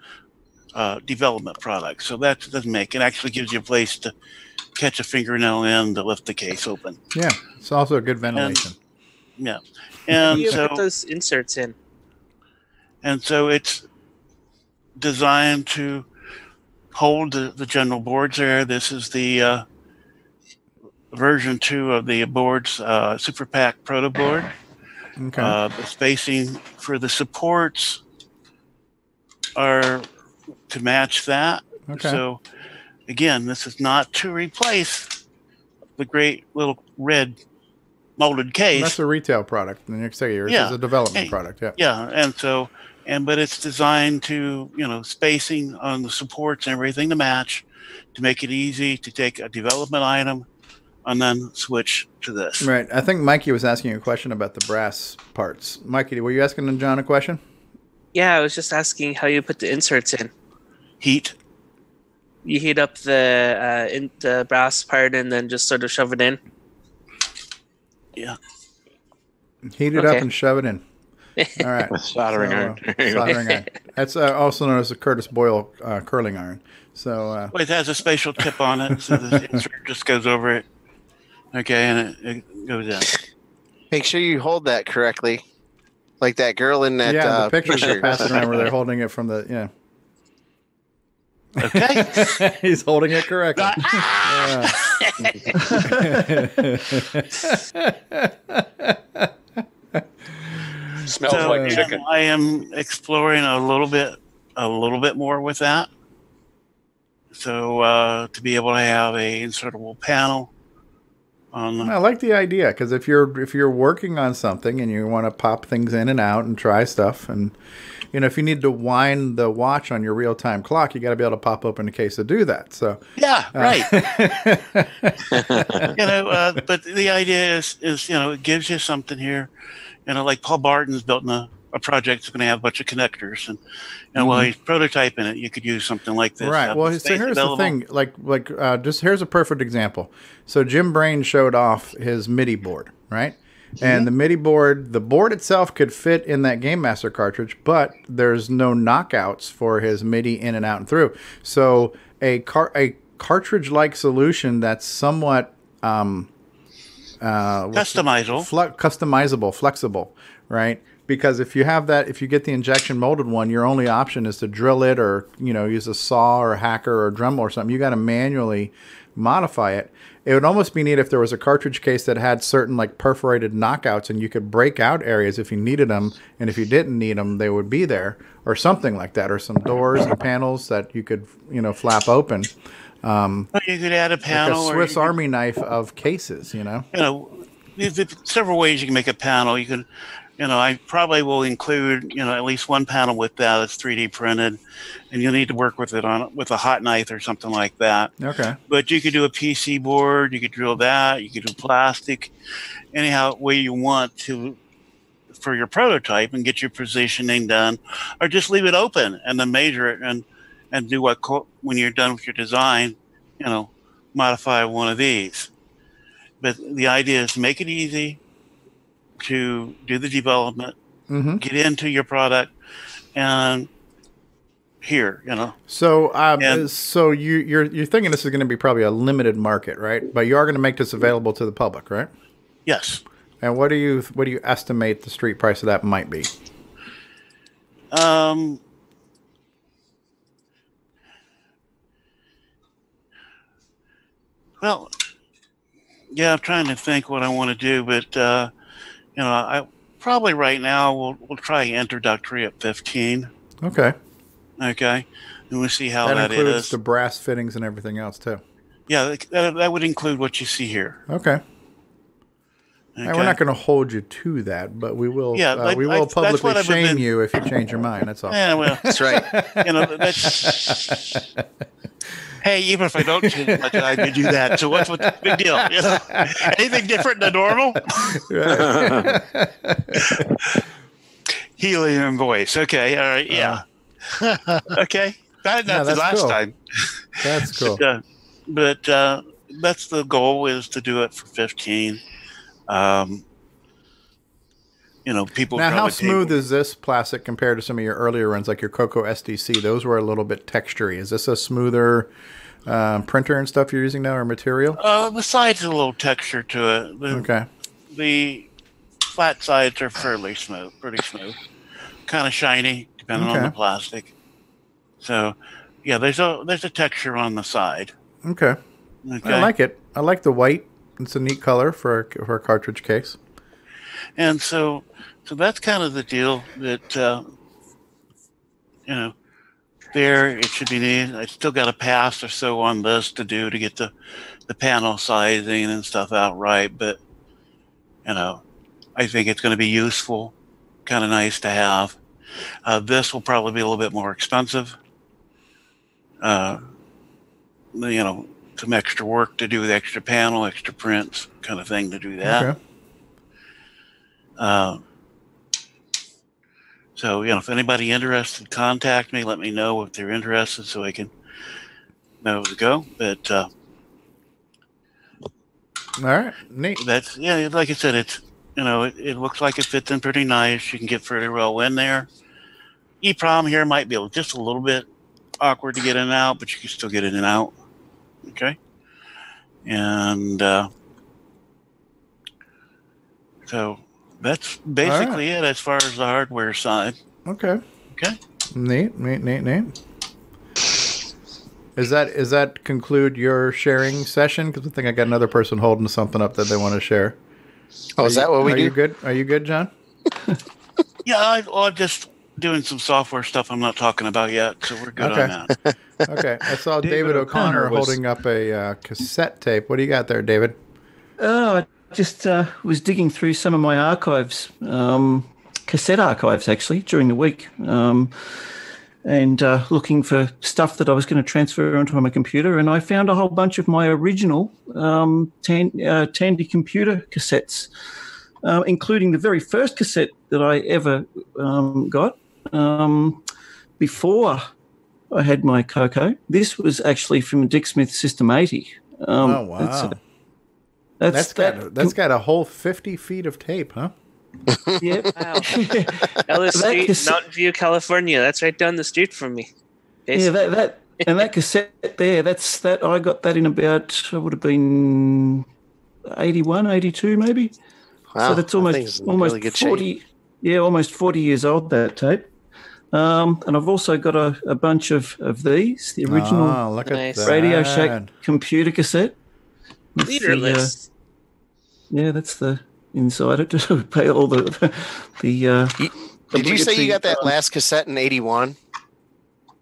uh, development product, so that doesn't make it actually gives you a place to catch a fingernail in to lift the case open.
yeah, it's also a good ventilation.
Yeah,
Where do
and
you
so
put those inserts in?
and so it's designed to hold the, the general boards there. This is the uh, version two of the board's uh, Super Pack Proto board.
Okay.
Uh, the spacing for the supports are to match that.
Okay.
So, again, this is not to replace the great little red molded case.
That's a retail product. The next year,
Yeah.
it's a development
Hey.
product. Yeah.
Yeah, and so and but it's designed to you know spacing on the supports and everything to match to make it easy to take a development item and then switch to this.
Right. I think Mikey was asking a question about the brass parts. Mikey, were you asking John a question?
Yeah, I was just asking how you put the inserts in.
Heat.
You heat up the uh, in, the brass part and then just sort of shove it in.
Yeah.
Heat it
Okay.
up and shove it in. All right.
Soldering iron.
uh, soldering iron. That's uh, also known as a Curtis Boyle uh, curling iron. So uh,
Well, it has a spatial tip on it, so the insert just goes over it. Okay, and it, it goes in.
Make sure you hold that correctly, like that girl in that
yeah,
uh,
the pictures
picture.
are passing around where they're holding it from the yeah.
Okay.
He's holding it correctly. Yeah.
Smells like chicken.
I am exploring a little bit, a little bit more with that. So uh, to be able to have a insertable panel on the
I like the idea because if you're if you're working on something and you want to pop things in and out and try stuff and you know if you need to wind the watch on your real time clock, you got to be able to pop open a case to do that. So
Yeah,
uh,
right. you know, uh, but the idea is, is you know, it gives you something here. You know, like Paul Barton's building a, a project that's going to have a bunch of connectors, and and while
Mhm.
he's prototyping it, you could use something like this.
Right.
Have
Well, so
the space
here's
available.
the thing. Like, like, uh, just here's a perfect example. So Jim Brain showed off his MIDI board, right?
Mm-hmm.
And the MIDI board, the board itself could fit in that Game Master cartridge, but there's no knockouts for his MIDI in and out and through. So a car, a cartridge-like solution that's somewhat um, uh, what's the-
Customizable.
fle- customizable, flexible, right? Because if you have that, if you get the injection molded one, your only option is to drill it or you know use a saw or a hacker or a Dremel or something. You got to manually modify it. It would almost be neat if there was a cartridge case that had certain like perforated knockouts and you could break out areas if you needed them, and if you didn't need them, they would be there or something like that, or some doors and panels that you could you know flap open. Um,
Or you could add a
like a
panel.
Swiss
or you,
Army knife of cases, you know.
could, you know, there's there's several ways you can make a panel. You could, you know, I probably will include you know at least one panel with that that's 3D printed, and you'll need to work with it on with a hot knife or something like that.
Okay.
but you could do a PC board, you could drill that, you could do plastic, anyhow way you want to for your prototype and get your positioning done, or just leave it open and then measure it and and do what co- when you're done with your design, you know, modify one of these. But the idea is to make it easy to do the development,
Mhm.
get into your product, and here, you know,
So, um, so you you're you're thinking this is going to be probably a limited market, right? But you are going to make this available to the public, right?
yes.
And what do you what do you estimate the street price of that might be?
Um, well, yeah, I'm trying to think what I want to do, but uh, you know, I probably right now we'll we'll try introductory at 15.
Okay,
Okay, and we'll see how
that
that
includes
is.
the brass fittings and everything else too.
yeah, that, that would include what you see here.
Okay, And we're not going to hold you to that, but we will.
Yeah,
uh,
like-
we
I-
will
that's what
publicly
I've
shame
been-
you if you change your mind. That's all.
Yeah, Eh, well, that's right. You know, that's-
uh,
Hey, even if I don't change much, I could do that. So what's what's the big deal? You know? Anything different than normal? Helium voice. Okay. All
Uh,
right. Yeah. okay. That,
No,
that's the
that's
last
cool.
time.
That's cool.
But, uh, but, uh, that's the goal is to do it for 15. Um, you know, people.
now, how
probably take-
smooth is this plastic compared to some of your earlier runs, like your Coco SDC? Those were a little bit textury. Is this a smoother um, printer and stuff you're using now, or material?
Uh, the sides a little texture to it. The,
Okay.
The flat sides are fairly smooth, pretty smooth, kind of shiny, depending on
Okay.
the plastic. So, yeah, there's a there's a texture on the side.
Okay.
Okay.
I like it. I like the white. It's a neat color for a, for a cartridge case.
and so so that's kind of the deal that uh, you know there it should be neat i still got a pass or so on this to do to get the the panel sizing and stuff out right but you know i think it's going to be useful kind of nice to have uh, this will probably be a little bit more expensive uh, you know some extra work to do with extra panel extra prints kind of thing to do that
Okay.
um, so, you know, if anybody interested, contact me. Let me know if they're interested so I can know to go. But uh,
All right. Neat.
that's, yeah, like I said, it's, you know, it, it looks like it fits in pretty nice. You can get pretty well in there. EPROM here might be a- just a little bit awkward to get in and out, but you can still get in and out. Okay. And uh, so that's basically it as far as the hardware side.
Okay.
Okay.
Neat. Neat. Neat. Neat. Is that is that conclude your sharing session? Because I think I got another person holding something up that they want to share.
Oh, is
Are you-
that what we
are
do?
You good? Are you good, John?
Yeah, I, well, I'm just doing some software stuff I'm not talking about yet, so we're good
Okay.
on that.
Okay. I saw David, O'Connor,
O'Connor was-
holding up a uh, cassette tape. What do you got there, David?
Oh, I just uh, was digging through some of my archives, um, cassette archives actually, during the week, um, and uh, looking for stuff that I was going to transfer onto my computer. And I found a whole bunch of my original um, tan- uh, Tandy computer cassettes, uh, including the very first cassette that I ever um, got um, before I had my Coco. This was actually from Dick Smith System 80. Um,
oh wow.
it's a-
that's
that's
got
that-
that's got a whole fifty feet of tape, huh?
Yep.
LSD,
cassette-
Mountain View, California. That's right down the street from me.
Yeah, that, that and that cassette there, that's that I got that in about I would have been 81, 82 maybe.
Wow,
so that's
that
almost
thing's in
almost
really good shape.
40 yeah, almost 40 years old that tape. Um, and I've also got a, a bunch of, of these, the original
Ah, look at Nice.
Radio
that.
Shack computer cassette. with the, uh,
Leaderless.
yeah, that's the inside it to pay all the the uh
Did you say you got that
obligatory-
last cassette in '81?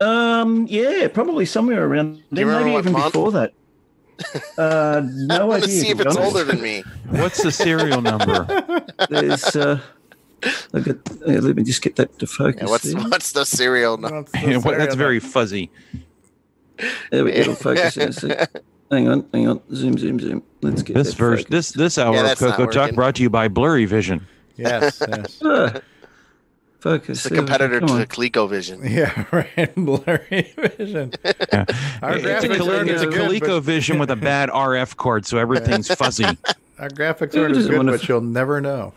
um, yeah, probably somewhere around
Do you
then,
remember
maybe
what
even
month?
before that. Uh, no
Let's
idea.
see
to
if
be
it's
honest.
older than me.
What's the serial number?
There's, uh, look at, uh, let me just get that to focus.
Yeah, what's
there.
what's the serial number?
That's very fuzzy.
There we go. It'll focus in a sec. Hang on, hing on. Zoom, zoom, zoom. Let's get
This
that
version, this this hour
Yeah,
of
that's not
Coco Talk
working.
brought to you by Blurry Vision.
Yes, yes.
focus. focus.
It's the
there we go.
competitor to
Come on.
the ColecoVision.
Yeah, right. Blurry vision. Our
It's a,
graphics
Cole-
aren't
it's a
as good, but-
ColecoVision with a bad RF cord, so everything's fuzzy.
Our graphics
Who
aren't as
doesn't
good,
wanna
but you'll never know.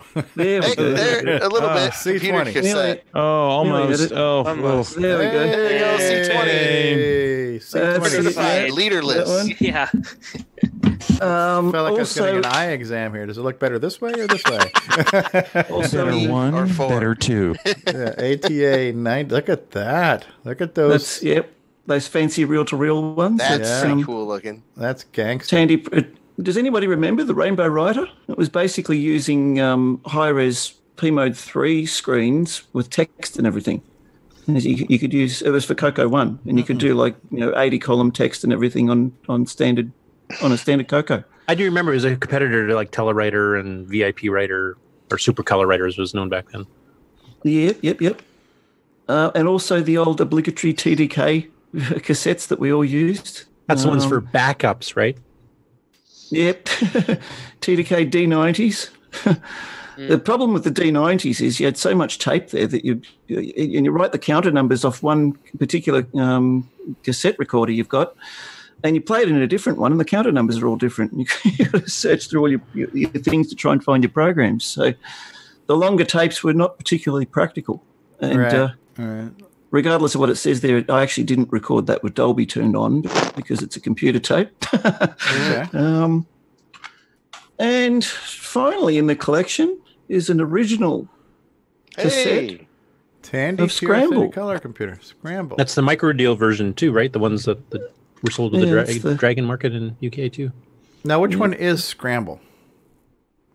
There we go.
a little
Ah,
bit computer
C20.
cassette.
Oh, almost. Oh,
Almost.
oh.
There we go.
There you go,
Hey,
uh, That's
C20.
it, yeah.
Leaderless.
That one.
Yeah.
Um,
I felt like I was getting
also-
an eye exam here. Does it look better this way or this way?
Also, E.
Better one, better two.
yeah, ATA nine. Look at that. Look at those.
That's, yep, those fancy reel to reel ones.
That's
That's,
pretty
um,
cool looking.
That's gangster.
Tandy, uh, does anybody remember the Rainbow Rider? It was basically using um, high res P Mode 3 screens with text and everything. And You, you could use it was for Coco One, and you could do like you know eighty column text and everything on on standard on a standard Coco.
I
I do remember it was a competitor to like Telewriter and VIP Writer or Super Color Writers was known back then.
Yep, yep, yep. Uh, and also the old obligatory TDK cassettes that we all used.
That's the ones for
Um,
backups, right?
Yep. TDK D90s.
Hmm.
The problem with the D90s is you had so much tape there that you and you write the counter numbers off one particular um, cassette recorder you've got, and you play it in a different one, and the counter numbers are all different. You, you got to search through all your, your, your things to try and find your programs. So the longer tapes were not particularly practical, and
Right,
uh, regardless of what it says there, I actually didn't record that with Dolby turned on because it's a computer tape. um, and finally, in the collection is an original cassette.
Hey. Tandy
Of
Scramble
Scramble.
color computer. Scramble.
That's the micro deal version too, right? The ones that, that were sold to the,
Yeah,
dra-
it's the- Mm.
Dragon Market in UK too.
Now, which one is Scramble?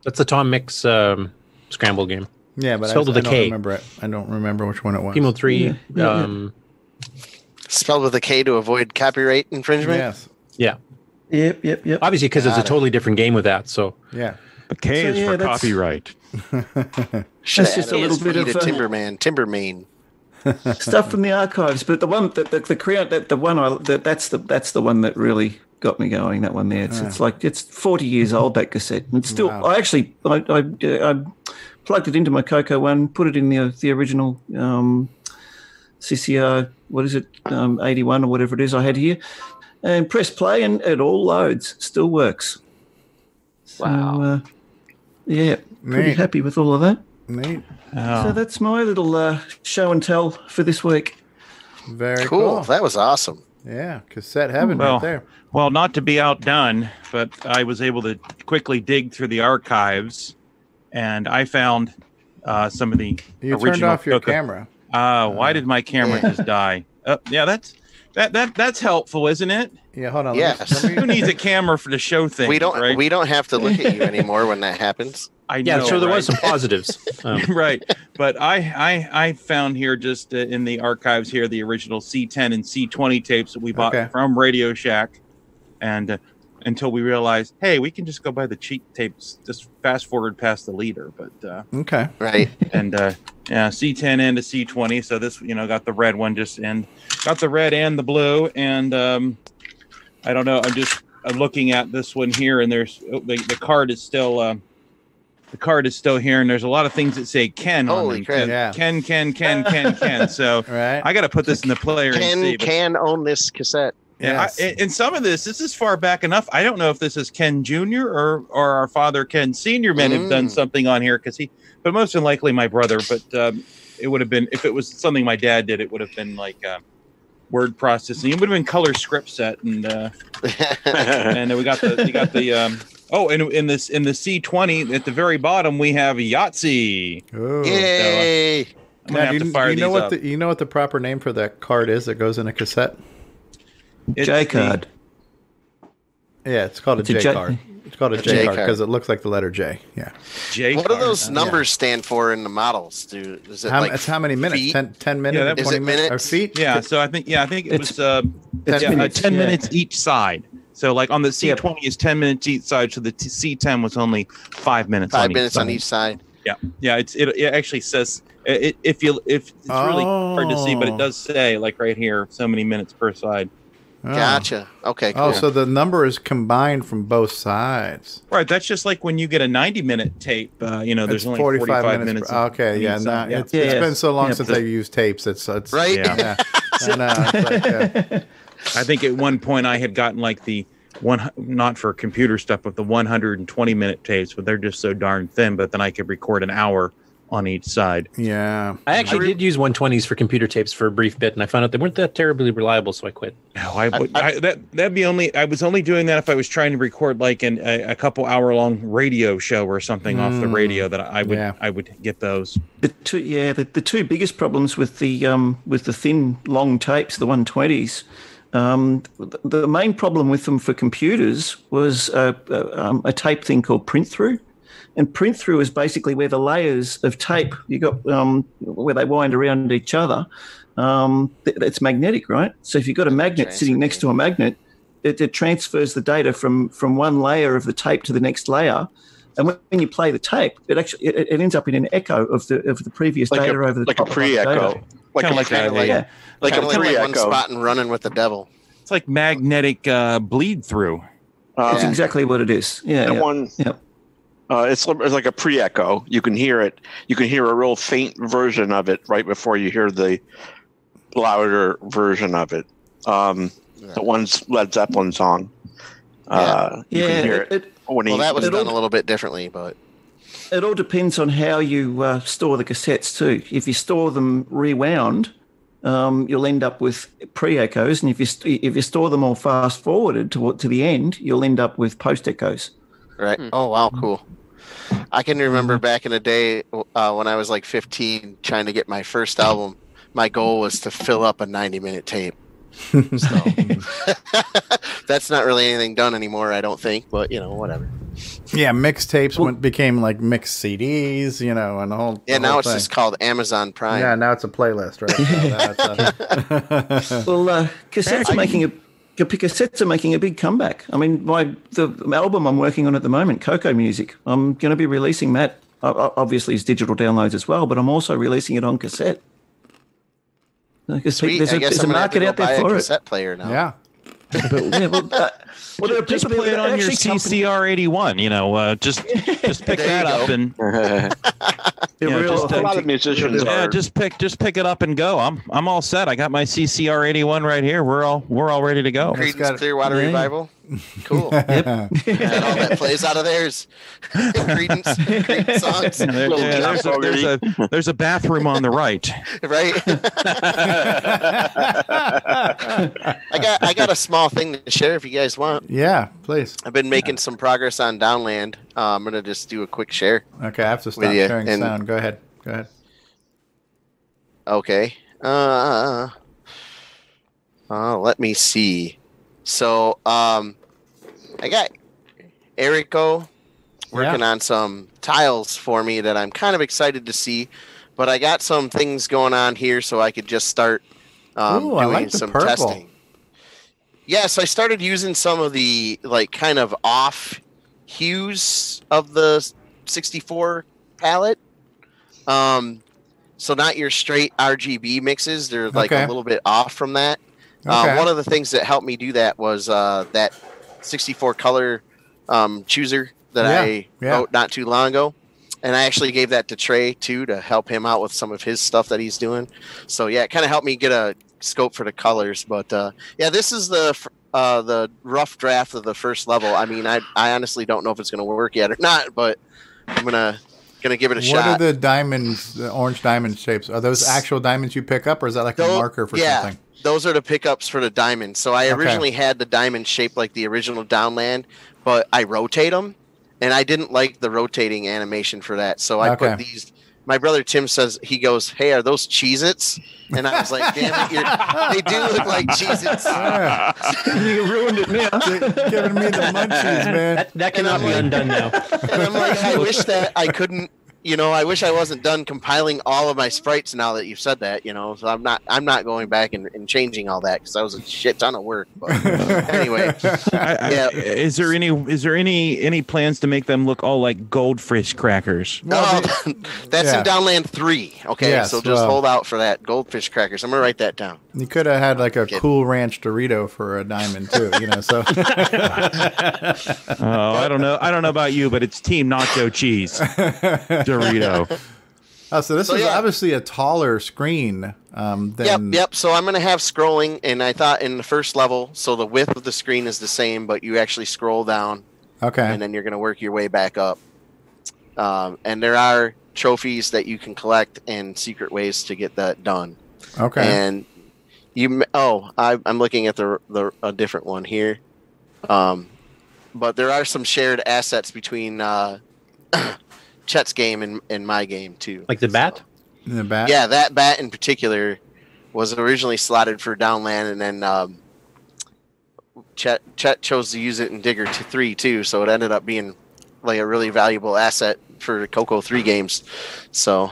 That's the Tom Mix um, Scramble game.
Yeah, but I,
spelled
I
with a
don't
K.
remember it. I don't remember which one it was.
Chemo three. um,
Spelled with a K to avoid copyright infringement.
Yes.
Yeah.
Yep, yep, yep.
Obviously, because it's a
Got it.
totally different game with that. So
yeah,
the
K So, is yeah, for that's-
copyright.
Should've
just a
added
little bit
Eat
of,
a
uh,
Timberman. Timbermain.
stuff from the archives. But the one that the, the crowd that the one I that, that's the that's the one that really got me going. That one there. It's, it's
Ah.
like it's forty years old that cassette. And it's still. I actually I, I uh, I plugged it into my Coco one, put it in the the original um, CCR. What is it? Um, Eighty one or whatever it is I had here, and press play, and it all loads. Still works. wow. Uh, yeah, pretty
Neat.
happy with all of that.
Neat.
So that's my little uh, show and tell for this week.
Very
Cool. That was awesome.
Yeah, cassette heaven
well,
right there.
Well, not to be outdone, but I was able to quickly dig through the archives, and I found uh, some of the
You turned
original
off your
Coco-
camera.
Uh, why did my camera just die? Uh, yeah, that's that that that's helpful, isn't it?
Yeah, hold on.
Yes.
Who needs a camera for the show thing?
we don't.
Right?
We don't have to look at you anymore when that happens.
I
Yeah,
know,
so there was some
right?
positives. Um,
right. But I, I I found here just uh, in the archives here the original C10 and C20 tapes that we bought
Okay.
from Radio Shack, and uh, until we realized, hey, we can just go buy the cheap tapes. Just fast forward past the leader, but uh,
Okay.
Right.
and uh, yeah, C10 and a C20. So this you know got the red one just and got the red and the blue and um, I don't know. I'm just I'm looking at this one here and there's oh, the, the card is still. Um, the card is still here, and there's a lot of things that say Ken on
Holy
them.
crap.
Ken,
Yeah.
Ken, Ken, Ken, Ken, Ken. So I got to put this in the player and
Ken
see. but-
can own this cassette.
yeah, I- and- and some of this, this is far back enough. I don't know if this is Ken Jr. or or our father Ken Senior men have
Mm.
done something on here because he, but most than likely my brother. But um, it would have been if it was something my dad did, it would have been like uh, word processing. It would have been color script set, and uh, and then we got the we got the um, oh, and in this in the C twenty at the very bottom we have Yahtzee.
Oh.
Yay. I'm gonna
Now,
have
do you,
to
do
fire
you know
these
what
up.
the you know what the proper name for that card is that goes in a cassette?
It's J the- card.
Yeah, it's called a
It's a
J
J-
card. It's called a
A
J
J
card
card.
because it looks like the letter J. Yeah.
J
what do those
Yeah.
numbers stand for in the models? Do is it
How,
like
it's how many minutes?
feet?
Ten, 10 minutes?
that- Is
20
it
Or
minutes?
feet?
Yeah, so I think yeah, I think it was uh,
Ten
ten, yeah,
minutes,
minutes, ten
yeah.
minutes each side. So like on the C twenty is ten minutes each side. So the t- C ten was only five minutes.
Five
on
minutes
each
on each side.
Yeah, yeah. It's it, it actually says it, if you if it's really hard to see, but
Oh.
it does say like right here so many minutes per side.
Oh.
Gotcha. Okay. Cool.
Oh, so the number is combined from both sides.
Right, that's just like when you get a ninety minute tape. Uh, you know, there's
It's
only forty five minutes.
per- okay,
on
yeah,
each
nah,
side.
it's, it's been so long since I used tapes. It's, it's
Right?
Yeah.
Yeah.
I know, it's like, uh,
I think at one point I had gotten like the one not for computer stuff, but the 120 minute tapes, but they're just so darn thin. But then I could record an hour on each side.
Yeah,
I actually did use 120s for computer tapes for a brief bit, and I found out they weren't that terribly reliable, so I quit.
No, I, would, I that that'd be only. I was only doing that if I was trying to record like an, a, a couple hour long radio show or something off the
Mm,
radio that I would
yeah.
I would get those.
The two, yeah, the, the two biggest problems with the um, with the thin long tapes, the 120s. Um, the, the main problem with them for computers was uh, uh, um, a tape thing called print through, and print through is basically where the layers of tape you got um, where they wind around each other. Um, th- it's magnetic, right? So if you've got a magnet sitting next to a magnet, it, it transfers the data from from one layer of the tape to the next layer. And when, when you play the tape, it actually it, it ends up in an echo of the of the previous
Like a-
data over the
like a
top of that
pre-echo.
data.
Like Kinda a- like kinda that, like- yeah. like a
Kinda
pre-echo. One spot and running with the devil.
It's like magnetic uh, bleed through.
Uh,
That's exactly what it is. Yeah,
that
yeah.
one.
Yeah.
Uh, it's, li- it's like a pre-echo. You can hear it. You can hear a real faint version of it right before you hear the louder version of it. Um, The one's Led Zeppelin song. Uh, you
Yeah,
can hear
it-
it.
it-
when
Well,
he-
that was It done all- a
little bit differently, but
It all depends on how you uh, store the cassettes too. If you store them rewound, um, you'll end up with pre-echoes, and if you st- if you store them all fast forwarded to to the end, you'll end up with post-echoes.
Right. Oh wow, cool. I can remember back in the day uh, when I was like 15, trying to get my first album. My goal was to fill up a 90 minute tape. So that's not really anything done anymore, I don't think. But you know, whatever.
Yeah, mixtapes went became like mixed CDs, you know, and the whole.
Yeah.
the
Now
whole
it's
thing.
just called Amazon Prime.
Yeah, now it's a playlist, right? So that's, uh,
well, uh, cassettes are making a ca- cassettes are making a big comeback. I mean, my the album I'm working on at the moment, Coco Music. I'm going to be releasing that o- o- obviously as digital downloads as well, but I'm also releasing it on cassette. Because
Sweet.
there's
I
a,
guess
there's a
I'm gonna have to
market
go
out
buy
there
a
for it.
cassette player now.
Yeah.
But, yeah, well, uh, well, there are
Just
people that-
play it
there are
on your
actually companies-
CCR eighty one. You know, uh, just just pick
There
that
you
up
go.
and
The real
uh,
a lot of musicians
Yeah,
are-
just pick just pick it up and go. I'm I'm all set. I got my CCR eighty one right here. We're all we're all ready to go.
Creedence Clearwater
Yeah.
Revival. Cool. And all that plays out of theirs. Creedence, Creedence songs.
Yeah, there- yeah, there's, a, there's a there's a bathroom on the right.
right? I got I got a small thing to share if you guys want.
yeah, please.
I've been making some progress on Downland. Uh, I'm gonna just do a quick share.
Okay, I have to stop
With ya,
sharing
and-
sound. Go ahead. Go ahead.
Okay. Uh, uh, let me see. So um, I got Erico working on some tiles for me that I'm kind of excited to see, but I got some things going on here so I could just start um,
Ooh,
doing
I like the
some
purple.
testing. Yeah, so I started using some of the like kind of off hues of the 64 palette. Um, so not your straight RGB mixes; they're like
Okay.
a little bit off from that. Uh,
Okay.
one of the things that helped me do that was uh, that 64 color um, chooser that
Yeah,
I
yeah.
wrote not too long ago. And I actually gave that to Trey too to help him out with some of his stuff that he's doing. So yeah, it kind of helped me get a scope for the colors. But uh, yeah, this is the f- uh, the rough draft of the first level. I mean, I I honestly don't know if it's gonna work yet or not, but I'm gonna gonna give it a
What
shot.
are the diamonds, the orange diamond shapes? Are those actual diamonds you pick up, or is that like a marker for something?
Those are the pickups for the diamonds. So I
Okay.
originally had the diamond shaped like the original downland, but I rotate them, and I didn't like the rotating animation for that. So I put
Okay.
these. My brother Tim says he goes, "Hey, are those Cheez-Its?" And I was like, "Damn it, you're, they do look like Cheez-Its."
you ruined it now.
giving me the munchies, man.
That, that cannot be undone now.
And I'm like, I wish that I couldn't. You know, I wish I wasn't done compiling all of my sprites now that you've said that. You know, so I'm not. I'm not going back and, and changing all that because that was a shit ton of work. But anyway,
I- I-
Yeah.
Is there any is there any any plans to make them look all like goldfish crackers?
No, Oh, that's
yeah.
in Downland three. Okay,
Yes,
so just
well-
hold out for that goldfish crackers. I'm gonna write that down.
You could have had like a Cool Ranch Dorito for a diamond too, you know. So
Oh, I don't know. I don't know about you, but it's Team Nacho Cheese Dorito.
Oh, so this
So,
is
yeah.
obviously a taller screen um, than.
Yep, yep. So I'm gonna have scrolling, and I thought in the first level, so the width of the screen is the same, but you actually scroll down,
Okay.
and then you're gonna work your way back up. Um, and there are trophies that you can collect and secret ways to get that done.
okay.
And you, m- oh, I, I'm looking at the the a different one here. Um, but there are some shared assets between uh, Chet's game and, and my game too.
Like the bat?
The bat?
Yeah, that bat in particular was originally slotted for downland, and then um, Chet Chet chose to use it in Digger t- Three too, so it ended up being like a really valuable asset for Coco Three games. So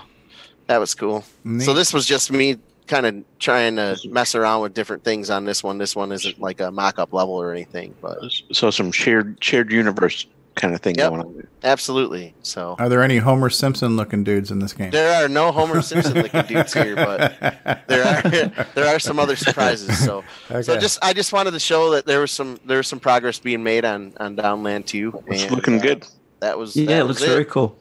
that was cool.
Neat.
So this was just me kind of trying to mess around with different things on this one. This one isn't like a mock-up level or anything, but
So some shared shared universe kind of thing
Yep.
going on.
absolutely. So
Are there any Homer Simpson looking dudes in this game?
there are no Homer Simpson looking dudes here, but there are there are some other surprises. So so
Okay.
just I just wanted to show that there was some there was some progress being made on on Downland too. uh,
It's looking good.
That was
Yeah,
that
it
was
looks very cool.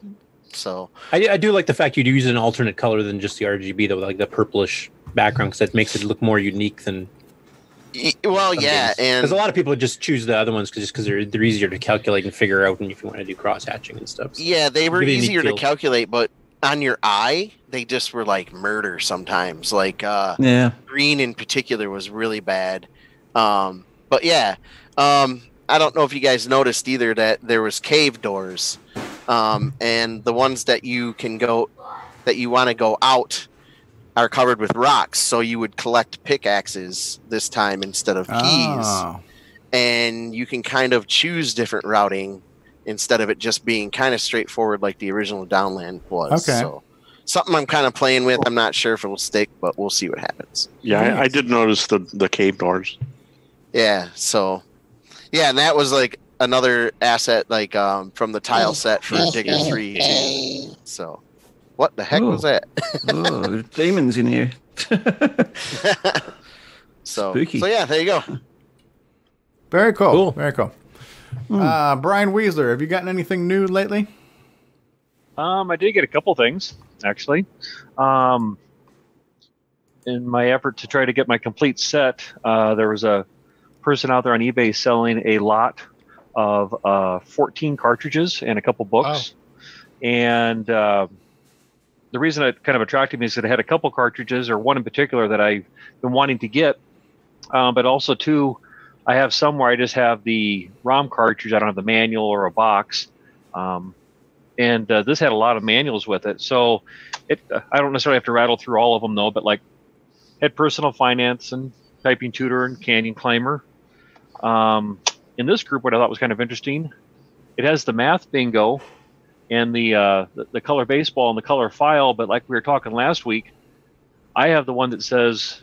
So
I, I do like the fact you do use an alternate color than just the RGB, though, like the purplish background, because that makes it look more unique than.
Y- Well, yeah, and
because a lot of people just choose the other ones 'cause- just because they're they're easier to calculate and figure out, and if you want to do cross hatching and stuff. so
Yeah, they were
give it a unique
easier to
feel.
calculate, but on your eye, they just were like murder sometimes. Like uh
Yeah.
green in particular was really bad. Um but yeah, um I don't know if you guys noticed either that there was cave doors. Um and the ones that you can go that you want to go out are covered with rocks, so you would collect pickaxes this time instead of keys
Oh.
and you can kind of choose different routing instead of it just being kind of straightforward like the original downland was.
Okay.
So something I'm kind of playing with. I'm not sure if it'll stick, but we'll see what happens.
Yeah, I, I did notice the the cave doors.
Yeah. So yeah, and that was like another asset like um, from the tile set for Digger Three. too. So what the heck was
Ooh.
that?
oh, there's demons in here.
So
Spooky.
so yeah, there you go.
Very cool. Very cool. Uh, Brian Weasler, have you gotten anything new lately?
Um, I did get a couple things actually. Um, in my effort to try to get my complete set, uh, there was a person out there on eBay selling a lot of uh, 14 cartridges and a couple books. And uh, the reason it kind of attracted me is that I had a couple cartridges, or one in particular that I've been wanting to get, uh, but also two. I have some where I just have the ROM cartridge. I don't have the manual or a box. Um, and uh, this had a lot of manuals with it. So it, uh, I don't necessarily have to rattle through all of them though, but like had personal finance and typing tutor and canyon climber. Um, in this group, what I thought was kind of interesting, it has the math bingo and the, uh, the the color baseball and the color file. But like we were talking last week, I have the one that says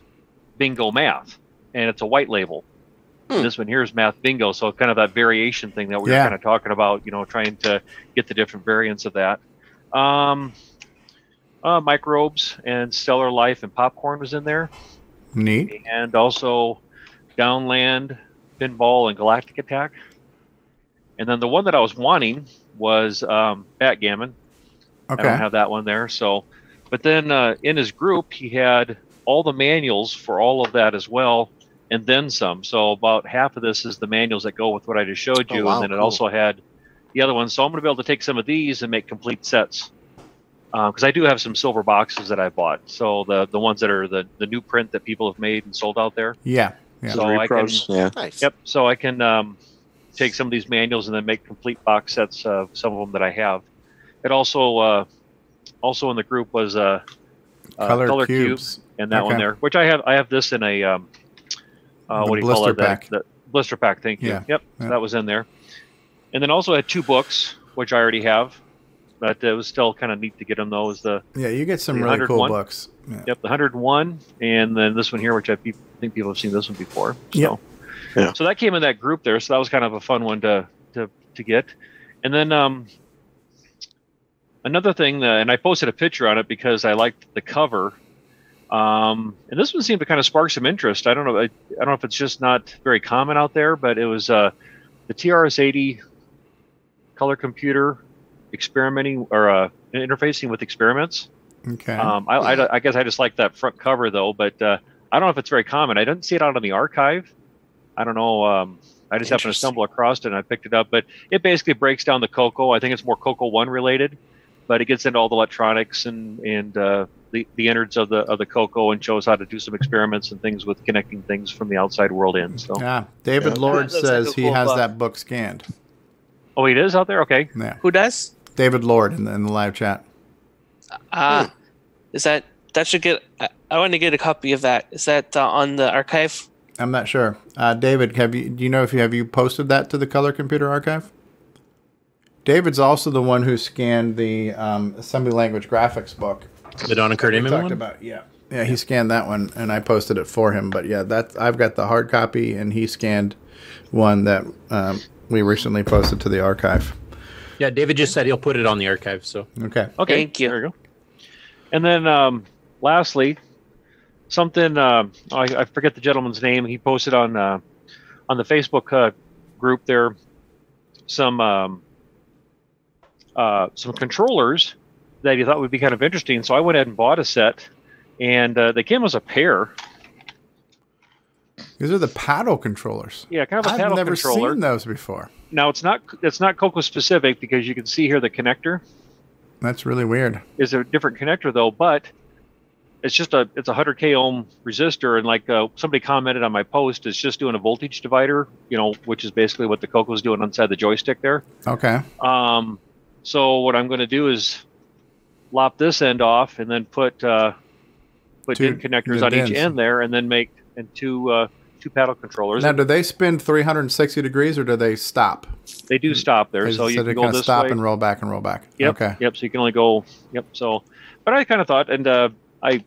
bingo math, and it's a white label. This one here is math bingo, so kind of that variation thing that we
Yeah.
were kind of talking about, you know, trying to get the different variants of that. Um, uh, microbes and stellar life and popcorn was in there
Neat.
and also Downland, Pinball, and Galactic Attack. And then the one that I was wanting was um, Backgammon.
Okay.
I don't have that one there. So, but then uh, in his group, he had all the manuals for all of that as well, and then some. So about half of this is the manuals that go with what I just showed
Oh,
you,
wow,
and then it
cool.
also had the other one. So I'm going to be able to take some of these and make complete sets because I do have some silver boxes that I bought. So the the ones that are the the new print that people have made and sold out there.
Yeah.
So I can,
yeah.
Yep. So I can um, take some of these manuals and then make complete box sets of some of them that I have. It also uh, also in the group was uh, uh,
Color
cube
cubes.
and that one
Okay.
there, which I have. I have this in a um, uh,
The
what do you call
blister
it? The-
pack.
The, blister pack. Thank you.
Yeah.
Yep. So that was in there, and then also I had two books, which I already have. But it was still kind of neat to get them though. Is the
Yeah, you get some
the
really cool
101.
books.
Yep, the 101, and then this one here, which I pe- think people have seen this one before.
Yeah.
So that came in that group there. So that was kind of a fun one to to, to get. And then um, another thing, that, and I posted a picture on it because I liked the cover. Um, and this one seemed to kind of spark some interest. I don't know. I, I don't know if it's just not very common out there, but it was uh, the TRS-80 color computer experimenting or uh, interfacing with experiments.
Okay.
Um, I, I, I guess I just like that front cover though, but uh, I don't know if it's very common. I didn't see it out on the archive. I don't know. Um, I just happened to stumble across it and I picked it up. But it basically breaks down the Coco. I think it's more Coco One related, but it gets into all the electronics and and uh, the the innards of the of the Coco and shows how to do some experiments and things with connecting things from the outside world in. So
Ah.
Yeah. David
Yeah.
Lord
That's like a
says he
cool
has
book.
that book scanned.
oh, it is out there. Okay.
Yeah.
Who does?
David Lord in the, in the live chat.
Ah, is that that should get? I, I want to get a copy of that. Is that uh, on the archive?
I'm not sure. Uh, David, have you do you know if you have you posted that to the Color Computer Archive? David's also the one who scanned the um, assembly language graphics book.
The Donna
We
Kurt Inman
talked
one?
about yeah.
Yeah, he scanned that one, and I posted it for him. But yeah, that I've got the hard copy, and he scanned one that um, we recently posted to the archive.
Yeah, David just said he'll put it on the archive. So
okay,
Okay.
Thank
you. There we go. And then, um, lastly, something uh, I, I forget the gentleman's name. He posted on uh, on the Facebook uh, group there some um, uh, some controllers that he thought would be kind of interesting. So I went ahead and bought a set, and uh, they came as a pair.
These are the paddle controllers.
Yeah, kind of a
I've
paddle
never
controller.
seen those before.
Now it's not it's not Coco specific because you can see here the connector.
That's really weird.
is a different connector though, but it's just a it's a 100k ohm resistor and like uh, somebody commented on my post it's just doing a voltage divider you know which is basically what the coco's doing inside the joystick there
Okay.
um, so what i'm going to do is lop this end off and then put uh, put
Two-
DIN connectors
the
on each
DINs.
end there and then make and two uh, two paddle controllers
Now, do they spin 360 degrees or do they stop?
they do stop there
They-
so you
they
can go
kinda
this
stop
way
and roll back and roll back.
Yep.
Okay.
Yep. So you can only go. Yep. So, but I kind of thought, and uh, I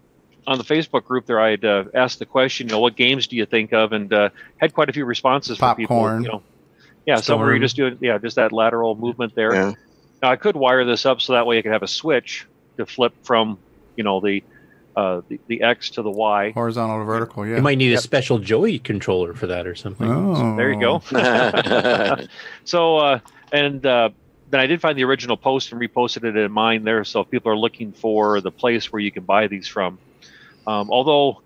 on the Facebook group there, I had uh, asked the question, you know, what games do you think of, and uh, had quite a few responses
Popcorn.
from people. You know, yeah. Some where
Storm.
you just doing, yeah, just that lateral movement there. Now I could wire this up so that way I could have a switch to flip from, you know, the uh, the, the X to the Y.
Horizontal to vertical. Yeah.
you might need a
Yep.
special Joey controller for that or something.
Oh.
There you go. so, uh, and uh, then I did find the original post and reposted it in mine there. So if people are looking for the place where you can buy these from, um, although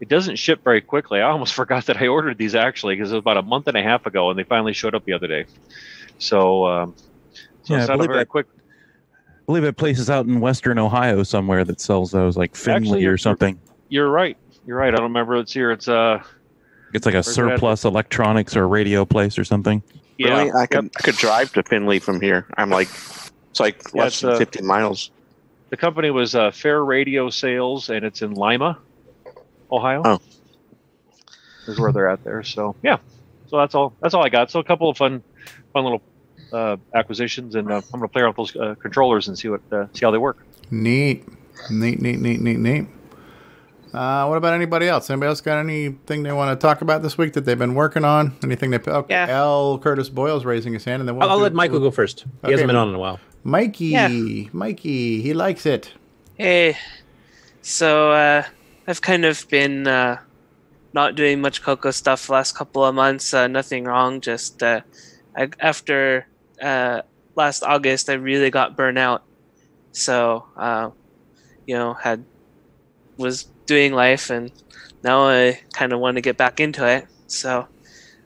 it doesn't ship very quickly, I almost forgot that I ordered these actually because it was about a month and a half ago, and they finally showed up the other day. So, um, so
Yeah, I
it's not a
believe
very
that-
quick.
I believe it places out in western Ohio somewhere that sells those, like Finley
Actually,
or something.
You're right. You're right. I don't remember it's here. It's uh,
It's like a
Where's it at?
surplus electronics or radio place or something.
yeah.
Really? I could I could drive to Finley from here. I'm like, it's like
Yeah,
less
it's,
than
uh,
15 miles.
The company was uh, Fair Radio Sales, and it's in Lima, Ohio.
Oh.
Is where they're at there. So yeah, so that's all. That's all I got. So a couple of fun, fun little uh, acquisitions, and uh, I'm gonna play around with those uh, controllers and see what uh, see how they work.
Neat. Neat, neat, neat, neat, neat. Uh, what about anybody else? Anybody else got anything they want to talk about this week that they've been working on? Anything they? Oh, L. Curtis Boyle's raising his hand, and then we'll
I'll, I'll
do-
let Michael go first. He
Okay.
hasn't been on in a while.
Mikey,
Yeah.
Mikey, he likes it.
Hey, so uh, I've kind of been uh, not doing much Coco stuff the last couple of months. Uh, nothing wrong. Just uh, I, after uh, last August, I really got burnt out. So uh, you know, had was doing life, and now I kind of want to get back into it. So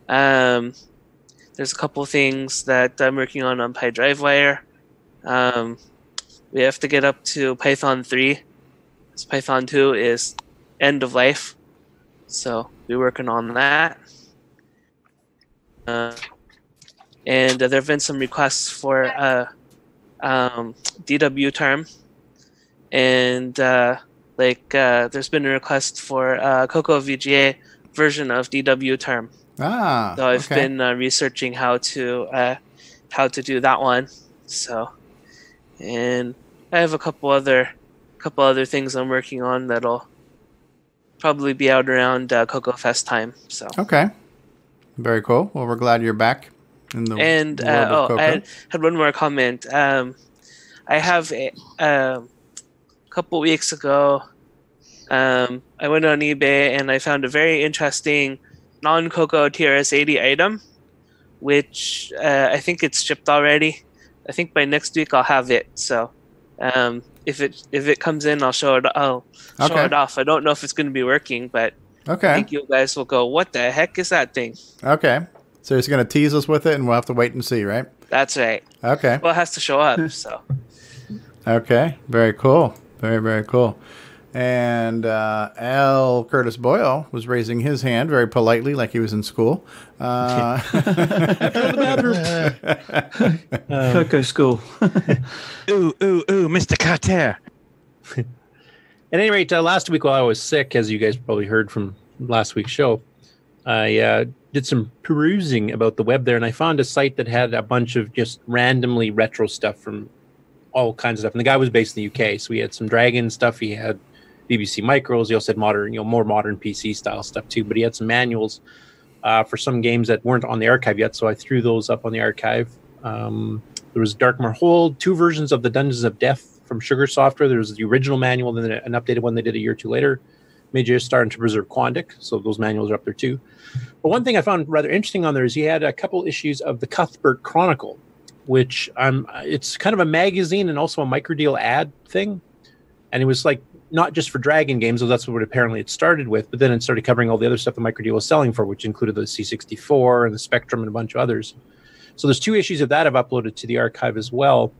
um, there's a couple things that I'm working on on PyDriveWire. Um, we have to get up to Python 3. 'cause Python 2 is end of life. So we're working on that. Uh, and uh, there have been some requests for uh, um, DW term. And uh, like uh, there's been a request for uh, Coco VGA version of DW term.
Ah,
So I've
okay.
been uh, researching how to uh, how to do that one. So, and I have a couple other couple other things I'm working on that'll probably be out around uh, Cocoa Fest time. So.
Okay, very cool. Well, we're glad you're back in the
and
world
uh,
of
oh,
Coco.
I had, had one more comment. Um, I have a um, couple weeks ago. Um, I went on eBay and I found a very interesting non-Coco TRS-80 item, which uh, I think it's shipped already. I think by next week I'll have it. So um, if it if it comes in, I'll show it. I'll show
Okay.
it off. I don't know if it's going to be working, but I
okay,
think you guys will go. What the heck is that thing?
okay. So he's gonna tease us with it, and we'll have to wait and see, right?
That's right.
Okay.
Well, it has to show up. So.
Okay, very cool. Very, very cool. And uh, Al Curtis Boyle was raising his hand very politely, like he was in school. Uh,
Coco School.
ooh, ooh, ooh, Mr. Carter.
At any rate, uh, last week while I was sick, as you guys probably heard from last week's show, I uh, did some perusing about the web there, and I found a site that had a bunch of just randomly retro stuff from all kinds of stuff. And the guy was based in the UK, so he had some Dragon stuff, he had BBC micros. He also had modern, you know, more modern PC style stuff too. But he had some manuals uh, for some games that weren't on the archive yet, so I threw those up on the archive. Um, there was Darkmoor Hold, two versions of the Dungeons of Death from Sugar Software. There was the original manual, then an updated one they did a year or two later. Major Star and to Preserve Quandic, so those manuals are up there too. But one thing I found rather interesting on there is he had a couple issues of the Cuthbert Chronicle, which um, it's kind of a magazine and also a microdeal ad thing. And it was like not just for Dragon games, though that's what apparently it started with, but then it started covering all the other stuff the microdeal was selling for, which included the C64 and the Spectrum and a bunch of others. So there's two issues of that I've uploaded to the archive as well.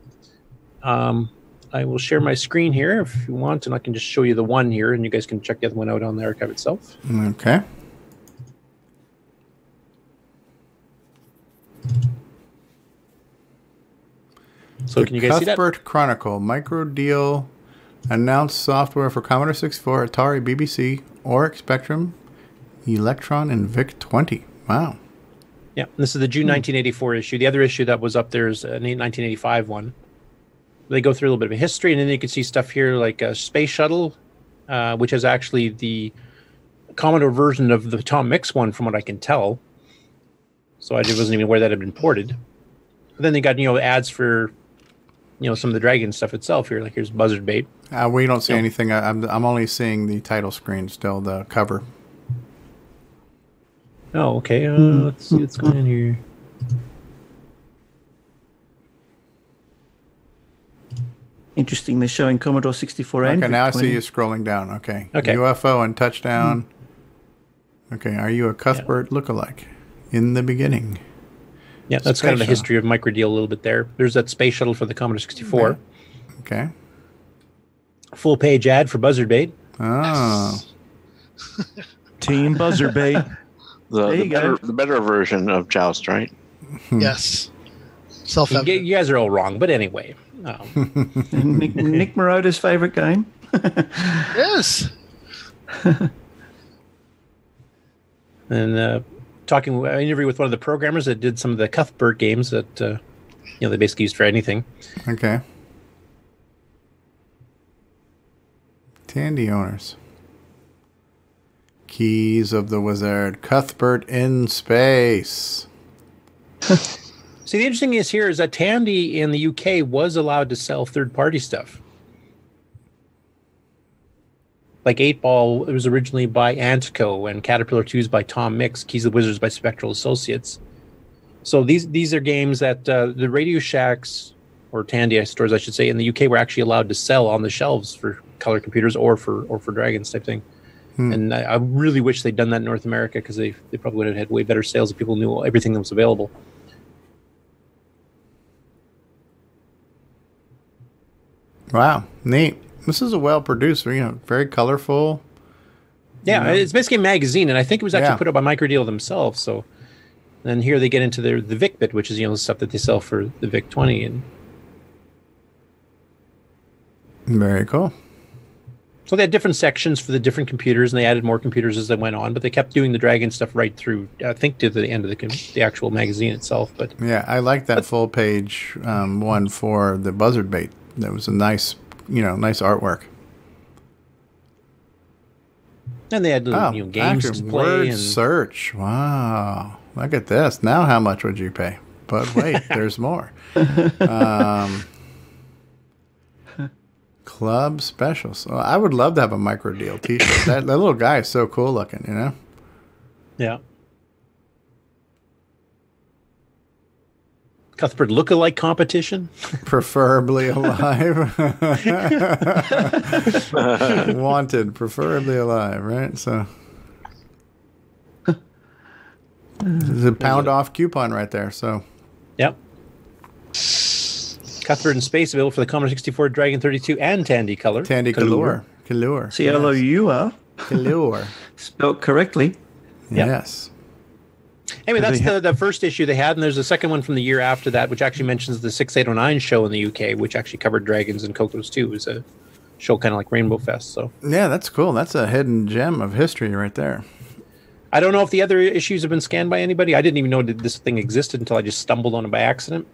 Um, I will share my screen here if you want, and I can just show you the one here, and you guys can check the other one out on the archive itself.
Okay.
So
The
can you guys see that?
Cuthbert Chronicle micro deal announced software for Commodore 64, Atari, BBC, Oric Spectrum, Electron, and VIC 20. Wow.
Yeah, and this is the June
Hmm.
1984 issue. The other issue that was up there is uh, a 1985 one. They go through a little bit of a history, and then you can see stuff here like a space shuttle, uh, which is actually the Commodore version of the Tom Mix one, from what I can tell. So I wasn't even aware that had been ported. But then they got you know ads for, you know, some of the Dragon stuff itself here. Like here's Buzzard Bait.
Uh, we don't see
Yeah.
anything. I, I'm, I'm only seeing the title screen still, the cover.
Oh, okay. Uh, let's see what's going on here.
Interesting. They're showing Commodore 64 and
Okay, now I
VIC-20.
see you scrolling down. Okay.
Okay.
UFO and touchdown.
Hmm.
Okay. Are you a Cuthbert lookalike? In the beginning.
Yeah, that's kind of the
Space
history of Microdeal a little bit there. There's that space shuttle for the Commodore 64.
Okay.
Full page ad for Buzzard Bait.
Oh.
Team Buzzard Bait. There
The, the,
you go.
better, the better version of Joust, right?
Yes. Self
you, you guys are all wrong, but anyway. Um,
Nick, Nick Morota's favourite game.
yes.
and uh, talking I interview with one of the programmers that did some of the Cuthbert games that uh, you know they basically used for anything.
Okay. Tandy owners. Keys of the Wizard. Cuthbert in space.
See, the interesting thing is here is that Tandy in the UK was allowed to sell third party stuff. Like Eight Ball, it was originally by Antco and Caterpillar 2s by Tom Mix, Keys of the Wizards by Spectral Associates. So these these are games that uh, the Radio Shacks or Tandy stores, I should say, in the UK were actually allowed to sell on the shelves for color computers or for or for dragons type thing.
Hmm.
And I, I really wish they'd done that in North America because they they probably would have had way better sales if people knew everything that was available.
Wow. Neat. This is a well produced, you know, very colorful.
Yeah,
Yeah.
it's basically a magazine, and I think it was actually
Yeah.
put out by Microdeal themselves. So, and here they get into their the Vic bit, which is you know the stuff that they sell for the Vic twenty, and
Very cool.
so they had different sections for the different computers, and they added more computers as they went on. But they kept doing the Dragon stuff right through, I think, to the end of the com- the actual magazine itself. But
Yeah, I like that full page um, one for the buzzard bait. That was a nice, you know, nice artwork.
and they had little,
Oh,
you know, games
actually,
to play.
word
and-
search. Wow, look at this. Now, how much would you pay? But wait, there's more. Um, club specials. Oh, I would love to have a micro deal T-shirt. that, that little guy is so cool looking. You know.
Yeah. Cuthbert look-alike competition.
Preferably alive. Wanted, preferably alive, right? So. There's a pound off coupon right there. So,
Yep. Cuthbert in Space available for the Commodore 64, Dragon 32, and Tandy Color.
Tandy Color. Color.
C L O U R.
Color.
Spelt correctly.
Yes.
Anyway, that's
Because they
the, the first issue they had, and there's a second one from the year after that, which actually mentions the 6809 show in the UK, which actually covered Dragons and Cocos too. It was a show kind of like Rainbow Fest. So
Yeah, that's cool. That's a hidden gem of history right there.
I don't know if the other issues have been scanned by anybody. I didn't even know that this thing existed until I just stumbled on it by accident.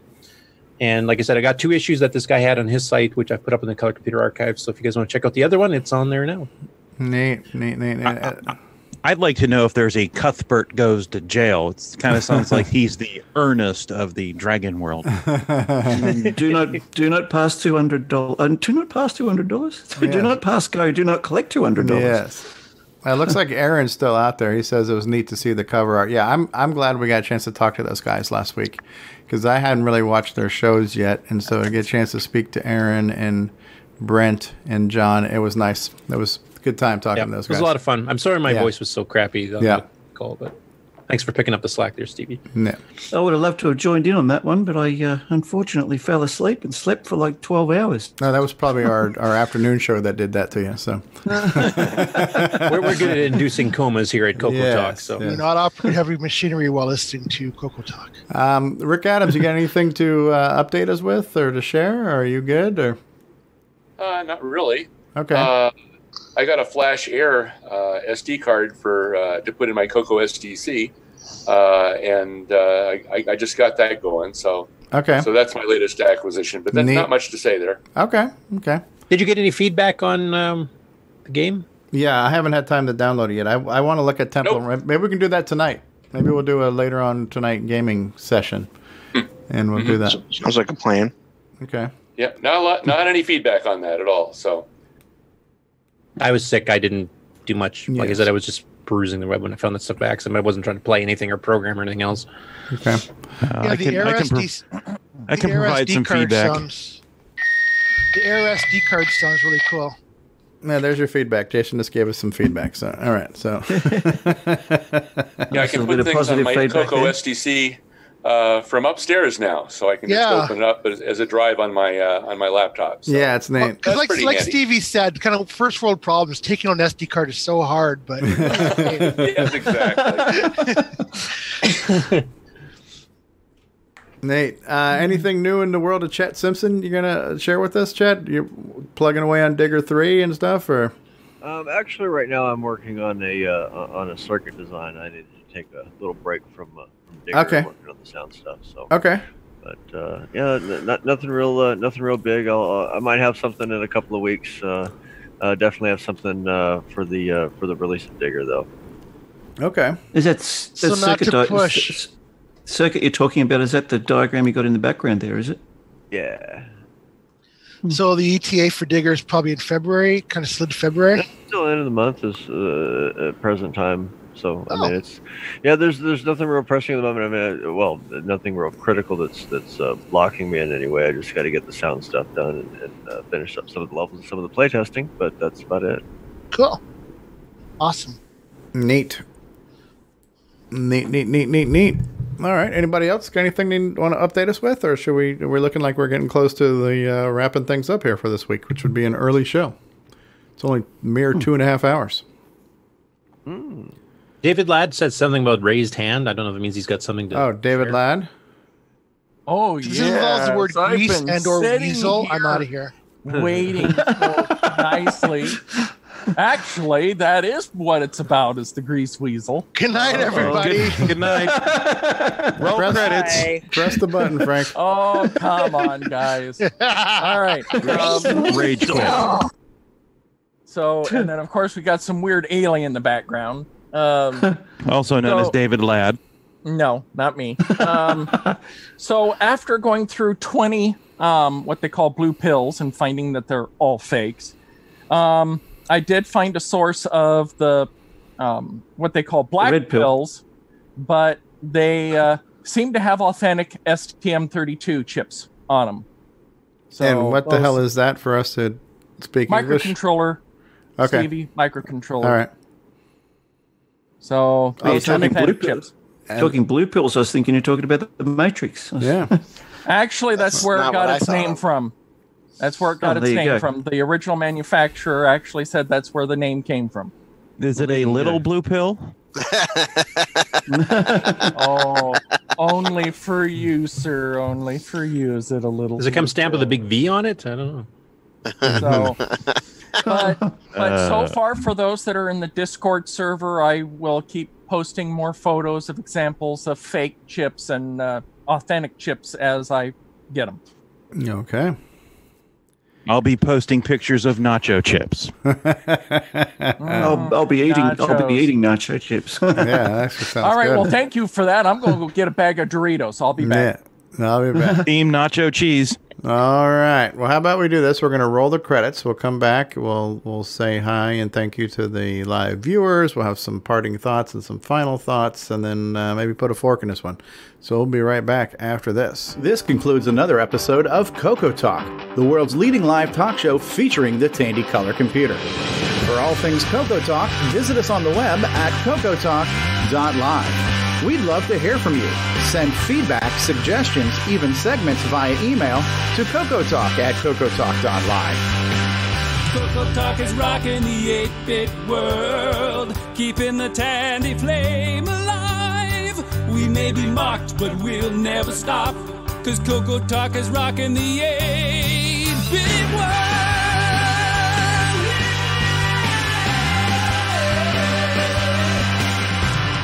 And like I said, I got two issues that this guy had on his site, which I put up in the Color Computer Archive. So if you guys want to check out the other one, it's on there now. Uh,
Nate, Nate, Nate, Nate.
I'd like to know if there's a Cuthbert goes to jail. It kind of sounds like he's the earnest of the Dragon World.
do not do not pass two hundred dollars. Uh, do not pass two hundred dollars.
Yeah.
Do not pass go. Do not collect two hundred dollars.
Oh, Yes. It looks like Aaron's still out there. He says it was neat to see the cover art. Yeah, I'm I'm glad we got a chance to talk to those guys last week because I hadn't really watched their shows yet, and so to get a chance to speak to Aaron and Brent and John, it was nice. It was a good time talking
Yeah,
to those
it
guys.
was a lot of fun. I'm sorry my
Yeah.
voice was so crappy on
Yeah.
the call, but thanks for picking up the slack there, Stevie.
No.
I would have loved to have joined in on that one, but I uh, unfortunately fell asleep and slept for like twelve hours.
No, that was probably our, our afternoon show that did that to you. So
we're, we're good at inducing comas here at Cocoa
Yes,
Talk. So
yes.
Do not operate heavy machinery while listening to Coco Talk.
Um, Rick Adams, you got anything to uh, update us with or to share? Or are you good? Or
Uh, not really.
okay,
Uh, I got a Flash Air uh, SD card for uh, to put in my Coco SDC, uh, and uh, I, I just got that going. So
Okay.
so that's my latest acquisition. But that's
Neat.
not much to say there.
okay, okay.
Did you get any feedback on um, the game?
Yeah, I haven't had time to download it yet. I, I want to look at Temple. and Rim. Maybe we can do that tonight. Maybe we'll do a later on tonight gaming session,
Hmm.
and we'll
Mm-hmm.
do that.
Sounds like a plan.
Okay.
Yeah, not a lot, not any feedback on that at all. So
I was sick. I didn't do much. Like I
Yes.
said, I was just perusing the web when I found that stuff by accident. I wasn't trying to play anything or program or anything else.
Okay.
Yeah,
Uh, I
the
can- I can pro-
RSD
I
the
can provide
RSD
some
card
feedback.
Sounds, the Air SD card sounds really cool.
Yeah, there's your feedback. Jason just gave us some feedback. So all right, so
yeah, I can put things on my Coco SDC uh, from upstairs now, so I can just
Yeah.
open it up as, as a drive on my uh, on my laptop. So
yeah, it's Nate.
That's
like
pretty
like
handy.
Stevie said, kind of first world problems. Taking on an SD card is so hard, but yes,
exactly. Nate, uh, anything new in the world of Chet Simpson you're gonna share with us, Chet? You're plugging away on Digger Three and stuff, or
Um, actually, right now I'm working on a uh, on a circuit design. I needed to take a little break from uh, from Digger and
Okay.
working on the sound stuff. So
okay,
but uh, yeah, n- not, nothing real uh, nothing real big. I'll, uh, I might have something in a couple of weeks. Uh, uh, definitely have something uh, for the uh, for the release of Digger though.
okay.
Is that s-
So
that
not
circuit
to
di- is-
push.
is- circuit you're talking about? Is that the diagram you got in the background there? Is it?
Yeah.
so the ETA for Digger is probably in February, kind of slid February.
Still end of the month is uh, at present time. So I mean, it's yeah. There's there's nothing real pressing at the moment. I mean, I, well, nothing real critical that's that's uh, blocking me in any way. I just got to get the sound stuff done and, and uh, finish up some of the levels and some of the playtesting. But that's about it.
Cool, awesome.
Neat. Neat, neat, neat, neat, neat. All right. Anybody else got anything they want to update us with, or should we? We're looking like we're getting close to the uh, wrapping things up here for this week, which would be an early show. It's only mere
Hmm.
two and a half hours.
David Ladd said something about raised hand. I don't know if it means he's got something to.
Oh, David Ladd.
Oh,
If this involves the word
Yes, I've
grease
been
and or
sitting
weasel, I'm
here
out of here.
Waiting so nicely. Actually, that is what it's about is the grease weasel.
Good night,
everybody.
Good, night.
Roll
credits. Press the button, Frank.
Oh, come on, guys. All right. Um,
Rage quit.
so, and then, of course, we got some weird alien in the background. Um,
Also known as
So-
David Ladd.
No, not me. Um, so after going through 20, um, what they call blue pills and finding that they're all fakes, um, I did find a source of the, um, what they call black
red pill.
pills, but they, uh, seem to have authentic STM32 chips on them.
and what the
those-
hell is that for us to speak English?
Microcontroller.
Okay.
Stevie, microcontroller.
All right.
So
Oh, you're
those
talking blue
authentic
pills.
chips.
Talking blue pills. I was thinking you're talking about the Matrix.
Yeah.
Actually, that's, where it
not what I
got its
thought
name
of.
from. That's where it
Oh,
got
there
its
you
name
go.
from. The original manufacturer actually said that's where the name came from.
Is it a little blue pill?
oh, only for you, sir. Only for you is it a little.
Does it come
blue
stamped with a big V on it? I don't know.
So- but but
Uh,
so far for those that are in the discord server i will keep posting more photos of examples of fake chips and uh, authentic chips as i get them.
Okay.
I'll be posting pictures of nacho chips.
I'll, I'll be eating. I'll
nachos.
be eating nacho chips. yeah,
that's what
All right. Well, thank you for that. I'm going to go get a bag of Doritos. I'll be back.
Yeah. I'll be back.
Team nacho cheese.
All right. Well, how about we do this? We're going to roll the credits. We'll come back. We'll we'll say hi and thank you to the live viewers. We'll have some parting thoughts and some final thoughts, and then uh, maybe put a fork in this one. So we'll be right back after this.
This concludes another episode of Coco Talk, the world's leading live talk show featuring the Tandy Color Computer. For all things Coco Talk, visit us on the web at cocotalk.live. We'd love to hear from you. Send feedback, suggestions, even segments via email to cocotalk at cocotalk.live.
Coco Talk is rocking the 8 bit world, keeping the tandy flame alive. We may be mocked, but we'll never stop, because Coco Talk is rocking the 8 bit world.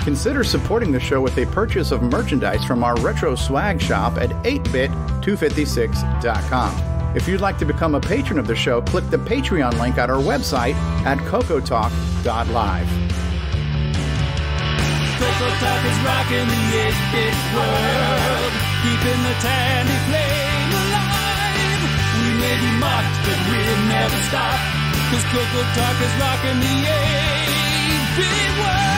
Consider supporting the show with a purchase of merchandise from our retro swag shop at 8bit256.com. If you'd like to become a patron of the show, click the Patreon link at our website at cocotalk.live.
Coco Talk is rocking the 8 bit world, keeping the tandy flame alive. We may be mocked, but we'll never stop, because Coco Talk is rocking the 8 bit world.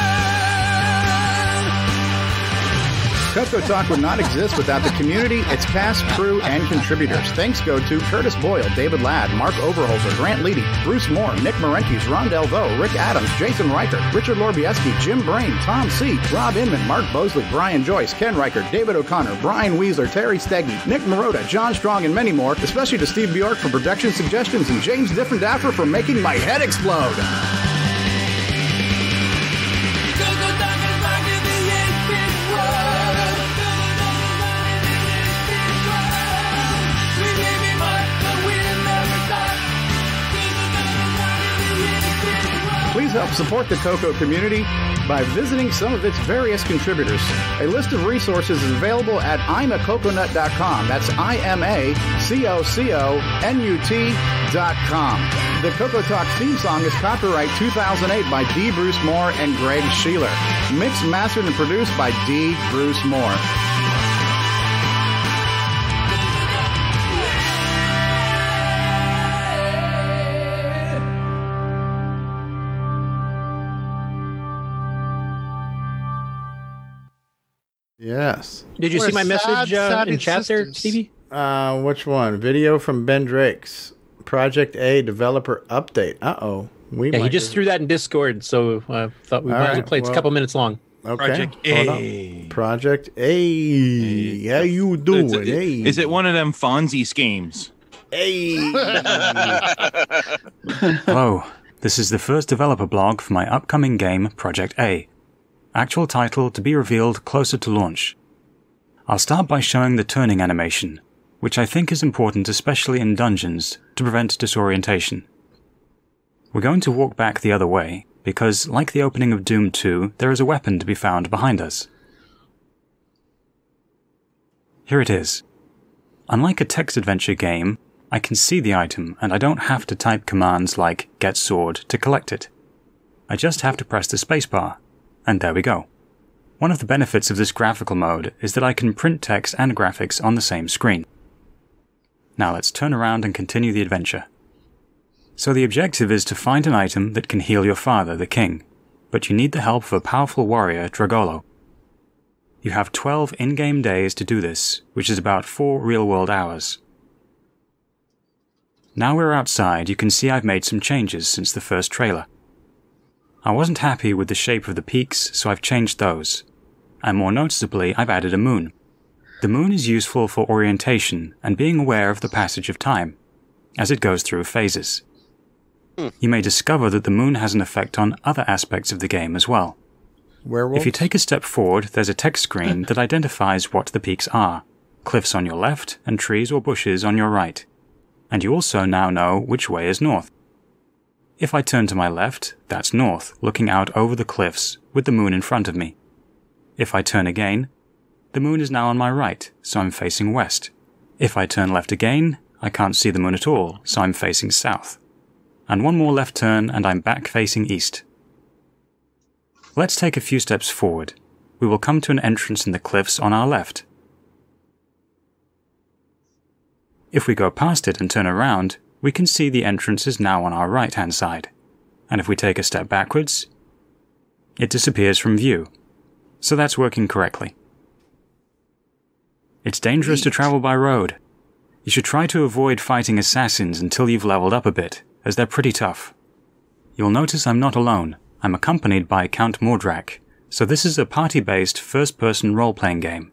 Coco Talk would not exist without the community, its past, crew, and contributors. Thanks go to Curtis Boyle, David Ladd, Mark Overholser, Grant Leedy, Bruce Moore, Nick Marenkes, Ron Delvaux, Rick Adams, Jason Riker, Richard Lorbieski, Jim Brain, Tom C., Rob Inman, Mark Bosley, Brian Joyce, Ken Riker, David O'Connor, Brian Weasler, Terry Stegney, Nick Marotta, John Strong, and many more. Especially to Steve Bjork for production suggestions and James Diffendaffer for making my head explode.
Coco Talk is rocking the 8 bit world. We may be mocked, but we'll never stop.
Please help support the Cocoa community by visiting some of its various contributors. A list of resources is available at imacoconut.com. That's I M A C O C O N U T.com. The Cocoa Talk theme song is copyright 2008 by D. Bruce Moore and Greg Sheeler. Mixed, mastered, and produced by D. Bruce Moore.
Yes.
Did you
We're
see my
sad,
message uh,
sad
in chat there, Stevie?
Uh, which one? Video from Ben Drake's Project A developer update. Uh oh. We
yeah, he
might
just threw that in Discord, so I thought we
All
might as well
right,
play. It's
well-
a couple minutes long.
Okay.
Project
hold on.
A.
Project A. How you doing?
Is it-
hey.
Is it one of them Fonzie schemes?
Hello, this is the first developer blog for my upcoming game, Project A. Actual title to be revealed closer to launch. I'll start by showing the turning animation, which I think is important especially in dungeons to prevent disorientation. We're going to walk back the other way, because, like the opening of Doom 2, there is a weapon to be found behind us. Here it is. Unlike a text adventure game, I can see the item and I don't have to type commands like get sword to collect it. I just have to press the spacebar, and there we go. One of the benefits of this graphical mode is that I can print text and graphics on the same screen. Now let's turn around and continue the adventure. So the objective is to find an item that can heal your father, the king, but you need the help of a powerful warrior, Dragolo. You have 12 in-game days to do this, which is about 4 real-world hours. Now we're outside, you can see I've made some changes since the first trailer. I wasn't happy with the shape of the peaks, so I've changed those. And more noticeably, I've added a moon. The moon is useful for orientation and being aware of the passage of time, as it goes through phases. You may discover that the moon has an effect on other aspects of the game as well.
Werewolf?
If you take a step forward, there's a text screen that identifies what the peaks are cliffs on your left, and trees or bushes on your right. And you also now know which way is north. If I turn to my left, that's north, looking out over the cliffs, with the moon in front of me. If I turn again, the moon is now on my right, so I'm facing west, If I turn left again, I can't see the moon at all, so I'm facing south. And one more left turn, and I'm back facing east. Let's take a few steps forward. We will come to an entrance in the cliffs on our left. If we go past it and turn around, we can see the entrance is now on our right hand side. And if we take a step backwards, it disappears from view. So that's working correctly. It's dangerous to travel by road. You should try to avoid fighting assassins until you've leveled up a bit, as they're pretty tough. You'll notice I'm not alone. I'm accompanied by Count Mordrak, so this is a party based first person role playing game.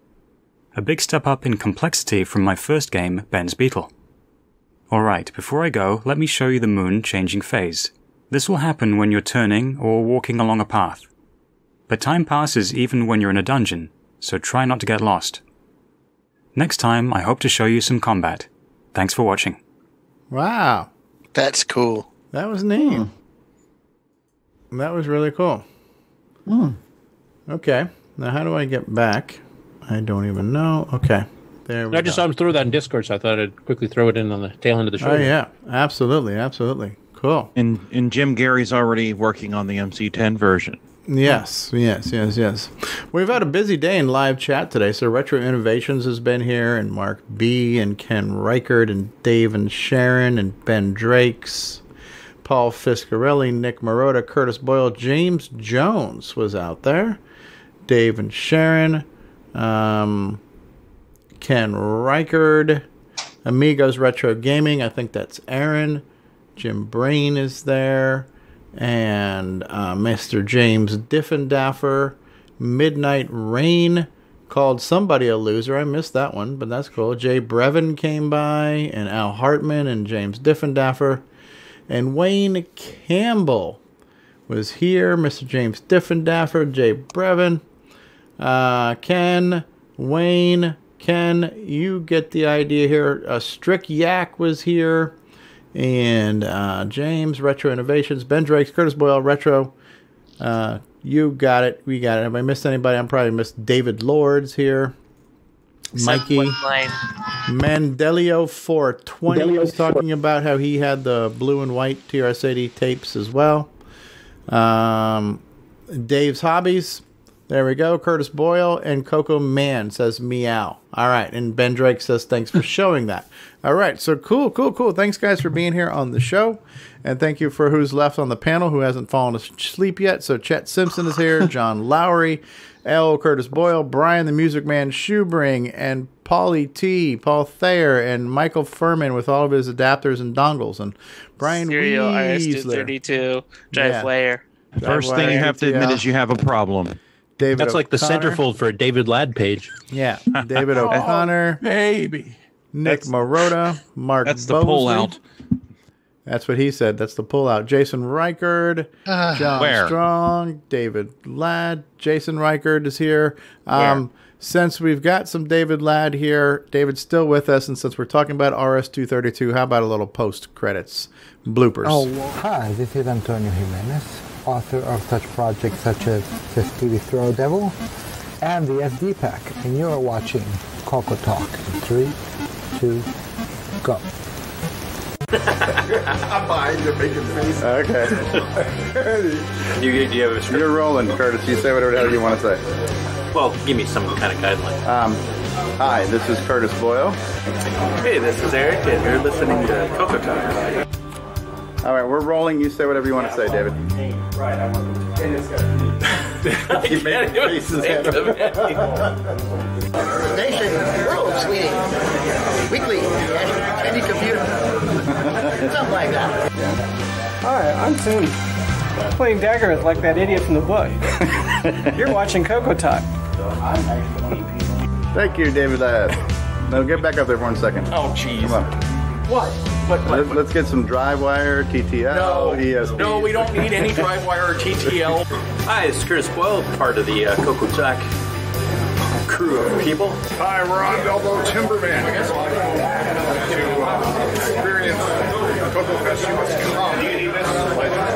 A big step up in complexity from my first game, Ben's Beetle. Alright, before I go, let me show you the moon changing phase. This will happen when you're turning or walking along a path. But time passes even when you're in a dungeon, so try not to get lost. Next time, I hope to show you some combat. Thanks for watching.
Wow.
That's cool.
That was neat. That was really cool.
Hmm.
Okay. Now, how do I get back? I don't even know. Okay. There we
I just
go.
saw him throw that in Discord, so I thought I'd quickly throw it in on the tail end of the show.
Oh, yeah. Absolutely. Absolutely. Cool.
And and Jim Gary's already working on the MC10 version.
Yes, yes, yes, yes. We've had a busy day in live chat today. So Retro Innovations has been here, and Mark B, and Ken Reichard, and Dave and Sharon, and Ben Drakes, Paul Fiscarelli, Nick Marotta, Curtis Boyle, James Jones was out there, Dave and Sharon, um, Ken Reichard, Amigos Retro Gaming. I think that's Aaron. Jim Brain is there, and uh, Mr. James Diffendaffer. Midnight Rain called somebody a loser. I missed that one, but that's cool. Jay Brevin came by, and Al Hartman, and James Diffendaffer, and Wayne Campbell was here. Mr. James Diffendaffer, Jay Brevin, uh, Ken, Wayne, Ken, you get the idea here. Uh, Strick Yak was here and uh, James, Retro Innovations, Ben Drakes, Curtis Boyle, Retro. Uh, you got it. We got it. Have I missed anybody? I'm probably missed David Lords here. Mikey Mandelio 420 was talking about how he had the blue and white TRS-80 tapes as well. Um, Dave's hobbies. There we go. Curtis Boyle and Coco Man says meow. All right. And Ben Drake says thanks for showing that. All right. So cool, cool, cool. Thanks, guys, for being here on the show. And thank you for who's left on the panel who hasn't fallen asleep yet. So Chet Simpson is here, John Lowry, L. Curtis Boyle, Brian the Music Man Shoebring, and Paulie T, Paul Thayer, and Michael Furman with all of his adapters and dongles. And Brian
Serial
Weasler.
RS-232 drive
Yeah.
layer.
First thing you have to admit is you have a problem.
David
That's like the
O'Connor.
centerfold for a David Ladd page.
Yeah, David O'Connor,
baby,
Nick Marotta, Mark.
that's the
Bosley.
pullout.
That's what he said. That's the pullout. Jason Reichard,
Ah.
John
Where?
Strong, David Ladd. Jason Reichard is here. Um, Since we've got some David Ladd here, David's still with us, and since we're talking about RS-232, how about a little post-credits bloopers?
Oh, Hi, this is Antonio Jimenez, author of such projects such as Festivity Throw Devil and the SD Pack, and you are watching Coco Talk. In Three, two, go.
I'm behind your bacon face.
Okay.
you, you have a script?
You're rolling, Curtis. You say whatever the hell you want to say.
Well, give me some kind of guideline.
Um, hi, this is Curtis Boyle.
Hey, this is Eric, and you're listening to Coco Talk.
All right, we're rolling. You say whatever you want to say, David.
Right, I want
Keep making faces at him.
Nation, world, sweetie. Weekly, any computer, something like that.
Hi, I'm Tim. Playing Daggers like that idiot from the book. You're watching Coco Talk.
Thank you, David Ladd. Now get back up there for one second. Oh, jeez. Come on.
What? What?
Let's, let's get some drive wire, TTL,
No.
ESP.
No, we don't need any drive
wire or TTL.
Hi, it's Curtis Boyle, part of the uh, Coco Talk crew of people.
Hi, we're on Elbow Timberman. I guess
uh,
to experience Coco Fest, you must come.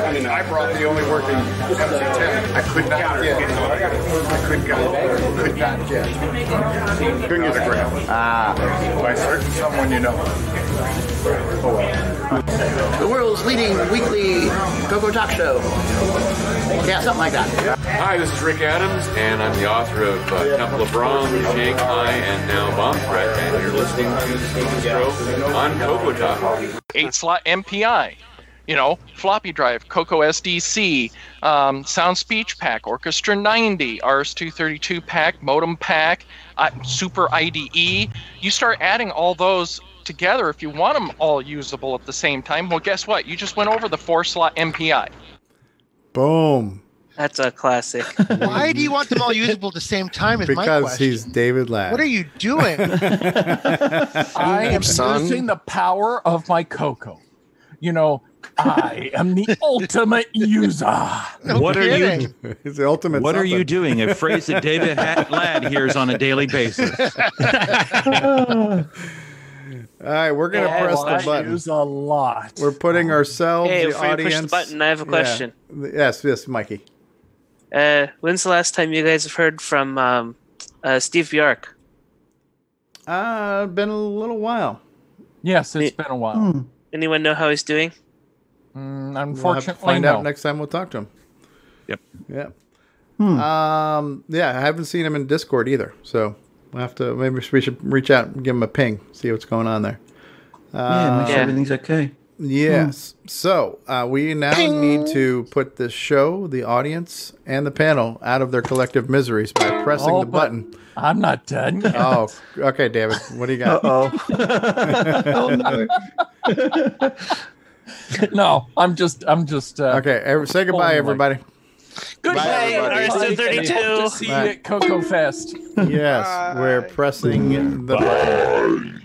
I mean,
I brought the only working MC10. I could not get. I could not. Could not get. Couldn't get a grab. Ah. By certain someone you know. Oh well.
The world's leading weekly Coco Talk Show. Yeah, something like that.
Hi, this is Rick Adams, and I'm the author of uh, Temple of Wrong, Shanghai, and now Bomb Threat, and you're listening to Steven Stroh on Coco Talk.
Eight slot MPI. You know, floppy drive, Coco SDC, um, Sound Speech Pack, Orchestra 90, RS232 Pack, Modem Pack, uh, Super IDE. You start adding all those together if you want them all usable at the same time. Well, guess what? You just went over the four slot MPI.
Boom.
That's a classic.
Why do you want them all usable at the same time? Is my
Because
question.
he's David Ladd.
What are you doing?
I am
Son.
using the power of my cocoa. You know, I am the ultimate user.
What are you?
It's the ultimate.
What are
something.
you doing? A phrase that David Ha- Ladd hears on a daily basis.
All right, we're gonna
Yeah,
press
well,
the
I
button.
use a lot. Um,
We're putting ourselves,
Hey,
the
before you push the
audience.
button, I have a
Yeah.
question.
Yes, yes, Mikey.
Uh, when's the last time you guys have heard from um, uh, Steve Bjork?
Uh, been a little while.
Yes, it's been a while. Mm,
Anyone know how he's doing?
We'll have to find out next time. We'll talk to him.
Yep.
Yep. Um, yeah, I haven't seen him in Discord either, so we'll have to maybe we should reach out and give him a ping, see what's going on there.
yeah, make sure
Uh,
everything's okay.
Yes. So uh, we now need to put the show, the audience, and the panel out of their collective miseries by pressing
Oh,
the
but
button.
I'm not done yet.
Oh, okay, David. What do you got?
oh no. no, I'm just, I'm just. Uh,
okay, every, say goodbye, everybody.
Goodbye,
everybody.
everybody. Hope to see you
Bye.
at Cocoa Fest.
Yes, we're pressing the button.